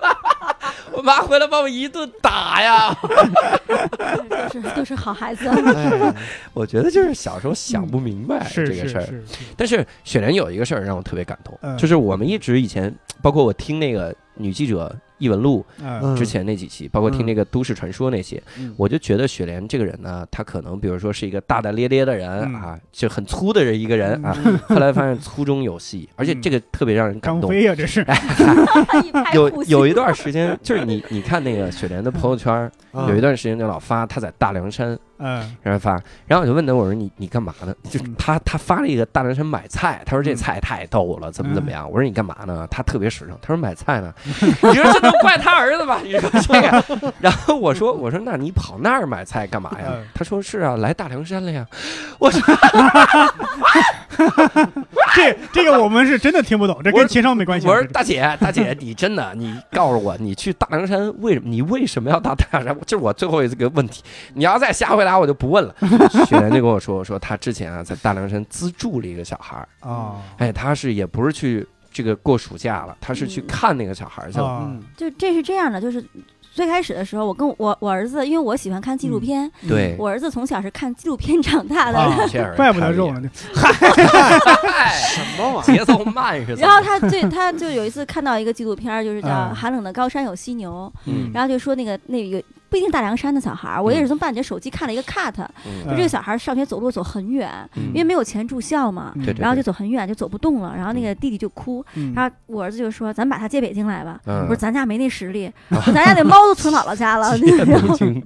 A: (laughs) 我妈回来把我一顿打呀！ (laughs)
D: 都是都是好孩
B: (laughs)
D: 子。
C: 哎
A: 我觉得就是小时候想不明白哎这
B: 是
A: 个
B: 是
A: 事儿。
B: 是，
A: 但是雪莲有一个事儿让我特别感动，
B: 嗯
A: 就是我们一直以前，包括我听那个女记者易文露
B: 嗯
C: 嗯
A: 之前那几期，包括听那个都市传说那些，
C: 嗯
A: 我就觉得雪莲这个人呢，他可能比如说是一个大大咧咧的人
B: 嗯
A: 啊，就很粗的人一个人啊。
C: 嗯
A: 后来发现粗中有
C: (laughs)
A: 细，而且这个特别让人感
B: 张
A: 动。
B: 飞呀，啊这是
D: 一拍
A: 有
D: 胡须
A: 有一段时间，就是你你看那个雪莲的朋友
C: (laughs)
A: 圈，
C: 嗯
A: 有一段时间就老发他在大凉山
B: 嗯
A: 然后发，然后我就问他，我说你你干嘛呢？就是
B: 嗯
A: 他他发了一个大凉山买菜，他说这
B: 嗯
A: 菜太逗了，怎么怎么样？我说你干嘛呢？他特别实诚，他说买菜
B: (laughs)
A: 呢。你说这能怪他儿子吧？你说这个，然后我说我说那你跑那儿买菜干嘛呀
B: 嗯？
A: 他说是啊，来大凉山了呀。我说
B: 这这个我们是真的听不懂，这
A: 我
B: 跟
A: 是
B: 情商没关系啊。
A: 我说
B: 这
A: 大姐大姐，你真的你告诉我，你去大凉山为什么？你为什么要到大凉山？这是我最后一个问题。你要再瞎回答，我就不问了。雪莲就跟我说说他之前啊在大凉山资助了一个小孩儿。
B: 啊
A: 哎，他是也不是去这个过暑假了，他是去
D: 嗯
A: 看那个小孩儿去了。
B: 啊，
C: 嗯
D: 就这是这样的，就是最开始的时候，我跟我我儿子，因为我喜欢看纪录片，
A: 对，
D: 我儿子从小是看纪录片长大的，
B: 嗯哎啊
A: 这样
B: 怪不得肉 (laughs) 啊呢。
A: 嗨，
C: 什么玩意
A: (laughs) 节奏慢是怎
D: (laughs) 然后
A: 么？
D: 他最他就有一次看到一个纪录片儿，就是叫
B: 啊
D: 《寒冷的高山有犀牛》，
A: 嗯
D: 然后就说那个那个不一定大凉山的小孩儿，我也
B: 嗯
D: 是从半截手机看了一个 cut，、
A: 嗯
D: 就这个小孩儿上学走路走很远，
A: 嗯
D: 因为没有钱住校嘛。
B: 嗯
A: 对对
D: 然后就走很远，就走不动了。然后那个弟弟就哭，
B: 嗯
D: 然后我儿子就说：“咱把他接北京来吧。
A: 嗯 (laughs)
B: (laughs)
D: 我说：“咱家没那实力，我说咱家那猫都存姥姥家了。”
A: 北京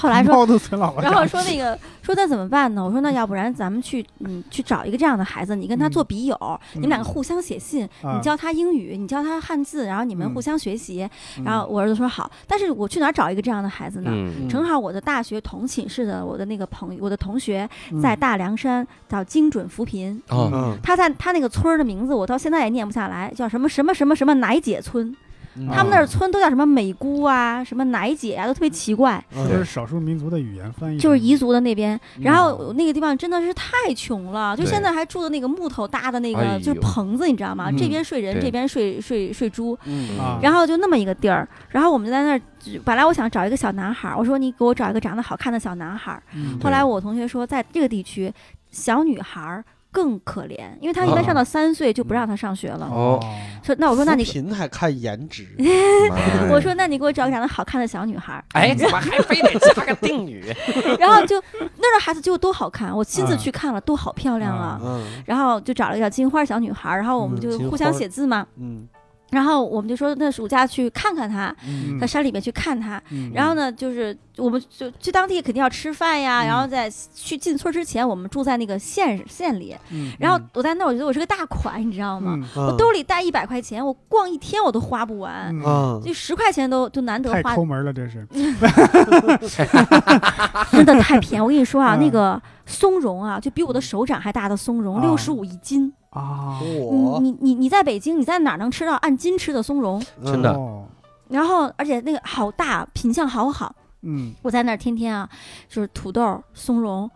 D: 后来说
B: 猫都存姥姥
D: 然
B: 家
D: 后说那个说那怎么办呢？我说那要不然咱们去嗯去找一个这样的孩子，你跟他做笔友，你们两个互相写信，
B: 嗯啊
D: 你教他英语，你教他汉字，然后你们
B: 嗯
D: 互相学习。
B: 嗯
D: 然后我儿子说好，但是我去哪儿找一个这样的孩子呢？
A: 嗯，
D: 正好我的大学同寝室的我的那个朋友，我的同学
B: 嗯
D: 在大凉山叫精准扶贫，
A: 哦，
C: 嗯，
D: 他在他那个村儿的名字我到现在也念不下来，叫什么什么什么什么奶姐村，
C: 嗯
D: 他们那
B: 啊
D: 儿村都叫什么美姑啊，什么奶姐啊，都特别奇怪。
B: 都是少数民族的语言翻译，
D: 就是彝族的那边，
C: 嗯
D: 然后那个地方真的是太穷了，就
A: 对
D: 现在还住的那个木头搭的那
A: 哎呦
D: 个就是棚子，你知道吗？
B: 嗯
D: 这边睡人，
A: 对
D: 这边睡睡睡猪，
C: 嗯
B: 啊
D: 然后就那么一个地儿，然后我们在那儿，本来我想找一个小男孩儿，我说你给我找一个长得好看的小男孩儿，
B: 嗯
D: 后来我同学说，在这个地区，小女孩儿更可怜，因为她一般上到三岁就不让她上学了。
A: 啊哦，
D: 说那我说那你
C: 扶，贫还看颜值，
A: 妈
D: 我
A: 呀
D: 说那你给我找个长得好看的小女孩儿， (laughs)
A: 哎，怎么还非得加个定语？
D: 然后就那儿的孩子就多好看，我亲自
B: 啊
D: 去看了，都好漂亮
B: 啊
D: 啊。
C: 嗯
D: 然后就找了一个叫金花小女孩儿，然后我
C: 嗯
D: 们就
A: 金
D: 互
A: 花
D: 相写字嘛。
C: 嗯
D: 然后我们就说，那暑假去看看她，
C: 嗯
D: 到山里面去看她。
B: 嗯
D: 然后呢，就是我们就去当地肯定要吃饭
B: 嗯
D: 呀，然后在去进村之前，我们住在那个县县里。
B: 嗯
D: 然后我在那儿，我觉得我是个大款，你知道吗？
B: 嗯
D: 我
C: 嗯
D: 兜里带一百块钱，我逛一天我都花不完，
B: 嗯
A: 啊
C: 嗯
D: 就十块钱都就难得
B: 太
D: 花
B: 抠，门了，这是
D: 嗯真的太便宜。我跟你说
B: (laughs)
D: 啊，
B: 嗯
D: 那个松茸啊，就比我的手掌还大的松茸，
B: 啊
D: 六十五一斤。
B: 啊
D: 嗯
C: 我
D: 你你你在北京，你在哪儿能吃到按斤吃的松茸？
C: 嗯
A: 真的
B: 哦
D: 然后而且那个好大，品相好好。
B: 嗯
D: 我在那儿天天啊，就是土豆、松茸，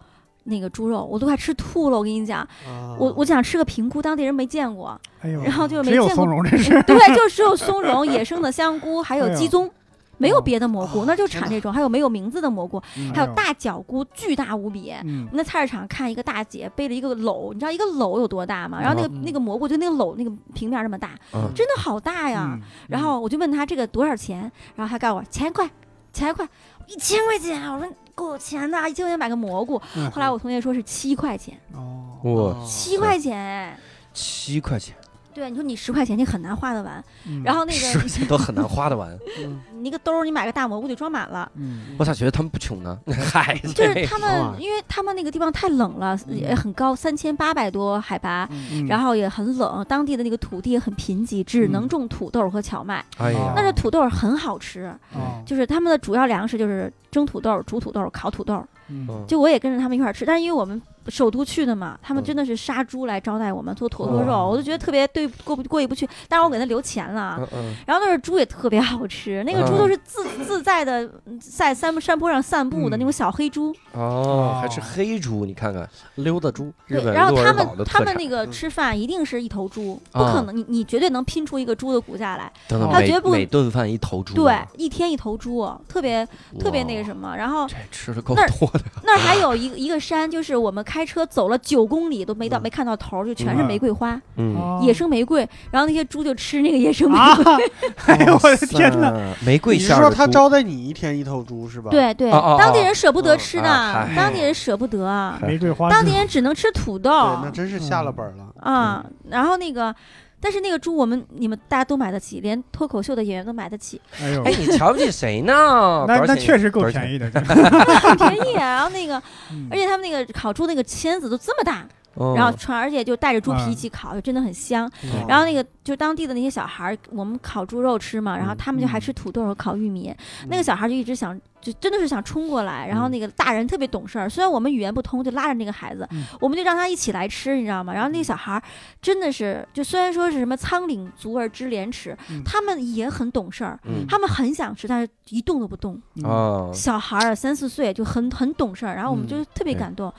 D: 那个猪肉，我都快吃吐了。我跟你讲，
C: 嗯
D: 我我想吃个平菇，当地人没见 (laughs) 过，
B: 哎呦，
D: 然后就没
B: 只有
D: 见
B: 松
D: 过，
B: 茸这是
D: 对，就只有松茸、野生的香菇，还有鸡枞。没有别的蘑菇，
C: 哦
D: 那就产这种，还有没有名字的蘑菇，
B: 嗯
D: 还有大脚菇，巨大无比。
B: 嗯
D: 我们在菜市场看一个大姐背了一个篓，你知道一个篓有多大吗？然后那个、
C: 嗯
D: 那个蘑菇就那个篓那个平面那么大，
A: 嗯
D: 真的好大呀！
B: 嗯
D: 然后我就问他这个多少钱，然后他告诉我钱块，钱块，一千块钱啊！我说够钱的，一千块钱买个蘑菇。
B: 嗯
D: 后来我同学说是七块钱，
B: 哦
A: 哇，
C: 嗯
D: 七块钱哎。
A: 七块钱，
D: 对，你说你十块钱你很难花得完，
B: 嗯
D: 然后那
A: 十
D: 个
A: 块钱都很难花得完。
C: 嗯
D: 你那个兜儿你买个大蘑菇就装满了。
B: 嗯
A: 我咋觉得他们不穷呢？ (laughs) 嗨，
D: 就是他
C: 好啊
D: 们，因为他们那个地方太冷了，也很高，三千八百多海拔，
B: 嗯
D: 然后也很冷，当地的那个土地也很贫瘠，只能
B: 嗯
D: 种土豆和荞麦。
A: 哎呀，
D: (laughs) 但是土豆很好吃，
B: 哦
D: 就是他们的主要粮食就是蒸土豆、煮土豆、烤土豆。
B: 嗯
A: 嗯
D: 就我也跟着他们一块儿吃，但是因为我们首都去的嘛，他们
A: 嗯
D: 真的是杀猪来招待我们，做土豆肉，
B: 哇
D: 我就觉得特别对过不过意不去。但是我给他留钱了啊，
A: 嗯嗯，
D: 然后那儿猪也特别好吃，那个
B: 嗯
D: 猪都是自、自在的在山山坡上散步的
B: 嗯
D: 那种小黑猪。
A: 哦，还是
B: 哦
A: 黑猪，你看看
C: 溜达猪，
A: 日
D: 对，
A: 本
D: 然后
A: 鹿
D: 他
A: 儿岛
D: 们
A: 的
D: 他
A: 特
D: 们
A: 产。
D: 那个
C: 嗯
D: 吃饭一定是一头猪，不
A: 啊
D: 可能你你绝对能拼出一个猪的骨架来。
A: 等等，
D: 哦他
A: 每
D: 绝不
A: 每顿饭一头猪
D: 对
A: 啊，，
D: 一天一头猪，特别特别那个
A: 哇，
D: 什么。然后
A: 这吃的够
D: 那儿
A: 多的。
D: 那儿还有一个一个山，就是我们开车走了九公里都没到
C: 嗯
D: 没看到头儿，就全是
B: 嗯
D: 玫瑰花。
A: 嗯，
D: (laughs)
B: 哦
D: 野生玫瑰，然后那些猪就吃那个野生玫瑰。
B: 啊，哎呦我的天哪，
A: 哪！玫瑰
C: 你是
A: 馅儿
C: 说
A: 的
C: 他
A: 猪 (laughs)
C: 招待你一天一头猪是吧？，
D: (laughs) 对对，
A: 哦哦哦
D: 当地人舍不得吃
A: 嗯啊
D: 呢，
A: 嗨
D: 当地人舍不得啊，
B: (laughs) 玫瑰花
D: 当地人只能吃土豆
C: 那真是下了
A: 嗯
C: 本儿了。
D: 啊。然后那个，但是那个猪我们你们大家都买得起，连脱口秀的演员都买得
B: (laughs)
D: 起，
B: 哎呦
A: 哎，你瞧不起谁
D: (laughs)
A: 呢？
B: 那那确实够
A: 宜。
B: 便宜的，真的
D: 很便宜。啊然后
B: (laughs)
D: 那个， (laughs)
B: 嗯
D: 而且他们那个烤猪那个签子都这么大，
A: 嗯
D: 然后穿，而且就带着猪皮
B: 哦嗯
D: 一起烤，就真的很香。
A: 嗯
D: 然后那个就当地的那些小孩儿，我们烤猪肉吃嘛，然后
A: 嗯
D: 他们就还
B: 嗯
D: 吃土豆和烤玉米。那个小孩儿就一直想，就真的是想冲过来。然后
A: 嗯
D: 那个大人特别懂事儿，虽然我们语言不通，就拉着那个孩子
B: 嗯，
D: 我们就让他一起来吃，你知道吗？然后那
A: 嗯
D: 个小孩儿真的是，就虽然说是什么苍岭足而知廉耻
B: 嗯，
D: 他们也很懂事儿。
A: 嗯
D: 他们很想吃，但是一动都不动。
B: 嗯
A: 啊，
D: 小孩儿啊三四岁就很很懂事儿，然后我们就特别
A: 嗯对
D: 感动。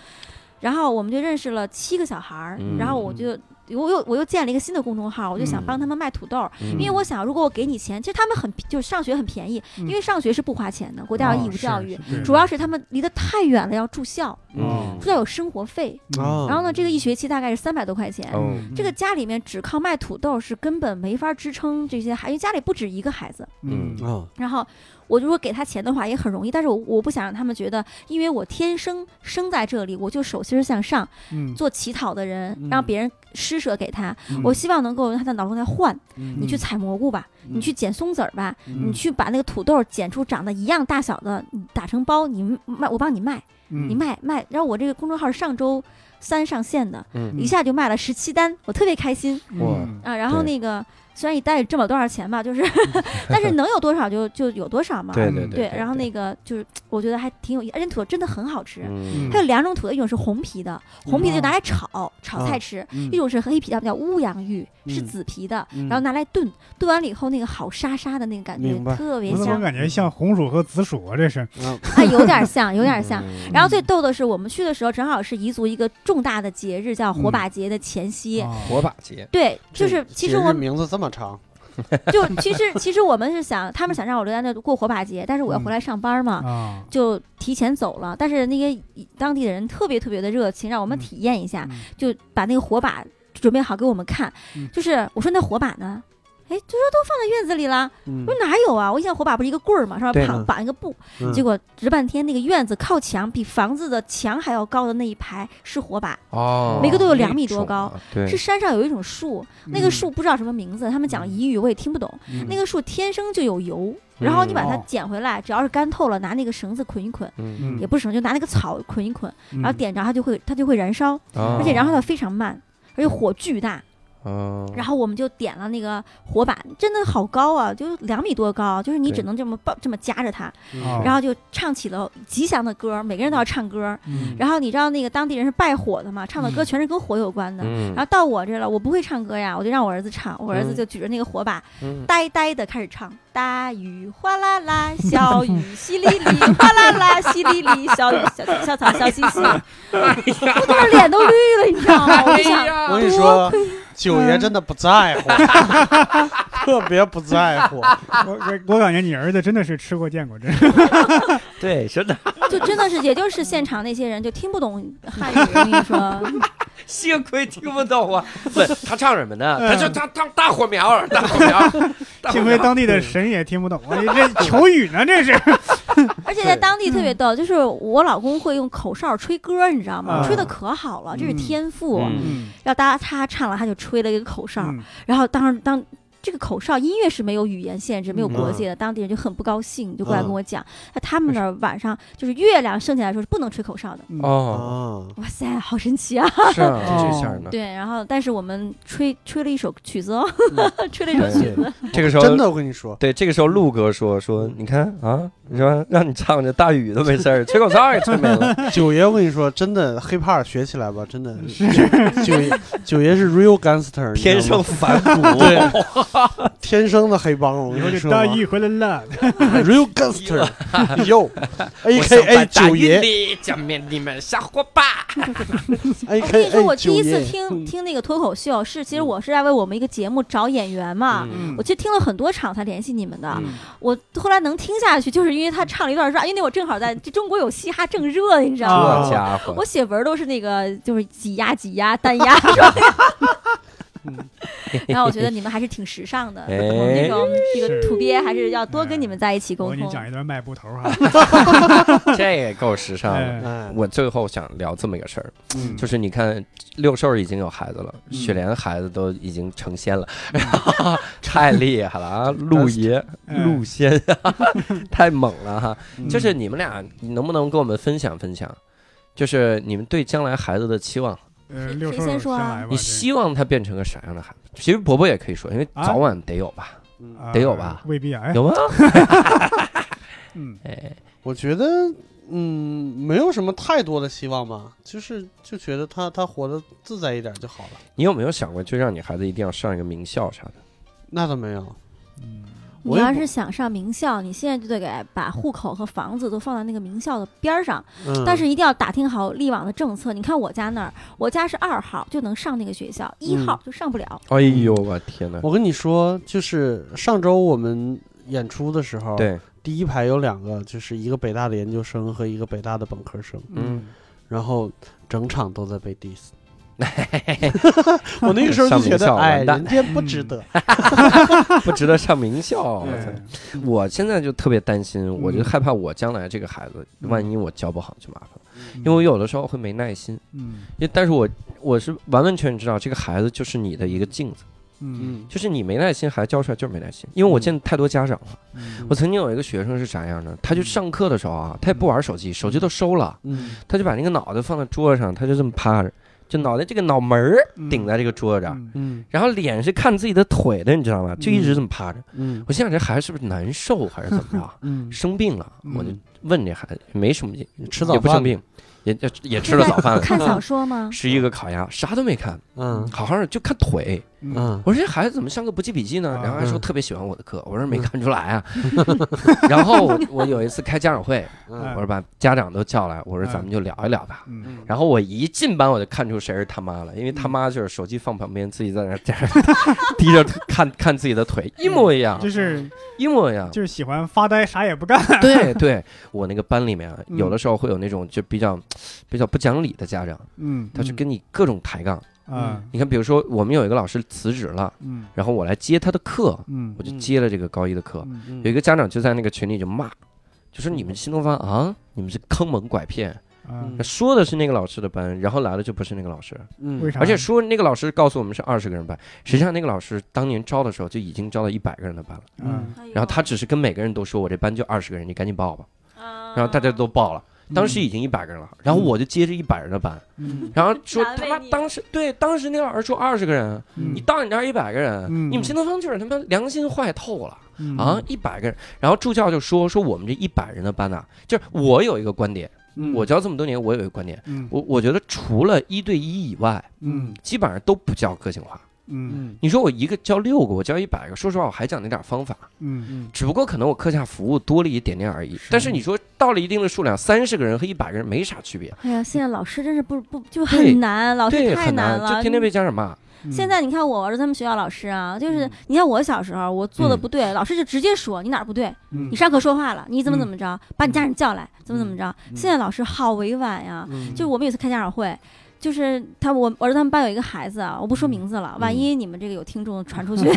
D: 然后我们就认识了七个小孩儿，
A: 嗯
D: 然后我就我又我又建了一个新的公众号，我就想
A: 嗯
D: 帮他们卖土豆儿，
A: 因
D: 因为我想，如果我给你钱，其实他们很就是上学很便宜，
B: 嗯
D: 因为上学是不花钱的，国家有义务教育。，
B: 嗯
D: 主要哦是他们离得太远了，要住校，
A: 嗯
D: 住校有生活费。
B: 嗯
C: 啊，
D: 然后呢，这个一学期大概是三百多块钱。
A: 哦
D: 这个家里面只靠卖土豆是根本没法支撑这些孩，因为家里不止一个孩子。
A: 嗯
C: 啊，
D: 然后我如果给他钱的话也很容易，但是我我不想让他们觉得，因为我天生生在这里，我就手心其实想上
B: 嗯，
D: 做乞讨的人，
C: 嗯
D: 让别人施舍给他。
A: 嗯
D: 我希望能够用他的劳动来换，你去采蘑菇吧，
A: 嗯
D: 你去捡松子儿吧，
C: 嗯
D: 你去把那个土豆捡出长得一样大小的，你打成包，你卖，我帮你卖，你
A: 嗯
B: 你
D: 卖卖。然后我这个公众号是上周三上线的，
A: 嗯
D: 一下就卖了十七单，我特别开心
B: 嗯
A: 我
D: 啊。然
A: 对
D: 后
A: 嗯
D: 那个虽然一单也挣不了多少钱吧，就是， (laughs) 但是能有多少就就有多少嘛。
A: 对对
B: 对
D: 嗯对然后那个就是我觉得还挺有意，而且土豆真的很好吃。
A: 嗯
D: 它有两种土豆，一种是红皮的，红皮的就拿来炒、炒
A: 啊
D: 菜吃；
C: 嗯
D: 一种是黑皮的，叫乌洋芋，是
C: 嗯
D: 紫皮的，
C: 嗯
D: 然后拿来炖，炖完了以后那个好沙沙的那个感觉
C: 明白
D: 特别
B: 我怎么
D: 香，
B: 感觉像红薯和紫薯啊？这是
C: 嗯
D: 哎，有点像，有点像。
A: 嗯
D: 然后最逗的是，我们去的时候正好是彝族一个重大的节日，叫火
B: 嗯哦
D: 把节的前夕。
B: 啊
A: 嗯火把节，
D: 对，
C: 这
D: 就是其
C: 节
D: 实
C: 日
D: 我
C: (laughs)
D: 们
C: 名字这么长，
D: 就其实其实我们是想，他们想让我留在那过火把节，但是我要回来上班嘛，
B: 啊，
D: 就提前走了。但是那些当地的人特别特别的热情，让我们
B: 嗯
D: 体验一下，
B: 嗯
D: 就把那个火把准备好给我们看。
B: 嗯
D: 就是我说那火把呢？哎，就说都放在院子里了。
C: 嗯
D: 我说哪有啊？我印象火把不是一个棍儿嘛，上
A: 对
D: 面绑
C: 嗯
D: 绑一个布，
C: 嗯
D: 结果直半天那个院子靠墙比房子的墙还要高的那一排是火把，
A: 哦，
D: 每个都有两
A: 那
D: 米多
A: 种
D: 高
A: 啊，对，
D: 是山上有一种树，那个
B: 嗯
D: 树不知道什么名字，他们讲彝语我也听不懂。
B: 嗯
D: 那个树天生就有油，然后你把它
C: 哦
D: 捡回来，只要是干透了，拿那个绳子捆一捆，
A: 嗯，
D: 也不是绳，就拿那个草捆一捆，然后
B: 嗯
D: 点着它就会它就会燃烧，
A: 而
D: 而且燃烧的非常慢。而且火巨大，
A: 哦，
D: 然后我们就点了那个火把，真的好高啊，就两米多高，就是你
A: 对
D: 只能这么抱这么夹着它，
B: 哦
D: 然后就唱起了吉祥的歌，每个人都要唱歌。
B: 嗯
D: 然后你知道那个当地人是拜火的嘛，唱的歌
B: 嗯
D: 全是跟火有关的。
A: 嗯，
D: 然后到我这儿了，我不会唱歌呀，我就让我儿子唱，我儿子
A: 嗯
D: 就举着那个火把，
A: 嗯
D: 呆呆的开始唱：大雨哗啦啦，小雨淅沥沥，哗啦啦淅沥沥，小雨小小草小星星。我当时脸都绿了，你知道吗？我就想，
C: 我跟你说，九
D: 嗯
C: 爷真的不在乎， (laughs) 特别不在乎。
D: 啊
B: 我我我感觉你儿子真的是吃过见过，真是
A: 对，真
D: (laughs)
A: 的
D: 就真的是，也就是现场那些人就听不懂汉语，我跟你说，
A: 幸亏听不懂啊。不，他唱什么呢？他
D: 嗯
A: 说他他大火苗儿，大火苗
D: (laughs)
A: 儿，大火
B: (laughs) 幸亏
A: 苗儿
B: 当地的神也听不懂，我这求雨呢，这是。
D: 而且在当地特别逗，就是我老公会用口哨吹歌，你知道吗？
B: 啊
D: 吹的可好了，这是
B: 嗯
D: 天赋。
A: 嗯
D: (laughs) 然后大家他唱了，他就吹了一个口哨，
B: 嗯
D: 然后当当这个口哨音乐是没有语言限制、没有国界的，当地人就很不高兴，就过来跟我讲，那、他们那儿晚上就是月亮升起来的时候是不能吹口哨的。
A: 哦，
C: 啊，
D: 哇塞，好神奇啊！
A: 是啊，
B: 哦
A: 这事儿呢。
D: (laughs) 对，然后但是我们吹吹了一首曲子哦， (laughs) 吹了
A: 哎
D: 一首曲子，
A: 这个时候
C: 真的，我跟你说，
A: 对，这个时候陆哥说说，你看啊，你说让你唱这大雨都没事儿，吹口哨也吹没了。 (laughs)
C: 九爷，我跟你说，真的，hiphop 学起来吧，真的。九爷，九爷是 real gangster，你知道
A: 天
C: 吗
A: 生反骨， (laughs)
C: 对，天生的黑帮，我
B: 以后
C: 跟你
B: 就
C: 说
B: 大雨回来了，
C: ，real
A: (laughs)
C: gangster，yo，A K A 九爷
A: 里见面你们小伙伴。哎
C: ，A K A 哎
D: 我跟你说，哦我第
C: 九
D: 一次
C: 爷，
D: 听听那个脱口秀，是其实我是在为我们一个节目找演员嘛。
A: 嗯
D: 我其实听了很多场才联系你们的，
A: 嗯
D: 我后来能听下去，就是因为他唱了一段说，因为我正好在这中国有嘻哈正热，你知道吗？
A: 这家伙
D: 我，写文儿都是那个就是挤压挤压单压双压。 (laughs) 然后我觉得你们还是挺时尚的，
A: 嗯 (laughs) 哎
D: 我们这种这个
B: 是
D: 土鳖还是要多跟你们在一起
B: 我
D: 沟
B: 给你
D: 通。
B: 讲一段卖布头哈，
A: 这也够时尚的。
B: 哎
C: 哎，
A: 我最后想聊这么一个事儿，
C: 嗯
A: 啊就是你看六兽已经有孩子了，
B: 嗯
A: 雪莲的孩子都已经成仙
B: (laughs)
A: 了，太厉害了啊！陆爷、
B: 嗯
A: 陆仙， (laughs) 太猛了哈！
B: 嗯
A: 就是你们俩能不能跟我们分享分享？就是你们对将来孩子的期望，
B: 呃，
D: 谁
B: 六
D: 谁
B: 兽
D: 先说啊
B: 来吧
A: 你希望他变成个啥样的孩子？其实伯伯也可以说，因为
B: 啊
A: 早晚得有吧？
B: 这
C: 嗯
B: 啊
A: 得有吧
B: 未必啊，哎，
A: 有吗？
B: 嗯
A: 哎，
C: 我觉得，嗯，没有什么太多的希望吧，就是就觉得他他活得自在一点就好了。
A: 你有没有想过，就让你孩子一定要上一个名校啥的？
C: 那倒没有，
B: 嗯
D: 你
C: 我也
D: 要
C: 不
D: 是想上名校，你现在就得给把户口和房子都放在那个名校的边儿上，
C: 嗯，
D: 但是一定要打听好力网的政策。你看我家那儿，我家是二号就能上那个学校，一
C: 嗯
D: 号就上不了。
A: 哎呦，我天哪！
C: 我跟你说，就是上周我们演出的时候，，
A: 对，
C: 第一排有两个，就是一个北大的研究生和一个北大的本科生，
A: 嗯，
C: 然后整场都在
A: (laughs)
C: 被 diss。我那个时候就觉
A: 上名校
C: 得，哎，
A: 完蛋嗯
C: 人家不值得。
A: 不值得上名
B: 哎
A: 校。 (laughs) 我操！
B: 对
A: 嗯我现在就特别担心，我就害怕我将来这个孩子，万一我教不好就麻烦了。因为我有的时候会没耐心。
B: 嗯
A: 因为但是我我是完完全全知道，这个孩子就是你的一个镜子，
B: 嗯
C: 嗯
A: 就是你没耐心，孩子教出来就是没耐心。因为我
C: 嗯
A: 见太多家长了，
B: 嗯
A: 我曾经有一个学生是啥样的，他就上课的时候啊，他也不玩手机，手机都收了，
C: 嗯
A: 他就把那个脑袋放在桌上，他就这么趴着，就脑袋这个脑门儿顶在这个啊桌子上，
B: 嗯
C: 嗯
A: 然后脸是看自己的腿的，你知道吗？就一直这么趴着。
C: 嗯？
A: 我心想这孩子是不是难受还是怎么着
C: (laughs) 嗯，
A: 生病了，
B: 嗯
A: 我就问这孩子，没什么病，
C: 吃早
A: 也不生
C: 饭，
A: 病，也也也吃了早饭了，
D: 看小说吗？
A: (laughs) 十一个烤鸭，啥都没看，
C: 嗯
A: 好好的就看腿。
B: 嗯
C: 嗯
A: 我说这孩子怎么上课不记笔记呢
B: 啊？嗯
A: 然后还说
C: 嗯
A: 特别喜欢我的课，我说没看出来
B: (laughs)
A: 啊。 (laughs) 然后我我有一次开家长会，我
B: 嗯
C: 嗯
A: 说把家长都叫来，我说
B: 嗯
A: 咱们就聊一聊吧。
B: 嗯
A: 然后我一进班我就看出谁是他妈了，因为他妈就是手机放旁边，自己在那儿 (laughs) 在那儿低着头看看自己的腿，一模一样，
B: 嗯就是
A: 一模一样。
B: 就是喜欢发呆，啥也不
A: (laughs)
B: 干。
A: 对对，我那个班里面啊有
B: 嗯
A: 的时候会有那种就比较比较不讲理的家长，
B: 嗯
A: 他就
C: 嗯
A: 跟你各种抬杠。
B: 啊
A: 你看，比如说我们有一个老师辞职了，
B: 嗯
A: 然后我来接他的课，
B: 嗯
A: 我就
C: 嗯
A: 接了这个高一的课。
B: 嗯
A: 有一个家长就在那个群里就骂，就说你们新东方啊，你们是坑蒙拐骗，
B: 啊，
C: 嗯
A: 说的是那个老师的班，然后来了就不是那个老师，
C: 嗯
B: 为啥？
A: 而且说那个老师告诉我们是二十个人班，实际上那个老师当年招的时候就已经招到一百个人的班了，
B: 嗯
D: 哎
A: 然后他只是跟每个人都说我这班就二十个人，你赶紧报吧，
D: 然
A: 然后大家都报了。当时已经一百个人了，然后我就接着一百人的班，
B: 嗯
A: 然后说
D: 难为
A: 他妈
D: 你
A: 当时对当时那个老师说二十个人，
B: 嗯
A: 你到你这儿一百个人，
B: 嗯
A: 你们新东方就是他妈良心坏透了。
B: 嗯
A: 啊，一百个人，然后助教就说说我们这一百人的班呐、就是我有一个观点，
B: 嗯
A: 我教这么多年，我有一个观点，
B: 嗯
A: 我我觉得除了一对一以外，
B: 嗯
A: 基本上都不教个性化。
B: 嗯
C: 嗯
A: 你说我一个教六个，我教一百个，说实话我还讲那点方法，
B: 嗯
C: 嗯
A: 只不过可能我课下服务多了一点点而已。但是你说到了一定的数量，三十个人和一百个人没啥区别，
D: 哎呀，现在老师真是不不就
A: 对
D: 很难，老师
A: 对，
D: 哦太
A: 很难，
D: 了。
A: 就天天被家长骂。
B: 嗯，
D: 现在你看我儿子他们学校老师啊，就是
B: 嗯
D: 你像我小时候，我做的
A: 嗯
D: 不对，老师就直接说你哪儿不对，
B: 嗯
D: 你上课说话了，你怎么
B: 嗯
D: 怎么着，把你家人叫来，
A: 嗯
D: 怎么怎么着。现在老师好委婉呀，
C: 嗯
D: 就是我们有一次开家长会，就是他我儿子他们班有一个孩子啊，我不说名字了，万
A: 嗯
D: 一你们这个有听众
A: (laughs)
D: 传出去，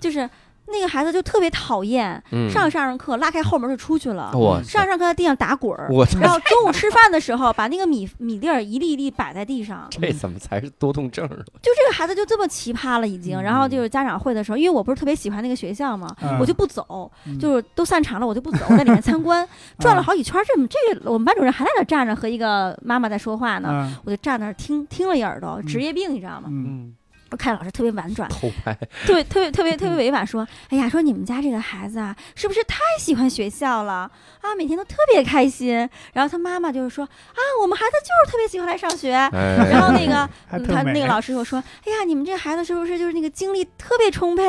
D: 就是那个孩子就特别讨厌，
A: 嗯，哦
D: 上着上着课拉开后门就出去了，
A: 我
D: 上着上课在地上打滚儿。
A: 我
D: (laughs) 然后中午吃饭的时候，把那个米米粒儿一粒一粒摆在地上，
A: (laughs) 这怎么才是多动症啊？
D: 就这个孩子就这么奇葩了已经。
B: 嗯
D: 然后就是家长会的时候，因为我不是特别喜欢那个学校嘛，
B: 嗯
D: 我就不走，
B: 嗯
D: 就是都散场了，我就不走，我在里面参观， (laughs) 转了
B: 啊
D: 好几圈儿。这么这个我们班主任还在那站着和一个妈妈在说话呢，
B: 啊
D: 我就站那儿听听了一耳朵，职业病你知道吗？
B: 嗯
C: 嗯
D: 我看老师特别婉转，
A: 偷拍，
D: 特别特别特别特别委婉说：“哎呀，说你们家这个孩子啊，是不是太喜欢学校了啊？每天都特别开心。”然后他妈妈就是说：“啊，我们孩子就是特别喜欢来上学。” (laughs) 然
A: 然
D: 后那个，
B: 哎 (laughs) 还
D: 嗯
B: 特
D: 他
B: 美
D: 那个老师又说：“哎呀，你们这孩子是不是就是那个精力特别充沛？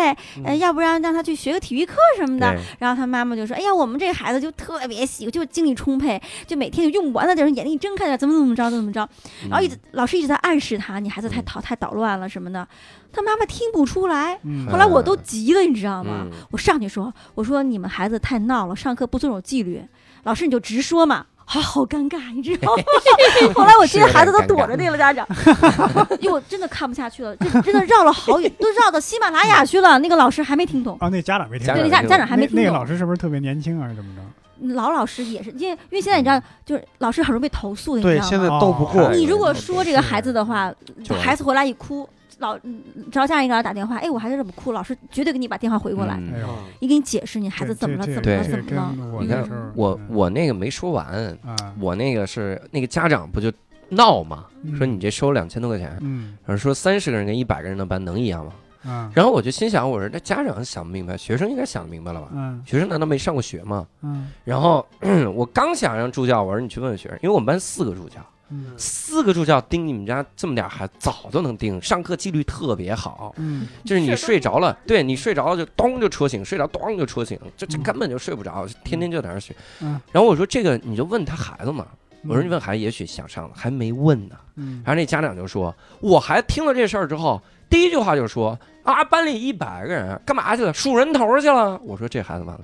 D: 呃，
C: 嗯
D: 要不然让他去学个体育课什么的。”然后他妈妈就说：“哎呀，我们这孩子就特别喜，就精力充沛，就每天就用不完的这种眼睛一睁开就怎么怎么着，怎么怎么着。”
B: 嗯
D: 然哦后一直老师一直在暗示他，你孩子太
A: 嗯
D: 捣太捣乱了什么的，他妈妈听不出来。
B: 嗯
D: 后来我都急了，你知道吗？
A: 嗯
D: 我上去说：“我说你们孩子太闹了，上课不遵守纪律，老师你就直说嘛。”啊，好尴尬，你知道吗？ (laughs) 后来我
A: 是
D: 这
A: 有点
D: 些孩子都
A: 尴
D: 躲
A: 尬
D: 着那个家长， (laughs) 因为我真的看不下去了，就真的绕了好远，都绕到喜马拉雅去了。那个老师还没听懂，
B: 啊，那家长没听
A: 家长
B: 懂
D: 对，那
A: 没
D: 家
A: 听
D: 家
A: 懂
D: 长还没
B: 那
D: 听
B: 那个
D: 懂嗯
B: 老。师是不是特别年轻还啊是怎么着？
D: 老老师也是，因为因为现在你知道，就是老师很容易被投诉的，
C: 对，
D: 你知
C: 现
D: 道
C: 在
D: 吗？
C: 斗不过
A: 哎，
D: 你如果说这个孩子的话
A: 就，
D: 孩子回来一哭，老嗯找家长一给他打电话，哎，我孩子怎么哭？老师绝对给你把电话回过来，
A: 嗯
B: 哎呦，
D: 你给你解释你孩子
B: 这
D: 怎么了，
B: 这
D: 怎么
A: 对
D: 了，
B: 这
D: 怎么了。
B: 跟我
A: 你
B: 那
A: 看
B: 时候
A: 我
B: 嗯
A: 我那个没说完，
B: 啊，
A: 我那个是那个家长不就闹嘛，
B: 嗯
A: 说你这收两千多块钱，
B: 嗯
A: 然后说三十个人跟一百个人的班能一样吗？
B: 啊
A: 然后我就心想，我说这家长想不明白，学生应该想明白了吧？
B: 嗯
A: 学生难道没上过学吗？
B: 嗯
A: 然后 (clears throat) 我刚想让助教，我说你去问问学生，因为我们班四个助教，
B: 嗯
A: 四个助教盯你们家这么点孩子，早都能盯，上课纪律特别好，
B: 嗯
A: 就是你
D: 是
A: 睡着了，对你睡着了就咚就戳醒，睡着咚就戳醒，这这
B: 嗯
A: 根本就睡不着，天天就在那儿学。
B: 嗯
A: 然后我说这个你就问他孩子嘛，
B: 嗯
A: 我说你问孩子也许想上了，还没问呢。
B: 嗯
A: 然后那家长就说，我孩子听了这事儿之后，第一句话就说啊，班里一百个人干嘛去了，数人头去了。我说这孩子完了，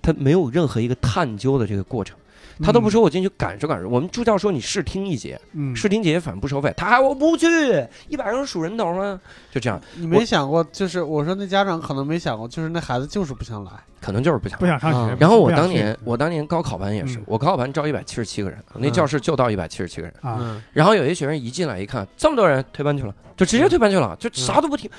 A: 他没有任何一个探究的这个过程。他都不说我进去感受感受。我们助教说你试听一节，
B: 嗯，
A: 试听节反不收费，他还我不去，一百个人数人头吗？就这样，
C: 你没想过，就是我说那家长可能没想过，就是那孩子就是不想来，
A: 可能就是不想
B: 不。想上学
C: 啊。
A: 然后我
B: 不想
A: 当
B: 去
A: 年我当年高考班也是
B: 嗯，
A: 我高考班招一百七十七个人，那
C: 嗯
A: 教室就到一百七十七个人。
B: 啊，
C: 嗯，
A: 然后有些学生一进来一看，这么多人退班去了，就直接退班去
C: 嗯
A: 了，就啥都不听。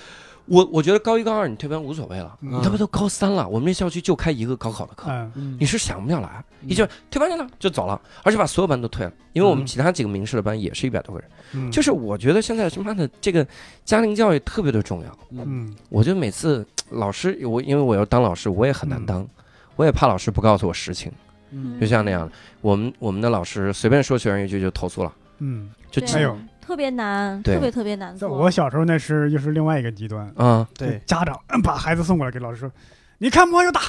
A: 我我觉得高一高二你退班无所谓了，
B: 嗯
A: 你他妈都高三了，我们这校区就开一个高考的课，
B: 嗯
C: 嗯
A: 你是想不想来？
C: 嗯
A: 一进来退班去了就走了，而且把所有班都退了，因为我们
C: 嗯
A: 其他几个民事的班也是一百多个人。
B: 嗯，
A: 就是我觉得现在他妈的这个家庭教育特别的重要，
C: 嗯
B: 嗯
A: 我觉得每次老师我因为我要当老师，我也很难当，我也怕老师不告诉我实情，
C: 嗯
A: 就像那样的，我们我们的老师随便说学生一句就投诉了，
B: 嗯，
A: 就
D: 对
A: 记
B: 哎呦
D: 特别难，
A: 对
D: 特别特别难
B: 在
D: 做。
B: 我小时候那是又是另外一个极端，
A: 啊，
C: 对，
B: 家长嗯把孩子送过来给老师说，你看不惯就打，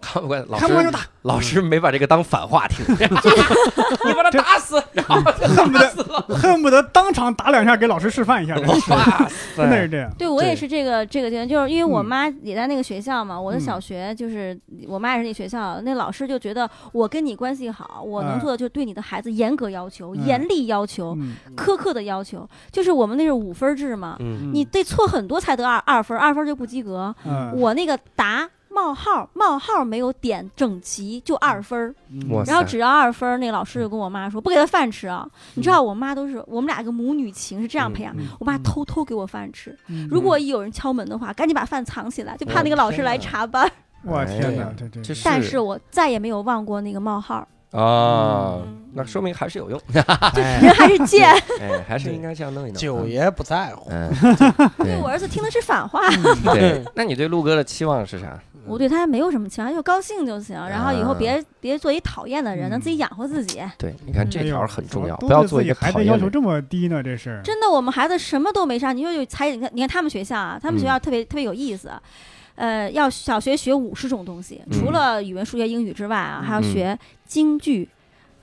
A: 看不惯老
B: 看不惯就
A: 师
B: 打，
A: 老师没把这个当反话
B: (laughs)
A: 听，你把他打死，然后就
B: 恨不
A: 打
D: (laughs)
B: 得
A: 死了，
B: 恨不得当场打两下给老师示范一下，真是
A: 哇
B: 真的是
A: 塞，
B: 这样。
D: 对我也
A: 对
D: 是这个这个阶段，就是因为我
B: 嗯
D: 妈也在那个学校嘛，我的
B: 嗯
D: 小学就是我妈也是那学校，那老师就觉得我跟你关系好，我能
B: 嗯
D: 做的就是对你的孩子严格要求、
B: 嗯
D: 严厉要求、
B: 嗯
D: 苛刻的要求，就是我们那是五分制嘛，
A: (laughs) 嗯，
D: 你得错很多才得二二分，二分就不及格。
B: 嗯，
D: 我那个答。冒号冒号没有点整齐就二分儿，
B: 嗯
A: 哇塞
D: 然后只要二分儿，那老师就跟我妈说不给他饭吃啊！你知道我妈都是我们俩个母女情是这样培养，
A: 嗯
D: 我妈
B: 嗯
D: 偷偷给我饭吃，
B: 嗯
D: 如果有人敲门的话，赶紧把饭藏起来，就怕
A: 我
D: 那个
A: 的
D: 老
A: 天
D: 师来
A: 呐
D: 查班。
B: 我
A: 哎
B: 天哪
A: 呀，
B: 这这
A: 这是
D: 但是我再也没有忘过那个冒号，
A: 啊
D: 嗯，
A: 那说明还是有
B: (laughs)
A: 用，
C: (laughs)
D: 人还是贱。
A: 哎，还是应该这样弄一弄。
C: 嗯
A: 啊
C: 九爷不在乎，
A: (laughs)
C: 嗯
A: 嗯，
D: (laughs) 对
A: (laughs) 对嗯
D: 我儿子听的是反话，
A: 对，那你对陆哥的期望是啥？
D: 我对他没有什么期望，就高兴就行。然后以后
A: 啊
D: 别别做一讨厌
A: 嗯
D: 的人，能自己养活自己。
A: 对，你看这
B: 哎呦
A: 条很重要，
B: 都
A: 不要
B: 对
A: 做
B: 自
A: 一
B: 己
A: 个
B: 孩
A: 讨
B: 子
A: 厌
B: 要
A: 的
B: 求
A: 人。
B: 这么低呢，这是
D: 真的，我们孩子什么都没上，你说有才，你看你看他们学校啊，他们学
A: 嗯
D: 校特别、特别有意思。呃，要小学学五十种东西，除
A: 嗯
D: 了语文、数学、英语之外啊，还要
A: 嗯
D: 学京剧、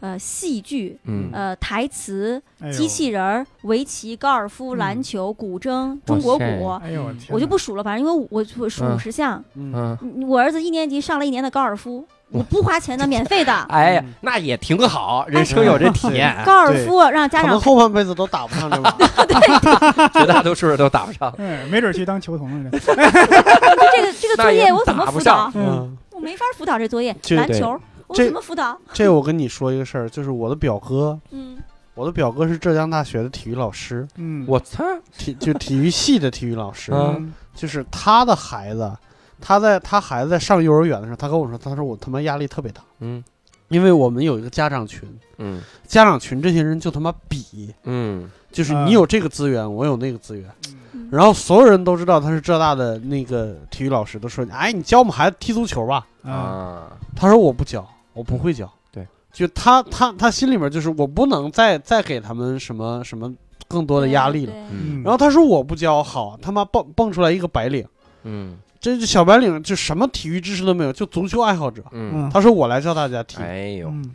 D: 呃戏剧、
A: 嗯，
D: 呃台词、
B: 哎呦
D: 机器人儿、围棋、高尔夫、
B: 嗯
D: 篮球、古筝、中国鼓
A: 哇，
B: 哎呦，天
D: 我就
B: 哪
D: 不数了，反正因为我我数
A: 嗯
D: 五十项。
C: 嗯
A: 嗯，
D: 你我儿子一年级上了一年的高尔夫，
A: 哇
D: 我不花
A: (laughs)
D: 钱的，免费的。
A: 哎呀
C: 嗯，
A: 那也挺好，人
B: (laughs)
A: 生有这体验，
D: 高尔夫让家
C: 可
D: 长
C: 能后半辈子都打不上这 (laughs) 把，
A: 绝大多数人都打不上。
B: 哎，没准去当球童了呢。
D: 这个这个作业我怎
A: 那
D: 么
A: 也打不
D: 辅
A: 上
D: 导？
B: 嗯，
C: 嗯，
D: 我没法辅导这作业。
C: 这
D: 篮
A: 对
D: 球我
C: 这
D: 怎么辅导？
C: 这我跟你说一个事儿，就是我的表哥，
D: 嗯，
C: 我的表哥是浙江大学的体育老师，
B: 嗯，
A: 我操，
C: 体就体育系的体育老师，
A: 嗯
B: 嗯
C: (laughs) 就是他的孩子，他在他孩子在上幼儿园的时候，他跟我说，他说我他妈压力特别大，
A: 嗯
C: 因为我们有一个家长群，
A: 嗯
C: 家长群这些人就他妈比，
A: 嗯
C: 就是
B: 嗯
C: 你有这个资源，我有那个资源，
D: 嗯
C: 然后所有人都知道他是浙大的那个体育老师，都说哎，你教我们孩子踢足球吧。
B: 啊，
A: 啊，
C: 他说我不教，我不会教。
A: 对，
C: 就他他他心里面就是我不能再再给他们什么什么更多的压力了。
D: 对。
A: 嗯
C: 然后他说我不教，好他妈蹦蹦出来一个白领，
A: 嗯
C: 这这小白领就什么体育知识都没有，就足球爱好者。
A: 嗯，
C: 他说我来教大家踢，
A: 哎呦，
B: 嗯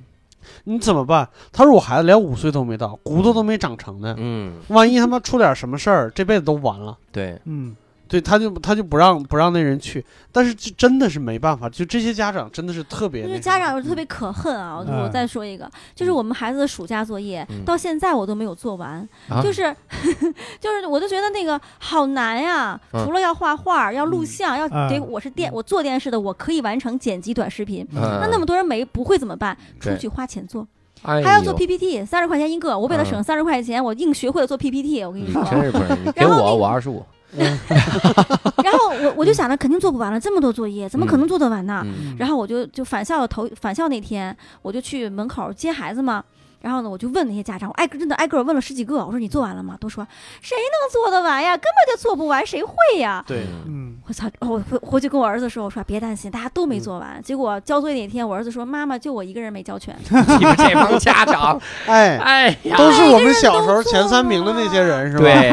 C: 你怎么办？他说我孩子连五岁都没到，骨头都没长成呢，
A: 嗯，
C: 万一他妈出点什么事儿，这辈子都完了。
A: 对，
B: 嗯，
C: 对，他就他就不让不让那人去，但是这真的是没办法，就这些家长真的是特别
D: 就
C: 那
D: 是
C: 什
D: 家
C: 么
D: 长有时候特别可恨啊！我
B: 嗯
D: 我再说一个，就是我们孩子的暑假作业
A: 嗯
D: 到现在我都没有做完，
A: 啊
D: 就是 (laughs) 就是我就觉得那个好难呀！
A: 嗯
D: 除了要画画、要录
C: 嗯
D: 像、要
B: 嗯
D: 得我是电我做电视的，我可以完成剪辑短视频。
A: 嗯
D: 那那么多人没不会怎么办？
A: 对哎
D: 出去花钱做，
A: 还
D: 还要做 PPT，三十块钱一个。我为了省
A: 嗯
D: 三十块钱，我硬学会了做 PPT。我跟你说，
A: 真是不容易，你给
D: 然后那
A: 我
D: 个
A: 我二十五，
D: 然后我我就想着肯定做不完了，这么多作业怎么可能做得完呢？
A: 嗯
D: 然后我就就返校的头返校那天，我就去门口接孩子嘛。然后呢，我就问那些家长，我挨个真的挨个问了十几个，我说你做完了吗？都说谁能做得完呀，根本就做不完，谁会呀？
C: 对，
A: 嗯
B: 嗯
D: 我操！哦我回回去跟我儿子说，我说别担心，大家都没做完。结果交作业那天，我儿子说妈妈就我一个人没交全，
A: 你们这帮家长，
C: 哎，
A: 哎呀，
C: 都是我
D: 每个
C: 们
D: 人
C: 小
D: 都
C: 时候前
D: 做
C: 三名的
D: 了
C: 那些人是吧？
A: 对，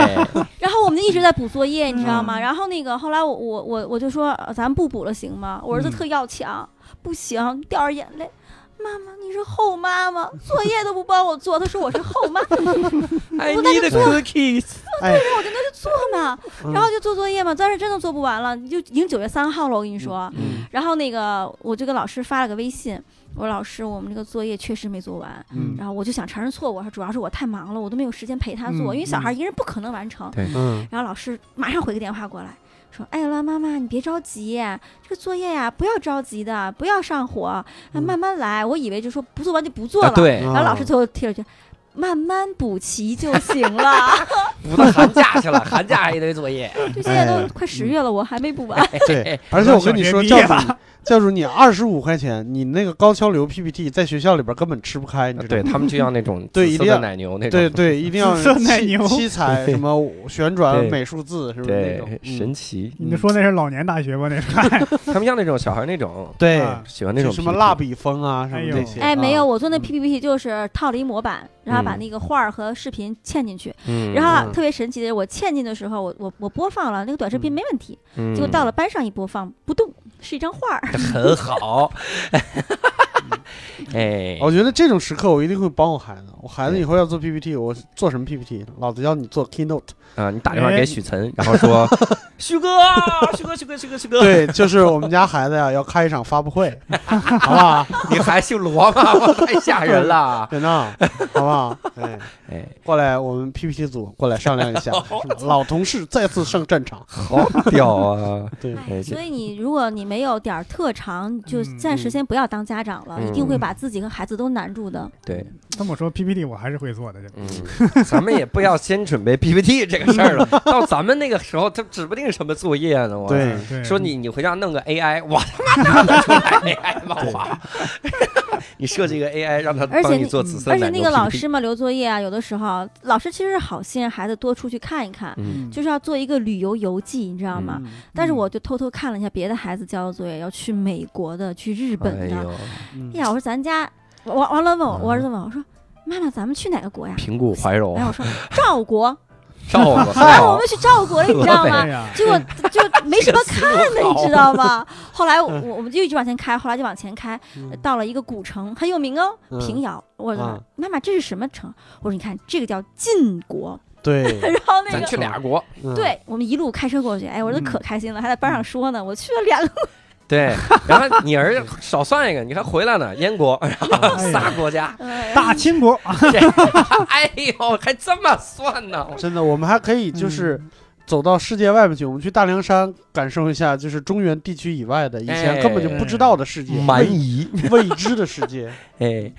D: 然后我们就一直在补作业，你知道吗？
B: 嗯
D: 然后那个后来我我我我就说呃咱不补了行吗？我儿子特要强，不行，掉着眼泪，妈妈妈，你是后妈吗？作业都不帮我做，他说我是后妈，
A: I
D: 我在
A: need cookies。
C: 哎，
D: 我就那就做嘛，然后就做作业嘛，但是真的做不完了，就已经九月三号了，我跟你说。
A: 嗯
D: 然后那个我就跟老师发了个微信，我说老师，我们这个作业确实没做完。
A: 嗯
D: 然后我就想承认错误，我说主要是我太忙了，我都没有时间陪他做，
B: 嗯
D: 因为小
B: 嗯
D: 孩一个人不可能完成。
C: 嗯，
D: 然后老师马上回个电话过来，说：“哎了，妈妈，你别着急，这个作业呀、不要着急的，不要上火，啊，
C: 嗯
D: 慢慢来。”我以为就说不做完就不做了，
A: 啊，对，
D: 然后老师最后贴了一句：“慢慢补齐就行了。
A: 补到寒假
C: (laughs)
A: 去了，寒假还一堆作业。”
D: 就现在都快十月了，我还没补完。
C: 对，而且我跟你说，
B: 小学
C: 教
B: 毕业
C: 主
B: 吧，
C: 教主，你二十五块钱，你那个高跷流 PPT 在学校里边根本吃不开，你知道
A: 对
C: 吗？
A: 他们就要那种
C: 对
A: 紫
C: 一
A: 色
C: 定要
A: 的奶牛那种
C: 对。对，一定要
B: 紫色奶
C: 七
B: 牛
C: 七彩什么旋转
A: 对
C: 美术字，是不是那种
A: 对，？
C: 嗯
A: 神奇。
B: 你就说那是老年大学吧？那 (laughs) 是，
A: 他们要那种小孩那种，
C: 对，
B: 啊
A: 喜欢那
C: 就
A: 种
C: 什么
A: PPT
C: 蜡笔风啊，什
B: 哎
C: 么
B: 呦
C: 这些。
D: 哎，没有，
C: 啊，
D: 我做那
B: 嗯
D: PPT 就是套了一模板，然后把
A: 嗯
D: 那个画儿和视频嵌进去。
A: 嗯，
D: 然后啊
C: 嗯
D: 特别神奇的是，我嵌进的时候，我我我播放了那个短视频
C: 嗯
D: 没问题，
A: 嗯
D: 结果到了班上一播放不动，是一张画儿。
A: 很
C: (laughs)
A: 好。哎，
C: 我觉得这种时刻我一定会帮我孩子。我孩子
A: 对
C: 以后要做 PPT，我做什么 PPT？老子要你做
A: (laughs)
C: Keynote。
A: 啊，你打电话给许岑，然后说，许哥，许哥，许哥，许哥，许哥，
C: 对，就是我们家孩子呀，要开一场发
A: (laughs)
C: 布会，好不好？
A: 你还姓罗吗？我太吓人
C: (laughs)
A: 了。
C: 真的，好不好？哎，
A: 哎，
C: 过来，我们 PPT 组过来商量一下，
A: 哦
C: 是吧老同事再次上战
A: (laughs)
C: 场。
A: 好屌啊！
C: 对，
A: 哎
D: 哎，
A: 这
D: 所以你如果你没有点儿特长，就
B: 嗯
D: 暂时先不要当家长了，一定会把自己和孩子都难住的。
A: 对，
B: 这么说 PPT 我还是会做的，这个
A: 嗯，咱们也不要先准备 PPT 这个事儿了，到咱们那个时候，他指不定什么作业呢。我
C: 对，
B: 对，
A: 说你你回家弄个 AI，我他妈弄得出来 AI 吗？我， (laughs) 你设计一个 AI 让他
D: 而且
A: 帮你
D: 那
A: 做紫色
D: 而且
A: 奶
D: 那
A: 牛
D: 个老
A: PPT
D: 师嘛，留作业啊，有的时候老师其实是好心让孩子多出去看一看，
A: 嗯，
D: 就是要做一个旅游游记，你知道吗？
C: 嗯
D: 但是我就偷偷看了一下别的孩子交的作业，要去美国的，去日
A: 哎
D: 本的。
A: 呦，
C: 嗯
D: 哎呀，我说咱家，我我完了问我，
A: 嗯
D: 我儿子问我说：“妈妈，咱们去哪个国呀
A: 平谷怀？”柔啊
D: 哎，，我说赵国，
A: 照我，
D: 然后我们去赵国了，你知道吗
A: (laughs)
B: 哎？呀，
D: 结果就没什么看的，
A: 好嗯
D: 你知道吗？后来我我们就一直往前开，后来就往前开，
C: 嗯
D: 到了一个古城，很有名哦，
C: 嗯
D: 平遥。我说、
C: 嗯
D: 妈妈，这是什么城？我说你看，这个叫晋国。
C: 对，
A: 哎
D: 然后那
A: 咱嗯
D: 个，
A: 去俩国，
C: 嗯，
D: 对我们一路开车过去，哎，我儿子可开心了，还在班上说呢，我去了两个。
A: (laughs) 对，然后你儿子少算一个，你还回来呢，燕国，然后仨国家，
D: 哎呀
B: 大清国
A: 嗯
B: 啊，
A: 哎呦，还这么算呢？
C: 真的，我们还可以
A: 嗯
C: 就是走到世界外面去，我们去大凉山感受一下，就是中原地区以外的以前根本就不知道的世界，
A: 哎蛮
C: 未
A: 夷，
C: 未知的世界。
A: 哎，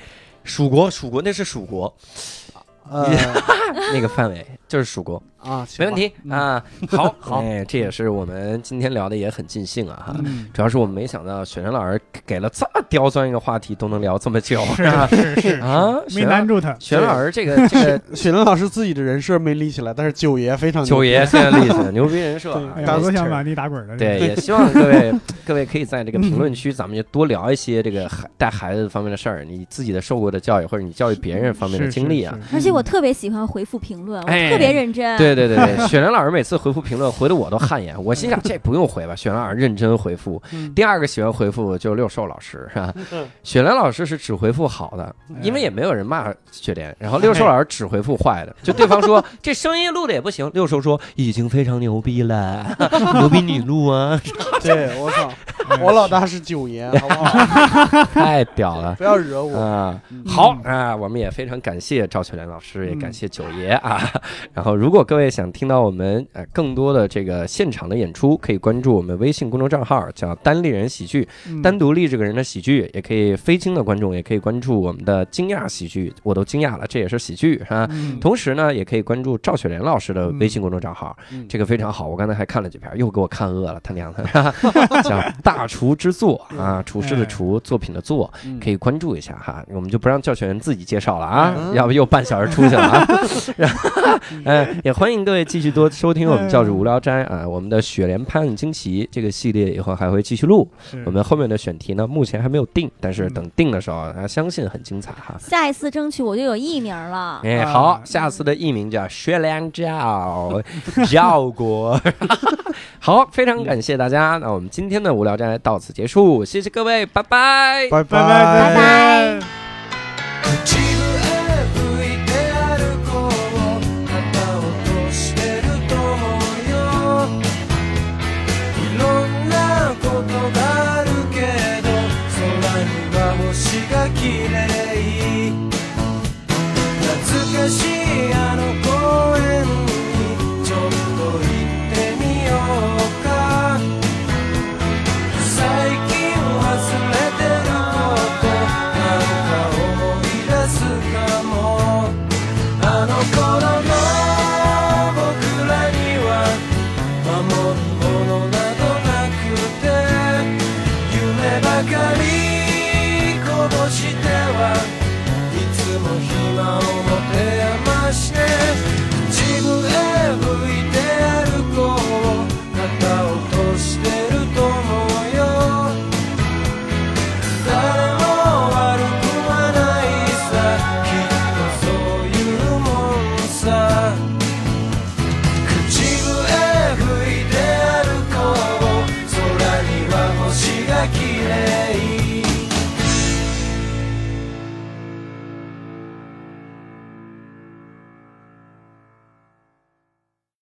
A: 蜀国，蜀国那是蜀国
C: 呃
A: (laughs) 那个范围，就是蜀国，
C: 啊，
A: 没问题
C: 行吧。
A: 啊。好， (laughs)
C: 好
A: 哎，这也是我们今天聊的也很尽兴啊哈。
B: 嗯
A: 主要是我们没想到雪山老师给了这么刁钻一个话题都能聊这么久，
B: 是
A: 吧？
B: 是是是
A: (laughs) 啊，
B: 没
A: 雪山
B: 难住他，
A: 雪山老师这个 (laughs) 这个
C: 嗯雪伦老师自己的人设没立起来，但是九爷非常牛
A: 九
C: 逼
A: 爷现在例子，牛逼人设
C: 对
A: 啊
B: 哎，
C: 刚
B: 呀，
A: 刚
B: 我都想
A: 这
B: 满地打滚儿
A: (laughs)
B: 了。
A: 对，
C: 对
A: 也希望各位各位可以在这个评论区，咱们就多聊一些这个孩带孩子方面的事儿，你自己的受过的教育或者你教育别人方面的
B: 是
A: 经历啊。，
B: 是
D: 而且我特别喜欢回复评论，我
A: 哎
D: 特别认真。
A: 对对对对，雪莲老师每次回复评论回的我都汗颜，我心想这不用回吧，雪莲老师认真回复。
C: 嗯
A: 第二个喜欢回复就是六兽老师是吧？雪莲老师是只回复好的，因为也没有人骂雪莲，然后六兽老师只回复坏的，就对方说这声音录的也不行，六兽说已经非常牛逼了， (laughs) 牛逼你录啊，
C: 对我操，
A: (laughs)
B: 哎呀
C: 我老大是九爷，好不好？
A: 太屌了。
C: 不要惹我。
A: 啊、
C: 嗯
A: 好啊、我们也非常感谢赵全良老师，也感谢九爷啊。 (laughs) 然后，如果各位想听到我们呃更多的这个现场的演出，可以关注我们微信公众账号，叫“单立人喜剧”，
B: 嗯
A: 单独立这个人的喜剧，也可以非京的观众也可以关注我们的惊讶喜剧，我都惊讶了，这也是喜剧哈、啊。
B: 嗯
A: 同时呢，也可以关注赵雪莲老师的微信公众账号，
C: 嗯
A: 这个非常好。我刚才还看了几篇，又给我看饿了，他娘
C: (laughs)
A: 的，叫《大厨之作》啊，厨师的厨，作品的作，
C: 嗯
A: 可以关注一下哈。我们就不让教学员自己介绍了啊，
C: 嗯
A: 要不又半小时出去了啊。然后，嗯，也欢迎各位继续多收听我们教主无聊斋啊，我们的雪莲潘很惊奇这个系列以后还会继续录。
B: 是
A: 我们后面的选题呢，目前还没有定，但是等定的时候，大家相信很精彩哈。
D: 下一次争取我就有艺名
A: (laughs)
D: 了。
A: 哎，
B: 啊
A: 好，下次的艺名叫薛良照，赵国。好，非常感谢大家。那我们今天的无聊斋天到此结束，谢谢各位，拜拜。
C: 拜
B: 拜
D: 拜
B: 拜
D: 拜。